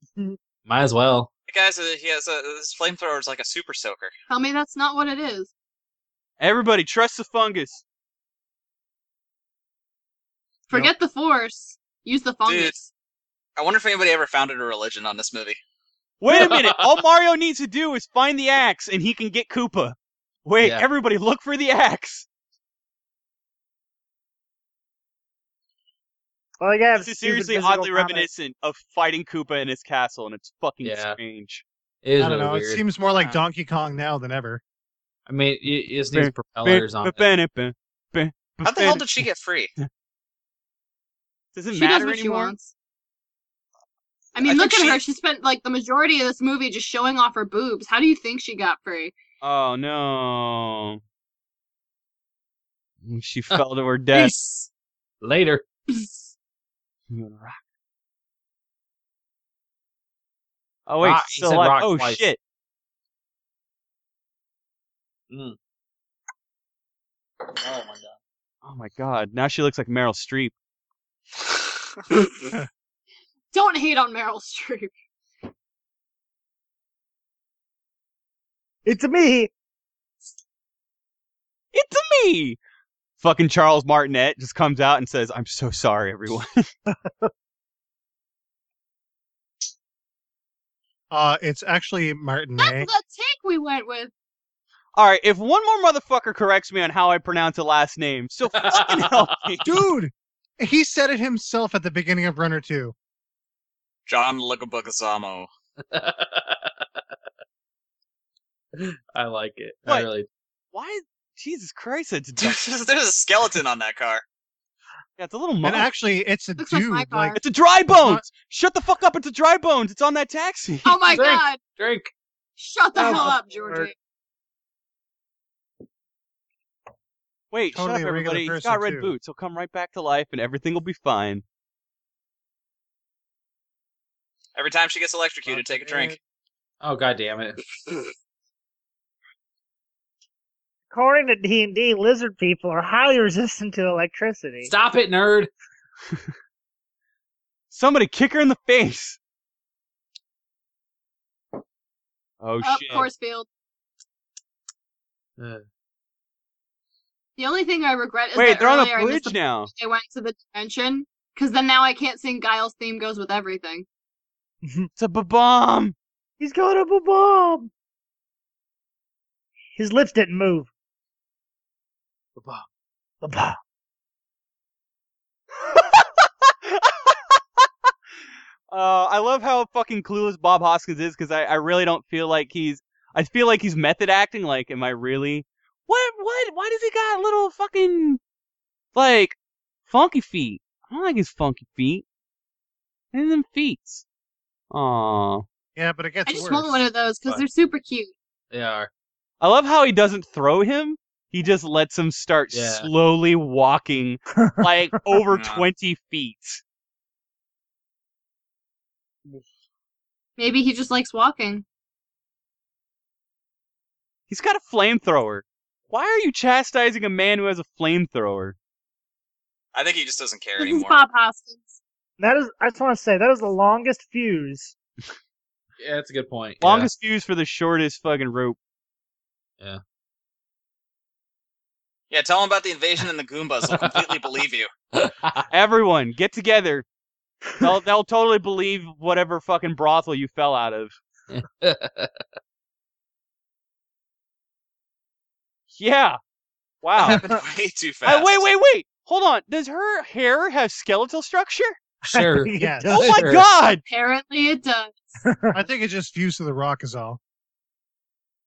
S6: Might as well.
S7: the guy's a, he has a this flamethrower is like a super soaker.
S3: tell me that's not what it is.
S1: Everybody, trust the fungus.
S3: Forget the force. Use the fungus.
S7: I wonder if anybody ever founded a religion on this movie.
S1: Wait a minute. All Mario needs to do is find the axe, and he can get Koopa. Wait,
S6: Yeah.
S1: everybody, look for the axe.
S4: well, I gotta have
S1: This is
S4: stupid
S1: seriously
S4: physical
S1: oddly
S4: comments.
S1: reminiscent of fighting Koopa in his castle, and it's fucking
S6: Yeah.
S1: strange.
S6: It is
S5: I don't
S6: really
S5: know. It
S6: weird.
S5: seems more like Donkey Kong now than ever.
S6: I mean, it, it just
S1: Bam,
S6: needs propellers on it.
S7: How the hell did she get free?
S1: Does it
S3: She does
S1: matter
S3: what she
S1: anymore?
S3: wants. I mean,
S7: I
S3: look at
S7: think
S3: her.
S7: she-
S3: She spent like the majority of this movie just showing off her boobs. How do you think she got free?
S1: Oh no. Mm, She
S6: Uh,
S1: fell to her death.
S6: Peace. Later.
S1: Oh wait,
S6: Rock-
S1: she's
S6: he
S1: still
S6: said
S1: alive.
S6: rock
S1: Oh
S6: twice.
S1: shit.
S6: Mm.
S1: Oh my god. Now she looks like Meryl Streep.
S3: Don't hate on Meryl Streep.
S4: It's me.
S1: It's a me. Fucking Charles Martinet just comes out and says, "I'm so sorry, everyone."
S5: Uh, it's actually Martin.
S3: That's the
S5: eh?
S3: take we went with.
S1: All right, if one more motherfucker corrects me on how I pronounce the last name, so fucking help me.
S5: Dude, he said it himself at the beginning of Runner Two.
S7: John Leguizamo.
S6: I like it. I
S1: What?
S6: really.
S1: Why? Jesus Christ! It's
S7: Dude, there's there's a skeleton on that car.
S1: it's a little
S5: And
S1: monkey.
S5: actually, it's a
S3: Looks like
S5: dude.
S3: my
S5: Like,
S3: car.
S1: It's a dry bones. Shut the fuck up! It's a dry bones. It's on that taxi.
S3: Oh my
S6: Drink.
S3: god!
S6: Drink.
S3: Shut the
S4: Oh,
S3: hell up,
S4: Lord.
S3: Georgie.
S1: Wait,
S5: Totally
S1: shut
S5: a
S1: up,
S5: regular
S1: everybody. He's
S5: person,
S1: got red
S5: too.
S1: boots. He'll come right back to life, and everything will be fine.
S7: Every time she gets electrocuted, take a drink.
S6: Oh god damn it.
S4: According to D&D, lizard people are highly resistant to electricity.
S6: Stop it, nerd.
S1: Somebody kick her in the face. Oh
S3: Up
S1: shit!
S3: course field. The only thing I regret is
S1: Wait,
S3: that
S1: they're on
S3: earlier
S1: a
S3: I missed
S1: bridge
S3: the
S1: now.
S3: they went to the dimension because then now I can't sing Guile's theme goes with everything.
S1: It's a bomb.
S4: He's got up a bomb. His lips didn't move. The bomb. The bomb.
S1: Uh, I love how fucking clueless Bob Hoskins is because I, I really don't feel like he's. I feel like he's method acting. Like, am I really? What? What? Why does he got little fucking like funky feet? I don't like his funky feet. And them feet. Aw.
S5: Yeah, but it gets
S3: I just
S5: worse.
S3: want one of those because
S1: But-
S3: they're super cute.
S6: They are.
S1: I love how he doesn't throw him. He just lets him start
S6: Yeah.
S1: slowly walking like over
S7: Yeah.
S1: twenty feet.
S3: Maybe he just likes walking.
S1: He's got a flamethrower. Why are you chastising a man who has a flamethrower?
S7: I think he just doesn't care
S3: This is
S7: anymore.
S3: Bob Hoskins.
S4: That is. I just want to say that is the longest fuse.
S6: Yeah, that's a good point. Yeah.
S1: Longest fuse for the shortest fucking rope.
S7: Yeah, tell him about the invasion and the Goombas. They'll completely believe you.
S1: Everyone, get together. They'll they'll totally believe whatever fucking brothel you fell out of. Yeah.
S7: That
S1: Wow.
S7: happened way too fast.
S1: Uh, wait, wait, wait. Hold on. Does her hair have skeletal structure?
S6: Sure.
S4: It
S5: Yes.
S4: does.
S1: Oh my
S6: Sure.
S1: god.
S3: Apparently it does.
S5: I think it's just fused to the rock is all.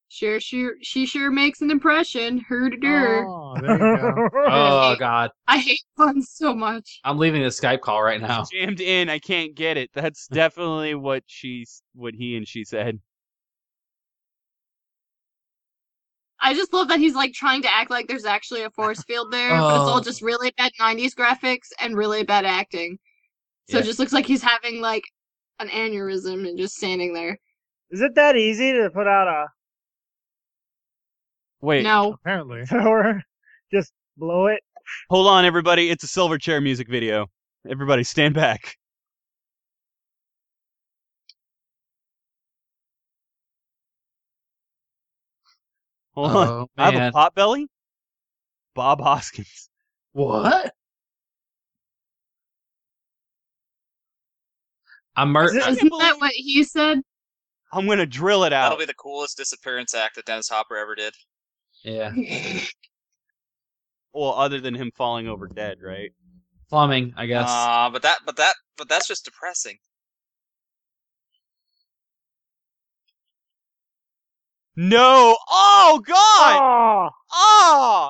S3: Sure, sure, she sure makes an impression. Her to her.
S5: Oh, there you go.
S1: Uh.
S6: Oh God,
S3: I hate fun so much.
S6: I'm leaving the Skype call right now.
S1: Jammed in. I can't get it. That's definitely what she's what he and she said.
S3: I just love that he's like trying to act like there's actually a force field there, but it's all
S6: Oh.
S3: just really bad 90s graphics and really bad acting. So
S6: Yeah.
S3: it just looks like he's having like an aneurysm and just standing there.
S4: Is it that easy to put out a
S1: Wait.
S3: No.
S5: Apparently.
S4: thrower? Just blow it.
S1: Hold on everybody. It's a Silverchair music video. Everybody stand back. Hold on.
S6: Oh
S1: I have a
S6: man,
S1: pot belly. Bob Hoskins.
S6: what? I'm mur-
S4: Is it-
S6: I-
S3: Isn't that what he said?
S1: I'm gonna drill it
S7: That'll
S1: out.
S7: be the coolest disappearance act that Dennis Hopper ever did.
S6: yeah,
S1: Well, other than him falling over dead, right?
S6: plumbing. I guess.
S1: Ah.
S7: Uh, but that, but that, but that's just depressing.
S1: No! Oh God!
S4: Oh,
S1: Oh!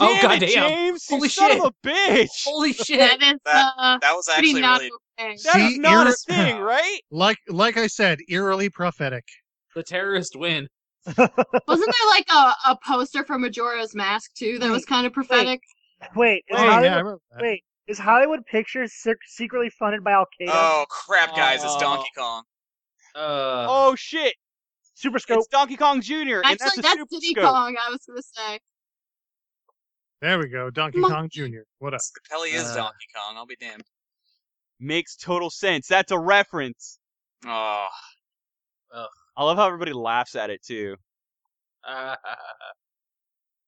S6: Oh,
S1: Damn
S6: goddamn.
S1: it, James! You
S6: Holy
S1: son
S6: shit.
S1: of a bitch!
S6: Holy shit!
S3: that is
S7: That-
S3: uh,
S7: That was
S3: pretty
S7: actually
S3: not
S7: really.
S3: okay.
S1: That's
S5: See,
S1: not a
S5: you're-
S1: thing, right?
S5: Like like I said, eerily prophetic.
S6: The terrorists win.
S3: Wasn't there like a, a poster from Majora's Mask too that was kind of prophetic?
S4: wait. Is
S5: Oh, yeah, I
S4: Hollywood,
S5: remember that.
S4: wait. Is Hollywood Pictures sec- secretly funded by Al Qaeda?
S7: Oh crap, guys! It's
S6: Oh.
S7: Donkey Kong.
S6: Uh,
S1: Oh shit!
S4: Super scope.
S1: It's Donkey Kong Jr. and that's
S3: Actually,
S1: a
S3: that's,
S1: super
S3: Diddy
S1: scope.
S3: Kong. I was gonna say.
S5: There we go. Donkey
S3: Mon-
S5: Kong Jr. What up?
S7: Capelli is
S6: Uh.
S7: Donkey Kong. I'll be damned.
S1: Makes total sense. That's a reference.
S7: Oh,
S1: I love how everybody laughs at it too.
S6: uh,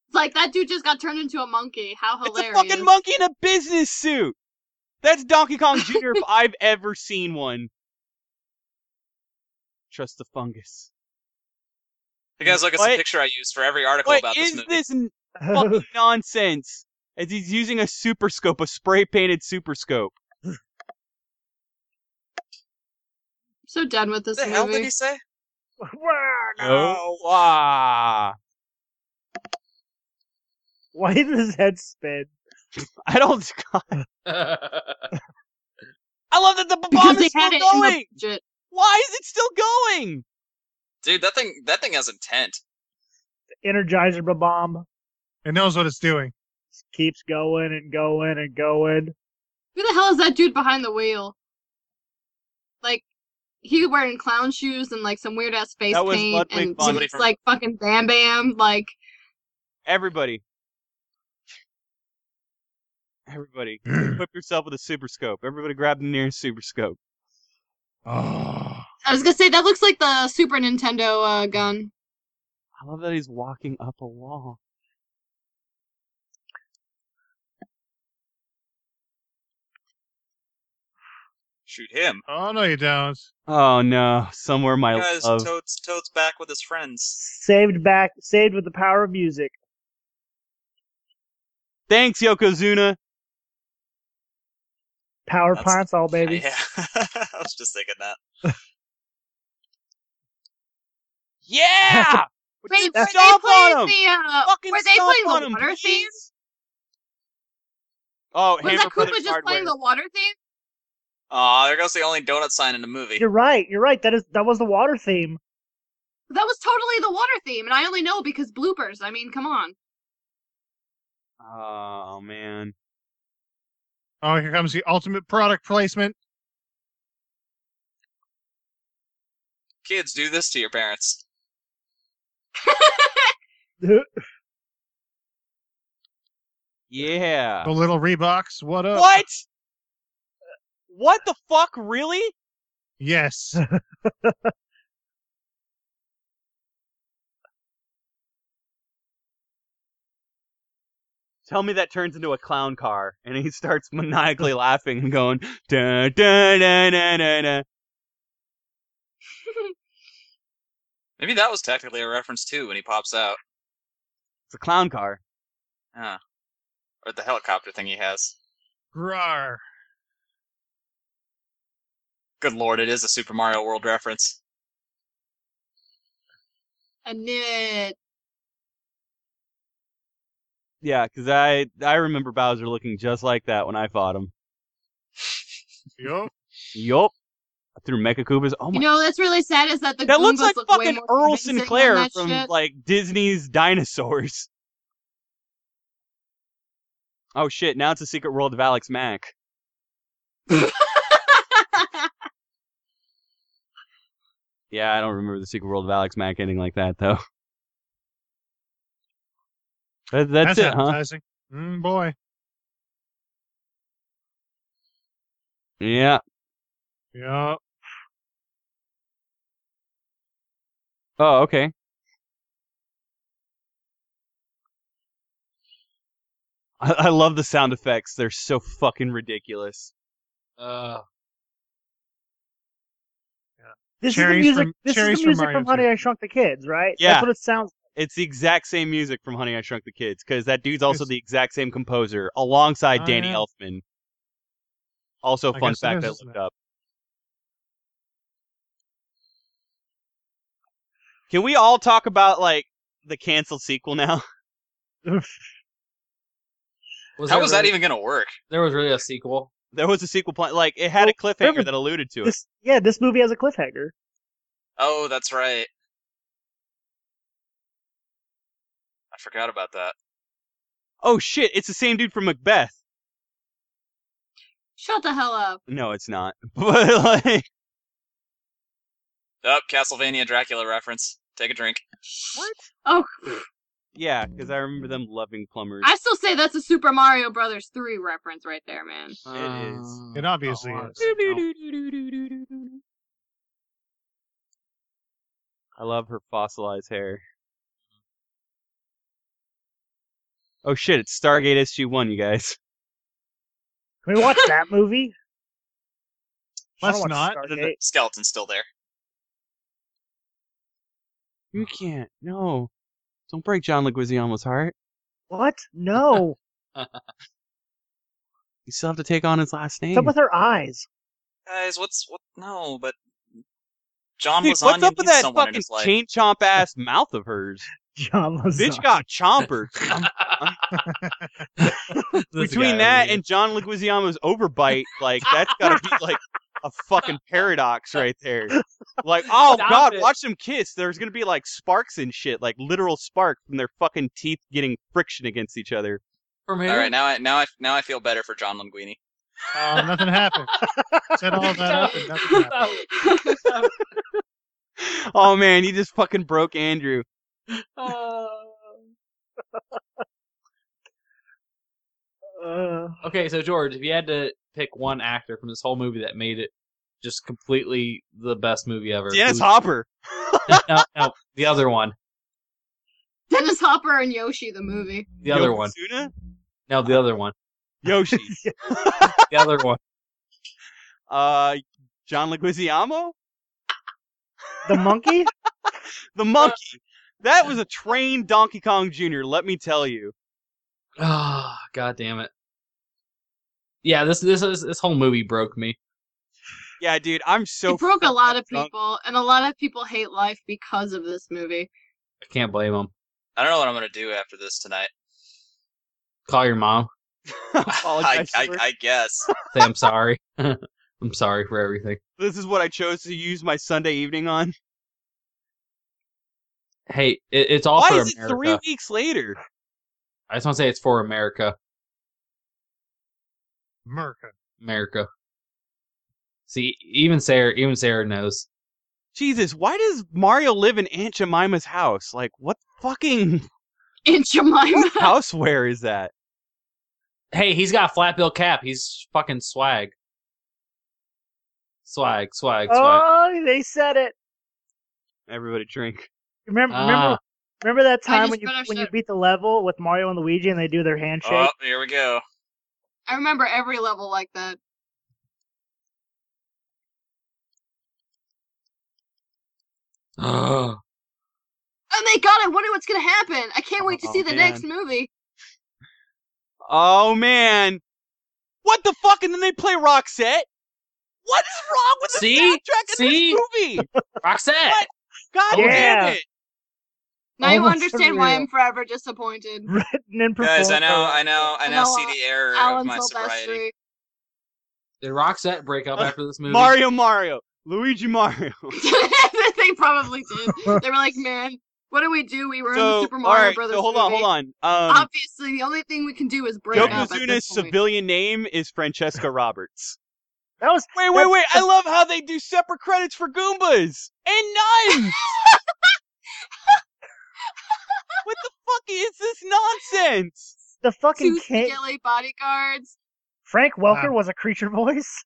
S3: It's like that dude just got turned into a monkey. How hilarious!
S1: It's a fucking monkey in a business suit. That's Donkey Kong Jr. if I've ever seen one. Trust the fungus.
S7: you guys look at the
S1: What-
S7: picture I used for every article
S1: What
S7: about this
S1: is
S7: movie.
S1: this n- fucking nonsense? As he's using a super scope, a spray painted super scope.
S3: I'm so done with this
S7: What the hell did
S3: movie.
S7: he say?
S1: Oh, ah.
S4: Why did his head spin?
S1: I don't. I love that the bomb
S3: Because
S1: is
S3: they had
S1: still
S3: it
S1: going.
S3: in the budget.
S1: Why is it still going?
S7: Dude, that thing, that thing has intent.
S4: Energizer bomb
S5: It knows what it's doing.
S4: keeps going and going and going.
S3: Who the hell is that dude behind the wheel? Like, he wearing clown shoes and like some weird ass face
S1: That was
S3: paint
S1: Ludwig
S3: and
S1: von-
S3: some-
S7: Somebody from-
S3: like fucking Bam Bam. Like,
S1: Everybody. Everybody, equip yourself with a super scope. Everybody, grab the nearest super scope.
S5: Oh.
S3: I was gonna say that looks like the Super Nintendo uh, gun.
S1: I love that he's walking up a wall.
S7: shoot him.
S5: Oh no, you don't.
S1: Oh no, somewhere my
S7: Guys,
S1: love.
S7: Toad's Toad's back with his friends.
S4: Saved back, saved with the power of music.
S1: Thanks, Yokozuna.
S4: Power
S7: That's-
S4: pints all baby.
S7: Yeah, I was just thinking that.
S1: Yeah,
S3: Wait, were they
S1: That's- Stomp
S3: playing
S1: on 'em!
S3: the uh,
S1: fucking
S3: were they
S1: stomp
S3: playing
S1: on
S3: the
S1: 'em,
S3: water theme?
S1: please. Oh,
S3: Was
S1: Hammer
S3: that Koopa
S1: Brothers
S3: just
S1: Hardware.
S3: playing the water theme?
S7: Aw, there goes the only donut sign in the movie.
S4: You're right. You're right. That is that was the water theme.
S3: That was totally the water theme, and I only know because bloopers. I mean, come on.
S1: Oh man.
S5: Oh, here comes the ultimate product placement.
S7: Kids, do this to your parents.
S1: Yeah. Ah.
S5: The little Reeboks. What up?
S1: What? What the fuck? Really?
S5: Yes.
S1: Tell me that turns into a clown car, and he starts maniacally laughing and going da da da da da da.
S7: Maybe that was technically a reference too when he pops out,
S1: It's a clown car.
S7: or the helicopter thing he has.
S5: Grar.
S7: Good lord, it is a Super Mario World reference.
S3: I knew it.
S1: Oh Yeah, because I I remember Bowser looking just like that when I fought him.
S5: Yup.
S1: Yup. Through Mecha Koopas. Oh my.
S3: You know, that's really sad is that the
S1: that
S3: Goombas
S1: looks like
S3: look way
S1: fucking
S3: more
S1: Earl
S3: convincing on
S1: Sinclair
S3: that
S1: from
S3: shit.
S1: like Disney's Dinosaurs. Oh shit! Now it's a Secret World of Alex Mack. Yeah, I don't remember the Secret World of Alex Mack ending like that though. That, that's, it, huh?
S5: appetizing. Mm, boy.
S1: Yeah.
S5: Yup.
S1: Oh, okay. I, I love the sound effects. They're so fucking ridiculous.
S6: Uh,
S4: This
S5: Cherries
S4: is the music.
S5: from-
S4: this
S5: cherries
S4: is
S5: from
S4: the music
S5: Mario
S4: from Honey
S5: Kart.
S4: I Shrunk the Kids, right?
S1: Yeah.
S4: That's what it sounds.
S1: It's the exact same music from Honey I Shrunk the Kids because that dude's also
S5: Yes.
S1: the exact same composer alongside
S5: Oh,
S1: Danny
S5: yeah.
S1: Elfman. Also,
S5: I
S1: fun
S5: guess it
S1: fact
S5: is,
S1: I
S5: isn't
S1: looked
S5: it?
S1: up. Can we all talk about like the canceled sequel now?
S6: was
S7: How
S6: there
S7: was
S6: really-
S7: that even gonna work?
S6: There was really a sequel.
S1: There was a sequel plan. Like it had a cliffhanger
S4: River-
S1: that alluded to it.
S4: This, yeah, this movie has a cliffhanger.
S7: Oh, that's right. I forgot about that.
S1: Oh shit! It's the same dude from Macbeth.
S3: Shut the hell up.
S1: No, it's not. But like,
S7: Oh, Castlevania Dracula reference. Take a drink.
S3: Oh,
S1: yeah, because I remember them loving plumbers.
S3: I still say that's a Super Mario Brothers 3 reference right there, man.
S1: It is.
S6: Uh,
S5: It obviously
S6: oh,
S5: is.
S6: no.
S1: I love her fossilized hair. Oh shit! It's Stargate SG One, you guys.
S4: Can we watch that movie? I
S5: Let's
S4: wanna watch
S5: not.
S4: Stargate.
S7: Skeleton's still there.
S1: You can't. No, don't break John Leguizamo's heart.
S4: What? No.
S1: You still have to take on his last name.
S4: What's up with her eyes?
S7: Guys, what's what? No, but John
S1: Dude,
S7: Lasagna
S1: what's up with
S7: needs
S1: that
S7: someone in
S1: fucking
S7: his life.
S1: chain chomp ass mouth of hers?
S4: John
S1: Bitch
S4: Lasagna.
S1: got chomper.
S6: This
S1: Between
S6: guy
S1: that
S6: over here.
S1: and John Leguizamo's overbite, like that's gotta be like a fucking paradox right there. Like, oh
S6: Stop
S1: god,
S6: it.
S1: watch them kiss. There's gonna be like sparks and shit, like literal spark from their fucking teeth getting friction against each other.
S6: from here,
S7: All right, now I now I now I feel better for John Linguini.
S5: Oh, nothing happened. Set all that up and nothing happened.
S1: Oh man, you just fucking broke Andrew.
S3: Oh.
S4: Uh,
S6: Okay, so George, if you had to pick one actor from this whole movie that made it just completely the best movie ever,
S1: Dennis
S6: who-
S1: Hopper.
S6: no, no, the other one,
S3: Dennis Hopper and Yoshi, the movie.
S6: the other one,
S1: Yokozuna?
S6: no, the other one,
S1: Yoshi.
S6: the other one.
S1: uh, John Leguizamo,
S4: The monkey?
S1: the monkey. That was a trained Donkey Kong Jr. Let me tell you.
S6: Ah, god damn it. Yeah, this this this this whole movie broke me.
S1: Yeah, dude, I'm so
S3: it broke a lot of
S1: fucked up.
S3: people, and a lot of people hate life because of this movie.
S6: I can't blame them.
S7: I don't know what I'm gonna do after this tonight.
S6: Call your mom.
S7: I,
S1: Apologize
S7: I,
S1: for-
S7: I guess.
S6: Say I'm sorry. I'm sorry for everything.
S1: This is what I chose to use my Sunday evening on.
S6: Hey, it, it's all
S1: Why
S6: for
S1: is it
S6: America.
S1: three weeks later?
S6: I just want to say it's for America.
S5: America.
S6: America. See, even Sarah, even Sarah knows.
S1: Jesus, why does Mario live in Aunt Jemima's house? Like, what fucking
S3: Aunt Jemima.
S1: houseware is that?
S6: Hey, he's got a flat bill cap. He's fucking swag. Swag, swag, swag.
S4: Oh, they said it.
S1: Everybody drink.
S4: Remember,
S6: Ah.
S4: remember, remember that
S3: I
S4: time
S3: just
S4: when you
S3: finished
S4: when you
S3: it.
S4: beat the level with Mario and Luigi and they do their handshake.
S7: Oh, here we go.
S3: I remember every level like that.
S6: Ugh.
S3: And they got it. Wonder what's gonna happen. I can't wait to
S1: Oh,
S3: see the
S1: man.
S3: next movie.
S1: Oh man, what the fuck? And then they play Roxette. What is wrong with the
S6: See?
S1: soundtrack in
S6: See? Oh,
S1: this movie?
S6: Roxette!
S1: What? God
S4: Yeah.
S1: damn it!
S3: Now you
S4: Almost
S3: understand why
S4: unreal.
S3: I'm forever disappointed.
S4: Written and performed.
S7: Guys, I know,
S4: by-
S7: I know, I
S3: I
S7: now
S3: know,
S7: see the error of
S3: uh, Alan
S7: my sobriety.
S3: Silvestri.
S6: Did Roxette break
S1: Uh,
S6: up after this movie?
S1: Mario, Mario, Luigi, Mario.
S3: they probably did. They were like, "Man, what do we do? We were in the
S1: so,
S3: Super
S1: all
S3: Mario
S1: right,
S3: Brothers
S1: so hold on,
S3: movie.
S1: hold on. Um,
S3: Obviously, the only thing we can do is break up at
S1: Yokozuna's
S3: this point.
S1: civilian name is Francesca Roberts.
S4: That was
S1: Wait, wait, wait! I love how they do separate credits for Goombas and nuns. what the fuck is this nonsense?
S4: the fucking
S3: Two
S4: king.
S3: CLA bodyguards.
S4: Frank Welker
S5: Wow.
S4: was a creature voice,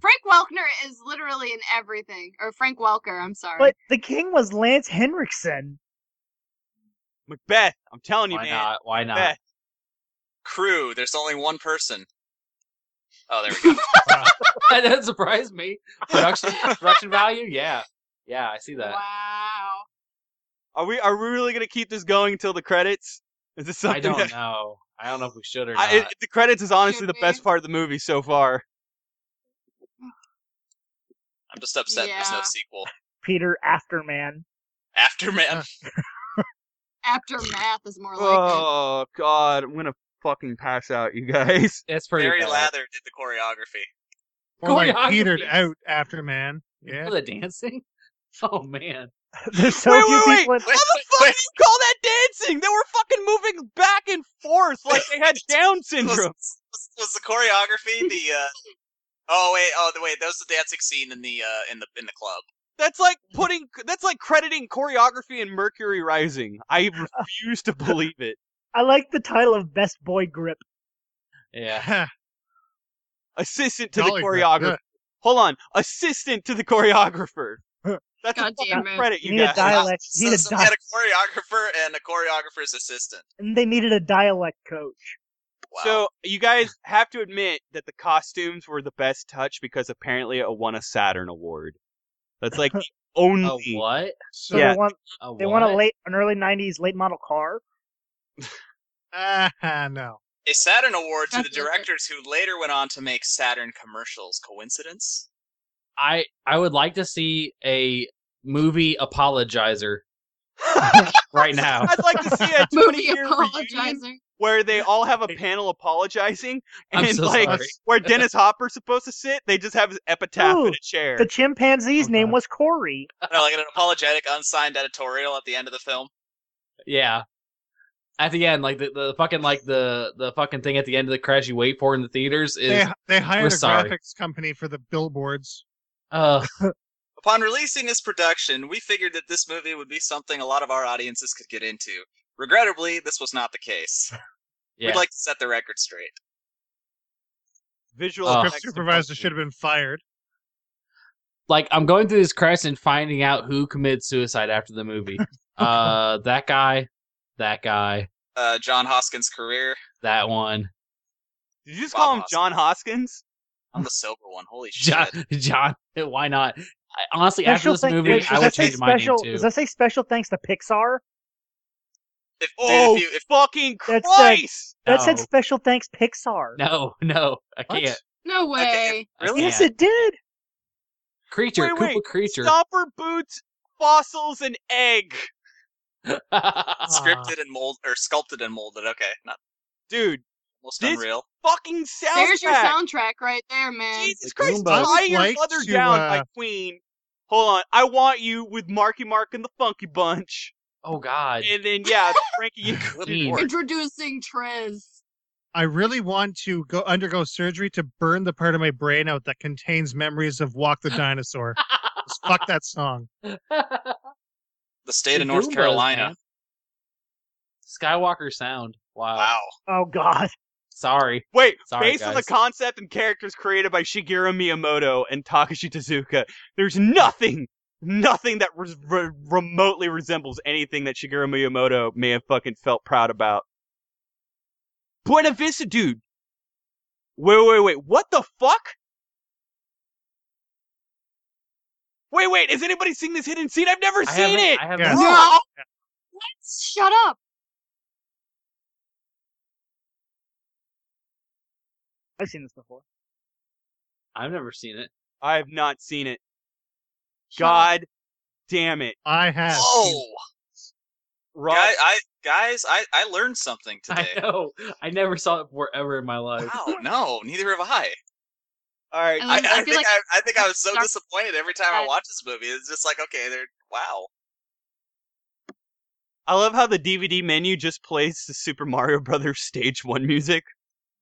S3: Frank Welker is literally in everything, or Frank Welker. I'm sorry.
S4: but the king was Lance Henriksen.
S1: Macbeth, I'm telling you,
S6: Why
S1: man.
S6: not? Why not?
S1: Macbeth.
S7: Crew, there's only one person. Oh, there we go.
S6: that doesn't surprise me. Production production value? Yeah. Yeah, I see that.
S3: wow.
S1: Are we are we really gonna keep this going until the credits? Is this something?
S6: I don't
S1: that-
S6: know. I don't know if we should or not.
S1: I, it- the credits is honestly
S3: Should
S1: the
S3: we?
S1: best part of the movie so far.
S7: I'm just upset there's no
S3: Yeah.
S7: sequel.
S4: Peter Afterman.
S7: Afterman.
S3: Aftermath is more like it.
S1: Oh god, I'm gonna fucking pass out, you guys.
S6: it's pretty
S7: Barry
S6: bad.
S7: Lather did the choreography.
S5: Or like
S6: Choreography.
S5: petered out after man.
S6: For
S5: Yeah.
S6: the dancing? Oh man.
S4: There's so
S1: Wait,
S4: few
S1: wait, wait.
S4: people. in-
S1: How the fuck do you call that dancing? They were fucking moving back and forth like they had Down
S7: Was,
S1: syndrome.
S7: was, was the choreography the? Uh... Oh wait, oh wait, that was the dancing scene in the uh, in the in the club.
S1: That's like putting. That's like crediting choreography in Mercury Rising. I refuse to believe it.
S4: I like the title of Best Boy Grip.
S6: Yeah.
S1: Assistant to the
S5: Dolly Grip,
S1: choreographer.
S5: yeah.
S1: Hold on, assistant to the choreographer. That's
S3: God
S1: a
S3: damn
S1: fucking
S3: it.
S1: credit,
S4: You
S1: you
S4: need a
S1: guys.
S4: dialect.
S7: So,
S4: You need a
S7: so we had
S4: dialect.
S7: a choreographer and a choreographer's assistant.
S4: And they needed a dialect coach.
S7: Wow.
S1: So you guys have to admit that the costumes were the best touch because apparently it won a Saturn award. That's like the only.
S6: A what?
S4: So
S5: So,
S1: Yeah.
S4: they want
S6: A
S4: they want a
S6: what?
S4: late an early '90s late model car.
S5: ah, no.
S7: a Saturn award to the
S3: That's it.
S7: directors who later went on to make Saturn commercials. Coincidence?
S6: I I would like to see a movie apologizer right now.
S1: I'd like to see a
S3: Movie
S1: 20-year reunion
S3: apologizing.
S1: where they all have a panel apologizing,
S6: I'm
S1: and
S6: so
S1: like
S6: sorry.
S1: where Dennis Hopper's supposed to sit, they just have his epitaph
S4: Ooh,
S1: in a chair.
S4: The chimpanzee's
S6: Oh,
S4: name
S6: God.
S4: was Corey.
S6: Uh-huh.
S7: No, like an apologetic, unsigned editorial at the end of the film.
S6: Yeah. At the end, like the, the fucking like the the fucking thing at the end of the crash you wait for in the theaters
S5: They
S6: is
S5: they hired a
S6: sorry.
S5: graphics company for the billboards.
S6: uh
S7: Upon releasing this production, we figured that this movie would be something a lot of our audiences could get into. Regrettably, this was not the case.
S6: yeah.
S7: We'd like to set the record straight.
S1: Visual
S6: Uh,
S5: Script
S1: effects
S5: supervisor
S1: department.
S5: should have been fired.
S6: like I'm going through this crash and finding out who committed suicide after the movie. uh that guy, that guy,
S7: Uh, John Hoskins' career.
S6: that one.
S1: Did you just
S7: Bob
S1: call him
S7: Hoskins.
S1: John Hoskins?
S7: I'm the sober one. Holy shit.
S6: John, John why not? I, honestly, after this
S4: thank-
S6: movie,
S4: wait,
S6: I
S4: does
S6: would
S4: that say
S6: change my name
S4: special-
S6: too.
S4: Does that say special thanks to Pixar?
S7: If,
S1: Oh,
S7: dude, if you, if,
S1: fucking
S4: That's
S1: Christ!
S6: no,
S4: That said special thanks Pixar.
S6: no, no, I
S5: What?
S6: can't.
S3: No way.
S7: really?
S4: Yes, it did.
S6: Creature,
S1: Wait, wait,
S6: Koopa creature.
S1: Stopper boots, fossils, and egg.
S6: Oh, Ah.
S7: Scripted and mold or sculpted and molded. Okay, not
S1: Dude,
S7: most
S1: This-
S7: unreal.
S1: fucking soundtrack.
S3: There's your soundtrack right there, man.
S1: Jesus
S6: Like
S1: Christ,
S6: Roomba.
S1: tie
S5: I would
S1: your
S5: like
S1: mother
S5: to,
S1: down,
S5: uh,
S1: my queen. Hold on, I want you with Marky Mark and the Funky Bunch,
S6: oh God.
S1: and then yeah, Frankie. and-
S7: Good
S6: Jeez.
S7: lord.
S3: Introducing Trez.
S5: I really want to go undergo surgery to burn the part of my brain out that contains memories of Walk the Dinosaur. Just fuck that song.
S7: The state
S6: The
S7: of North
S6: Goombas,
S7: Carolina.
S6: man. Skywalker sound. Wow.
S7: Wow.
S4: Oh God.
S6: Sorry.
S1: Wait,
S6: Sorry,
S1: based on the
S6: guys.
S1: concept and characters created by Shigeru Miyamoto and Takashi Tezuka, there's nothing, nothing that res- re- remotely resembles anything that Shigeru Miyamoto may have fucking felt proud about. Buena Vista, dude. Wait, wait, wait. What the fuck? Wait, wait. Has anybody seen this hidden scene? I've never
S6: I
S1: seen
S6: haven't-
S1: it.
S6: I haven't.
S5: Yes.
S3: No. What? Shut up.
S4: I've seen this before.
S6: I've never seen it.
S1: I have not seen it.
S3: Shut up.
S1: God damn it.
S5: I have.
S7: Oh,
S1: Rob,
S7: guys, I, guys, I, I learned something
S6: I
S7: today.
S6: know. I never saw it before ever in my life.
S7: Wow, no, neither have I.
S1: all right.
S7: I,
S3: I
S7: I
S3: feel
S7: think
S3: like-
S7: I, I think I was so
S3: Dark-
S7: disappointed every time I
S3: Uh,
S7: watched this movie. It's just like, okay, they're wow.
S1: I love how the DVD menu just plays the Super Mario Brothers Stage 1 music.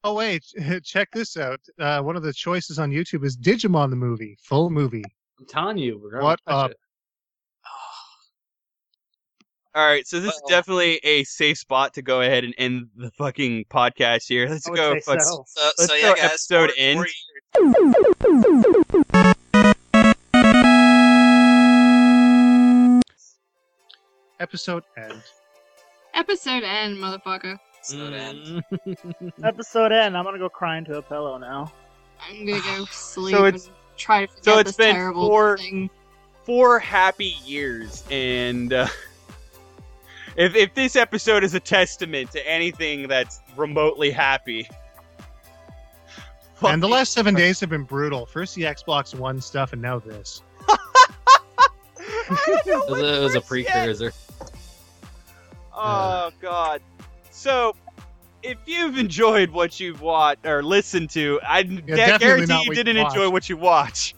S5: Oh wait, check this out. Uh, one of the choices on YouTube is Digimon the movie, full movie.
S6: I'm telling you, we're gonna
S5: What
S6: watch
S5: up?
S6: it.
S1: All right, so this is
S7: Uh-oh.
S1: definitely a safe spot to go ahead and end the fucking podcast here. Let's
S4: I would
S1: go.
S4: say
S1: fuck-
S4: so.
S7: So,
S1: Let's
S7: so yeah,
S1: throw
S7: guys,
S1: episode
S7: four-
S1: in.
S7: four years.
S5: Episode end.
S3: Episode end, motherfucker.
S7: Episode
S1: Mm-hmm.
S7: end.
S6: Mm.
S4: Episode end. I'm gonna go cry into a pillow now.
S3: I'm gonna go sleep
S1: it's-
S3: and try to forget
S1: so it's
S3: this
S1: been
S3: terrible
S1: four-
S3: thing.
S1: Four happy years, and uh, if if this episode is a testament to anything that's remotely happy,
S5: And the
S1: fucking-
S5: last seven days have been brutal. First the Xbox One stuff, and now this.
S1: I don't know
S6: It was a, it was a precursor.
S1: Oh God! So, if you've enjoyed what you've watched or listened to, I
S5: definitely
S1: guarantee
S5: not
S1: you
S5: what you
S1: didn't enjoy
S5: watched.
S1: what you watch.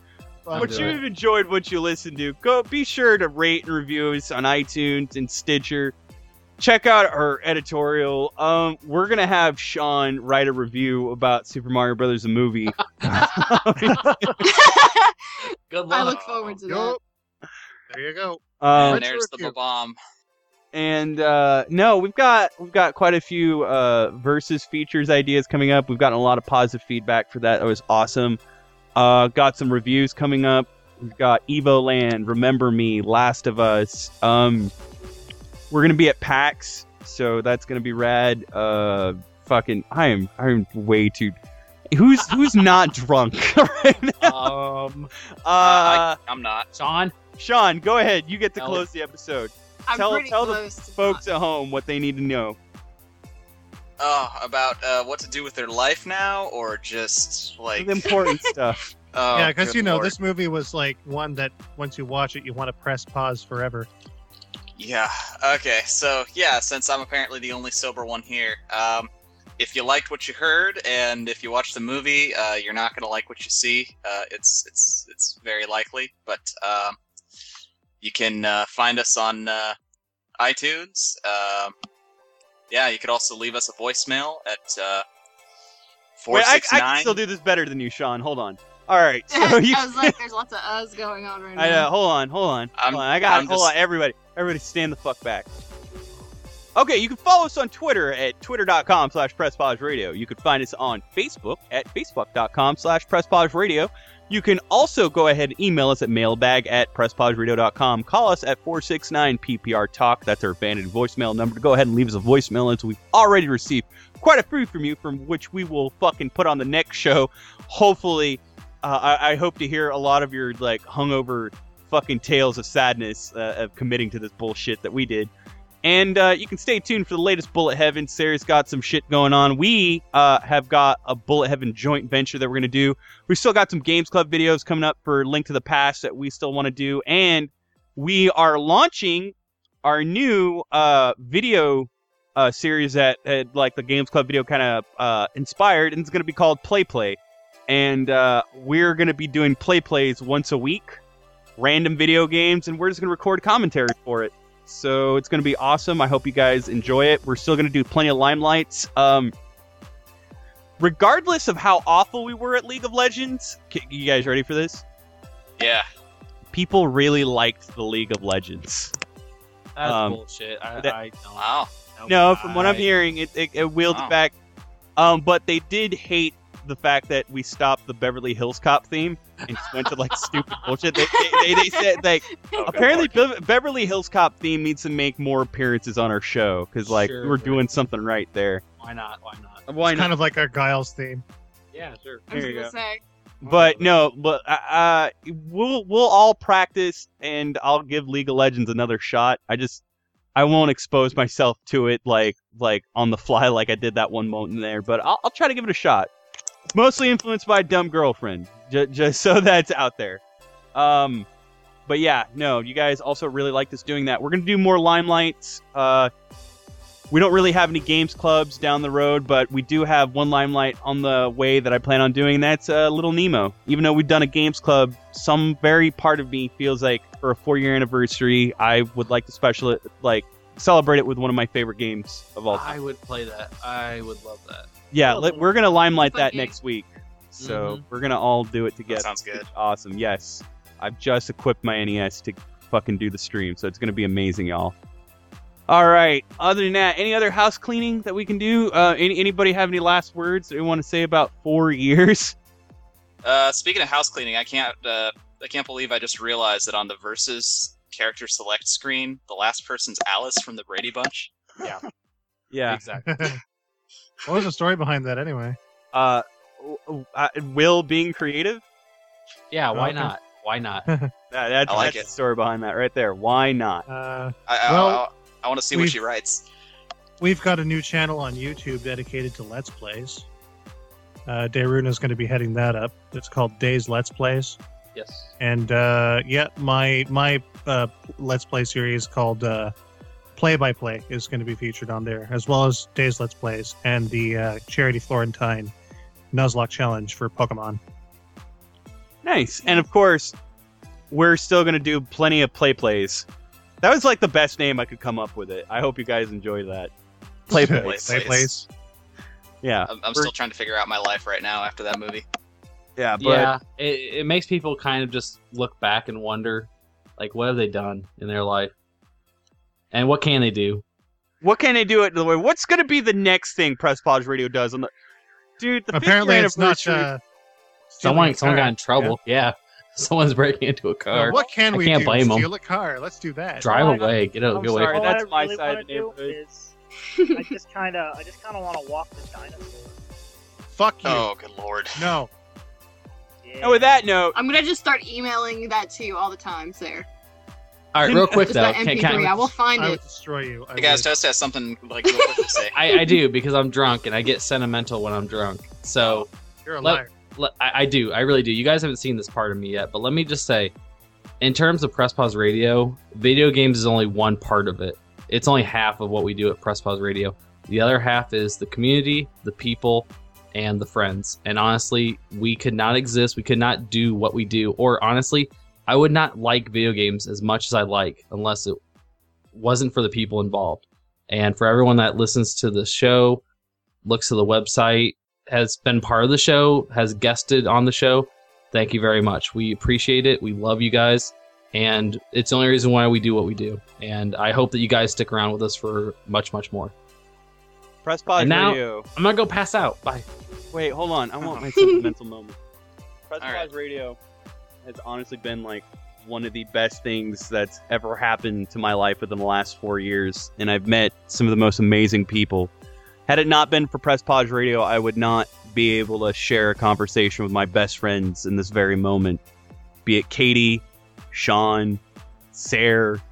S6: I'll
S1: But
S6: do
S1: you've enjoyed what you listened to. Go, be sure to rate and review us on iTunes and Stitcher. Check out our editorial. Um, we're gonna have Sean write a review about Super Mario Brothers the movie.
S6: Good luck.
S3: I look forward to that.
S5: Yup. There you go.
S1: Um,
S5: Rich
S7: and there's the
S5: review.
S7: bomb.
S1: and uh, no, we've got we've got quite a few uh, versus features ideas coming up. We've gotten a lot of positive feedback for that. That was awesome. Uh, got some reviews coming up. We've got Evo Land, Remember Me, Last of Us. Um, we're gonna be at PAX, so that's gonna be rad. Uh, fucking, I am I'm way too. Who's who's not drunk? uh,
S6: Um,
S7: Uh, I- I'm not.
S6: Sean,
S1: Sean, go ahead. You get to
S6: No.
S1: close the episode.
S3: I'm
S1: Tell-
S3: pretty
S1: tell the
S3: close to
S1: Folks at home, what they need to know.
S7: Oh, about uh, what to do with their life now, or just like
S1: The important stuff.
S7: oh,
S5: yeah, because
S7: good
S5: you know
S7: lord.
S5: this movie was like one that once you watch it, you want to press pause forever.
S7: Yeah. Okay. So yeah, since I'm apparently the only sober one here, um, if you liked what you heard, and if you watch the movie, uh, you're not gonna like what you see. Uh, it's it's it's very likely. But um, you can uh, find us on uh, iTunes. Um, yeah, you could also leave us a voicemail at uh, four
S1: Wait, I,
S7: six
S1: I can
S7: nine.
S1: still do this better than you, Sean. Hold on. All right. So
S3: that.
S1: you,
S3: I was like, there's lots of us going on right now.
S1: I know. Hold on. Hold on.
S7: I'm-
S1: hold on. I got.
S7: I'm
S1: it. hold
S7: just-
S1: on. Everybody. Everybody, stand the fuck back. Okay, you can follow us on Twitter at twitter.com slash presspodradio. You can find us on Facebook at facebook.com slash presspodradio. You can also go ahead and email us at mailbag at presspodradio.com. Call us at 469-PPR-TALK. That's our banded voicemail number. Go ahead and leave us a voicemail as we've already received quite a few from you, from which we will fucking put on the next show. Hopefully, uh, I, I hope to hear a lot of your like hungover fucking tales of sadness uh, of committing to this bullshit that we did. And uh, you can stay tuned for the latest Bullet Heaven. Sarah's got some shit going on. We uh, have got a Bullet Heaven joint venture that we're going to do. We've still got some Games Club videos coming up for Link to the Past that we still want to do. And we are launching our new uh, video uh, series that uh, like the Games Club video kind of uh, inspired. And it's going to be called Play Play. And uh, we're going to be doing Play Plays once a week, random video games, and we're just going to record commentary for it. So it's going to be awesome. I hope you guys enjoy it. We're still going to do plenty of limelights. Um, regardless of how awful we were at League of Legends, K- you guys ready for this?
S7: Yeah.
S1: People really liked the League of Legends.
S6: That's
S1: Um,
S6: bullshit. I,
S1: that-
S6: I don't.
S7: Wow.
S1: Oh No, from what I'm
S6: I-
S1: hearing, it, it, it wheeled
S7: Wow.
S1: it back. Um, but they did hate the fact that we stopped the Beverly Hills Cop theme and just went to like stupid bullshit. They, they, they, they said like
S7: Oh, good
S1: apparently
S7: lord.
S1: Bev- Beverly Hills Cop theme needs to make more appearances on our show because like
S6: Sure.
S1: we're doing something right there.
S6: Why not? Why not?
S1: Why
S5: It's kind of like our Giles theme.
S6: Yeah, sure.
S3: I was gonna say.
S1: But no, but uh, uh, we'll we'll all practice, and I'll give League of Legends another shot. I just I won't expose myself to it like like on the fly like I did that one moment there, but I'll, I'll try to give it a shot. Mostly influenced by dumb girlfriend, j- just so that's out there. Um, but yeah, no, you guys also really liked us doing that. We're gonna do more limelights. Uh, we don't really have any games clubs down the road, but we do have one limelight on the way that I plan on doing. and That's uh, Little Nemo. Even though we've done a games club, some very part of me feels like for a four-year anniversary, I would like to special it, like celebrate it with one of my favorite games of all time.
S6: I would play that. I would love that.
S1: Yeah, let, we're gonna limelight
S3: Fun
S1: that
S3: game.
S1: next week, so we're gonna all do it together.
S7: sounds good.
S1: Awesome. Yes, I've just equipped my NES to fucking do the stream, so it's gonna be amazing, y'all. All right. Other than that, any other house cleaning that we can do? Uh, any, anybody have any last words that we want to say about four years?
S7: Uh, speaking of house cleaning, I can't. Uh, I can't believe I just realized that on the versus character select screen, the last person's Alice from the Brady Bunch.
S1: Yeah.
S6: Exactly.
S5: What was the story behind that anyway?
S1: Uh, w- w- uh, Will being creative.
S6: Yeah. Why
S5: Okay.
S6: not? Why not?
S1: That, that's
S7: I like
S1: that's
S7: it.
S1: the story behind that right there. Why not?
S5: Uh,
S7: I I,
S5: Well,
S7: I, I want to see what
S5: we've-
S7: she writes.
S5: we've got a new channel on YouTube dedicated to Let's Plays. Uh, Darun is going to be heading that up. It's called Days Let's Plays.
S6: Yes.
S5: and uh, yeah, my my uh, Let's Play series called uh, Play by Play is going to be featured on there, as well as Days Let's Plays and the uh, Charity Florentine Nuzlocke Challenge for Pokemon.
S1: Nice. And of course, we're still going to do plenty of play plays. That was like the best name I could come up with it. I hope you guys enjoy that. Play
S5: Play
S1: plays.
S7: Plays.
S5: Plays.
S1: Yeah.
S7: I'm, I'm still trying to figure out my life right now after that movie.
S1: Yeah, but
S6: yeah. It, it makes people kind of just look back and wonder, like, what have they done in their life, and what can they do?
S1: what can they do it the way? What's going to be the next thing Press Pause Radio does on the Dude, the fifth
S5: Apparently,
S1: year
S5: it's not.
S1: anniversary-
S5: Uh, stealing
S6: Someone,
S5: a
S6: someone
S5: car.
S6: got in trouble. Yeah. Someone's breaking into a
S5: Now,
S6: car.
S5: what can
S6: I
S5: we
S6: can't
S5: do?
S6: blame 'em.
S5: Steal a car. Let's do that.
S6: Drive
S4: Well, I-
S6: away. Get out.
S4: I'm
S6: Get away. Oh,
S1: sorry,
S4: All
S1: that's
S4: I
S1: my
S4: really
S1: side
S4: wanna
S1: of the neighborhood.
S4: do is- I just kind of, I just kind of want to walk the dinosaur.
S5: Fuck you.
S7: Oh, good lord.
S5: No. uh,
S4: Yeah.
S6: Oh,
S1: And with that note,
S3: I'm gonna just start emailing that to you all the time, Sarah.
S6: All right, real quick
S3: Just
S6: though.
S3: that
S6: Can,
S3: MP3.
S6: can
S3: I
S6: I,
S3: will find
S5: I
S3: it.
S5: would destroy you. I
S7: Hey guys,
S5: would.
S7: Toast has something like real quick to say.
S6: I, I do because I'm drunk and I get sentimental when I'm drunk. So
S5: You're a
S6: let-
S5: liar.
S6: le- I, I do. I really do. You guys haven't seen this part of me yet, but let me just say, in terms of Press Pause Radio, video games is only one part of it. It's only half of what we do at Press Pause Radio. The other half is the community, the people, and the friends. And honestly, we could not exist. We could not do what we do. Or honestly, I would not like video games as much as I like unless it wasn't for the people involved. And for everyone that listens to the show, looks to the website, has been part of the show, has guested on the show, thank you very much. We appreciate it. We love you guys. And it's the only reason why we do what we do. And I hope that you guys stick around with us for much, much more.
S1: Press Pause
S6: And now-
S1: Radio.
S6: I'm going to go pass out. Bye.
S1: Wait, hold on. I want my sentimental moment. Press Pause
S7: All right.
S1: Radio has honestly been like one of the best things that's ever happened to my life within the last four years, and I've met some of the most amazing people. Had it not been for Press Podge Radio, I would not be able to share a conversation with my best friends in this very moment, be it Katie, Sean, Sarah,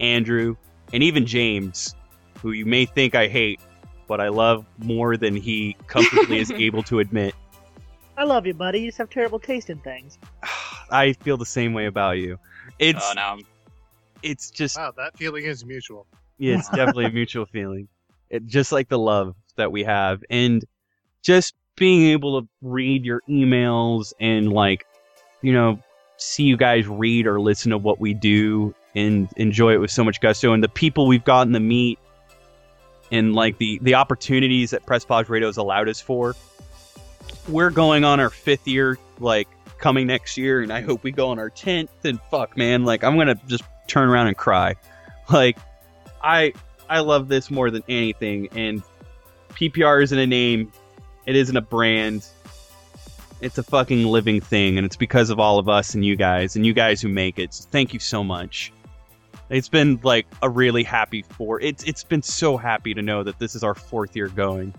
S1: Andrew, and even James, who you may think I hate, but I love more than he comfortably is able to admit.
S4: I love you, buddy. You just have terrible taste in things.
S1: I feel the same way about you. It's
S7: Oh, now I'm
S1: it's just
S5: Wow, that feeling is mutual.
S1: yeah, it's definitely a mutual feeling. It, just like the love that we have and just being able to read your emails and like you know see you guys read or listen to what we do and enjoy it with so much gusto and the people we've gotten to meet and like the the opportunities that press pause radio has allowed us for we're going on our fifth year like coming next year and i hope we go on our 10th and fuck man like i'm gonna just turn around and cry like i i love this more than anything and ppr isn't a name it isn't a brand it's a fucking living thing and it's because of all of us and you guys and you guys who make it so thank you so much it's been like a really happy four it's it's been so happy to know that this is our fourth year going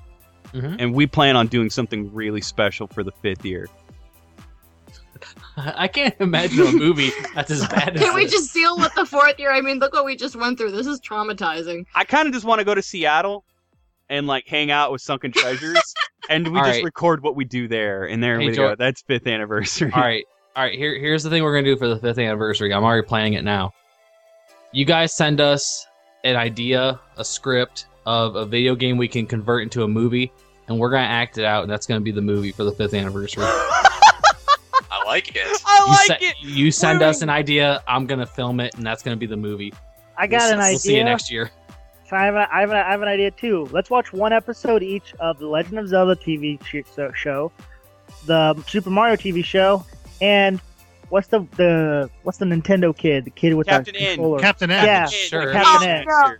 S6: Mhm.
S1: and we plan on doing something really special for the fifth year
S6: I can't imagine a movie that's as bad as
S3: Can we
S6: this.
S3: just deal with the fourth year? I mean, look what we just went through. This is traumatizing.
S1: i kind of just want to go to seattle and like hang out with sunken treasures and we
S6: All
S1: just
S6: right.
S1: record what we do there and there
S6: Hey,
S1: we
S6: Jor-
S1: go that's fifth anniversary
S6: All right, all right. Here, here's the thing we're gonna do for the fifth anniversary. I'm already planning it now. You guys send us an idea, a script of a video game we can convert into a movie, and we're gonna act it out, and that's gonna be the movie for the fifth anniversary.
S7: I like it.
S1: i
S6: you
S1: like
S6: se-
S1: it
S6: You send
S1: Wait,
S6: us an idea. I'm gonna film it, and that's gonna be the movie.
S4: I got an
S6: we'll,
S4: idea.
S6: We'll see you next year.
S4: So I have, a, I, have a, I have an idea too. Let's watch one episode each of the Legend of Zelda TV sh- so- show, the Super Mario TV show, and what's the the what's the Nintendo kid? The kid with
S1: Captain
S4: the
S1: N.
S4: controller.
S5: Captain N.
S4: Yeah.
S6: Sure.
S4: Captain
S1: Next
S3: N.
S1: year.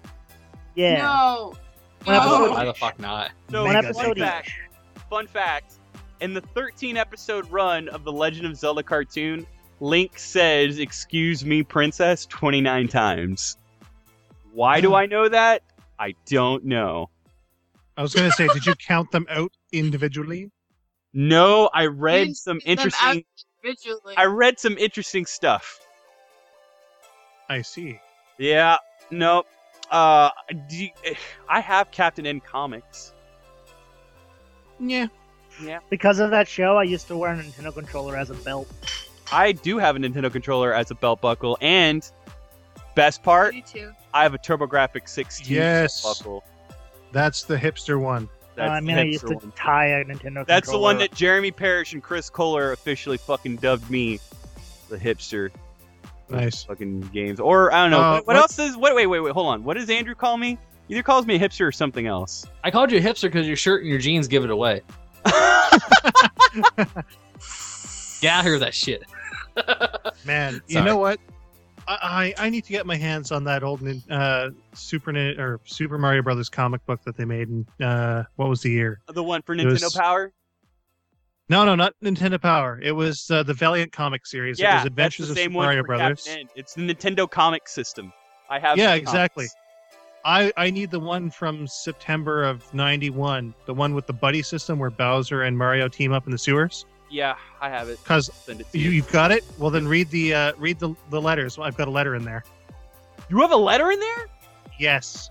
S4: yeah.
S3: No.
S4: One
S1: Oh.
S4: episode
S6: Why the fuck not?
S1: So
S4: One
S5: Mega
S4: episode
S1: fun fact,
S4: each.
S1: fun fact, in the 13 episode run of the Legend of Zelda cartoon, Link says, "Excuse me, princess," 29 times. Why
S6: Hmm.
S1: do I know that? I don't know.
S5: I was gonna say, did you count them out individually?
S1: No, I read
S3: didn't
S1: some
S3: see them
S1: interesting
S3: Visually.
S1: I read some interesting stuff.
S5: I see.
S1: Yeah, no. Uh do you- I have Captain N comics.
S5: Yeah.
S4: Because of that show, I used to wear a Nintendo controller as a belt. Uh,
S1: I do have a Nintendo controller as a belt buckle and best part,
S3: Me too.
S1: I have a TurboGrafx 16
S5: Yes.
S1: buckle.
S5: That's the hipster one.
S4: Uh, I mean,
S1: the
S4: I used
S1: hipster
S4: to
S1: one.
S4: tie a Nintendo.
S1: That's the one
S4: controller.
S1: that Jeremy Parrish and Chris Kohler officially fucking dubbed me the hipster. of
S5: Nice.
S1: Fucking games. Or I don't know.
S5: Uh,
S1: what,
S5: what-
S1: else is wait wait wait wait hold on. What does Andrew call me? Either calls me a hipster or something else.
S6: I called you a hipster because your shirt and your jeans give it away. Get out of here with that shit.
S5: Man, you
S6: Sorry.
S5: know what? I, I I need to get my hands on that old Nin- uh, Super Nin- or Super Mario Brothers comic book that they made in uh, what was the year?
S1: The one for
S5: It
S1: Nintendo
S5: was-
S1: Power?
S5: No, no, not Nintendo Power. It was uh, the Valiant comic series. it
S1: Yeah.
S5: was Adventures
S1: that's the
S5: of
S1: same
S5: Super
S1: one
S5: Mario
S1: for
S5: Brothers.
S1: Captain N. It's the Nintendo comic system. I have
S5: Yeah,
S1: the comics.
S5: exactly. I I need the one from September of '91, the one with the buddy system where Bowser and Mario team up in the sewers.
S1: Yeah, I have it.
S5: Because
S1: Send it to
S5: you,
S1: you.
S5: you've got it. Well, then read the uh, read the, the letters. I've got a letter in there.
S1: You have a letter in there?
S5: Yes,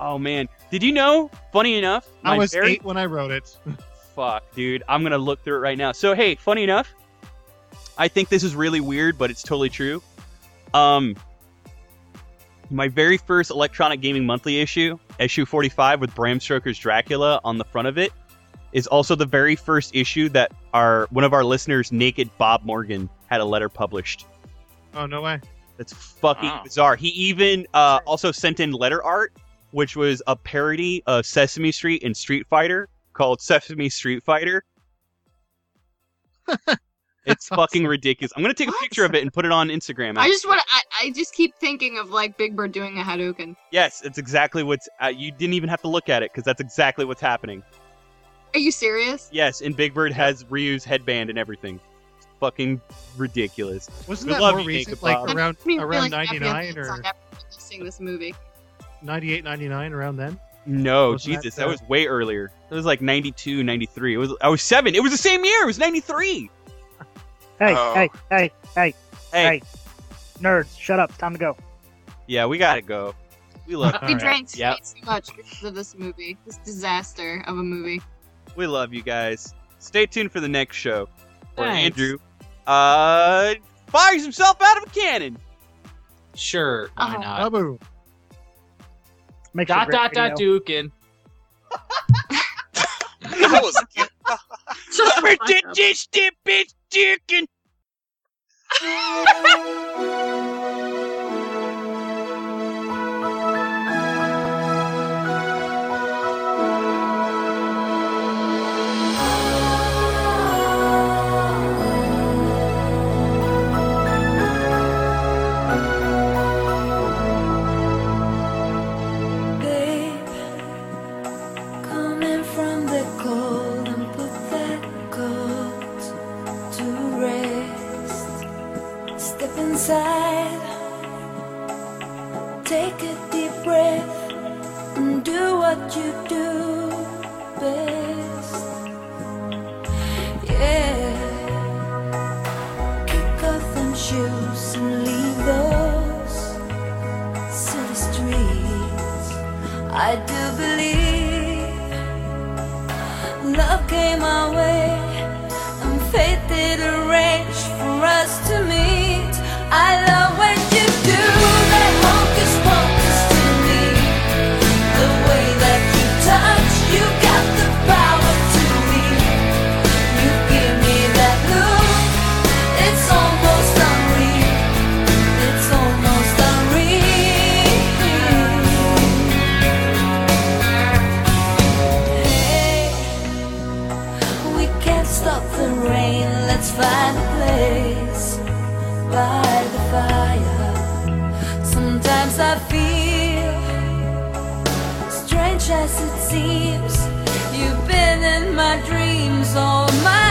S1: Oh man. Did you know? Funny enough,
S5: I
S1: my
S5: was
S1: very
S5: eight when I wrote it.
S1: Fuck, dude. I'm gonna look through it right now. So hey, funny enough, I think this is really weird, but it's totally true. Um my very first electronic gaming monthly issue, issue 45 with Bram Stoker's Dracula on the front of it, is also the very first issue that our one of our listeners, Naked Bob Morgan, had a letter published.
S5: Oh no way.
S1: That's fucking
S7: Wow.
S1: bizarre. He even uh, also sent in letter art, which was a parody of Sesame Street and Street Fighter called Sesame Street Fighter. it's fucking ridiculous. I'm gonna take a
S3: What?
S1: picture of it and put it on Instagram.
S3: I
S1: after.
S3: just want to. I, I just keep thinking of like Big Bird doing a Hadouken.
S1: yes, it's exactly what's. Uh, you didn't even have to look at it because that's exactly what's happening.
S3: Are you serious?
S1: Yes, and Big Bird has Ryu's headband and everything. It's fucking ridiculous.
S5: Wasn't
S1: We
S5: that
S1: love
S5: more
S1: you,
S5: recent,
S1: Jacob
S5: like
S1: Bob.
S5: around
S3: I mean,
S5: around
S3: really happy on
S5: ninety nine
S3: the
S5: or
S3: inside after seeing this movie.
S5: ninety eight, ninety nine, around then?
S1: No,
S5: Wasn't that
S1: Jesus, that,
S5: the-
S1: was way earlier. It was like 92, 93. It was I was seven. It was the same year. It was 93.
S4: Hey,
S7: Oh.
S4: hey, hey,
S1: Hey,
S4: Hey. nerds, shut up. It's time to go.
S1: yeah, we gotta go. We love,
S5: All
S3: we
S5: right.
S3: drank way
S1: Yep.
S3: too much because of this movie. This disaster of a movie.
S1: we love you guys. Stay tuned for the next show where
S6: Thanks.
S1: Andrew uh fires himself out of a cannon.
S6: Sure, why
S3: Oh.
S6: not?
S5: Abu.
S4: Make sure
S6: Dot
S4: great
S6: dot dot
S4: video.
S6: Dukin.
S7: That was cute.
S1: Oh
S3: Shut the fuck up.
S1: bitch, chicken.
S8: Babe, coming from the cold and put that coat to rest. Step inside, take a deep breath, and do what you do best. Yeah, kick off them shoes and leave those to the streets. I do believe love came our way and fate did arrange for us to meet. I love what you do that hocus pocus to me. The way that you touch, you got the power to me. You give me that look, it's almost unreal. It's almost unreal. Hey, we can't stop the rain. Let's find a place by the fire. Sometimes I feel strange as it seems. You've been in my dreams all my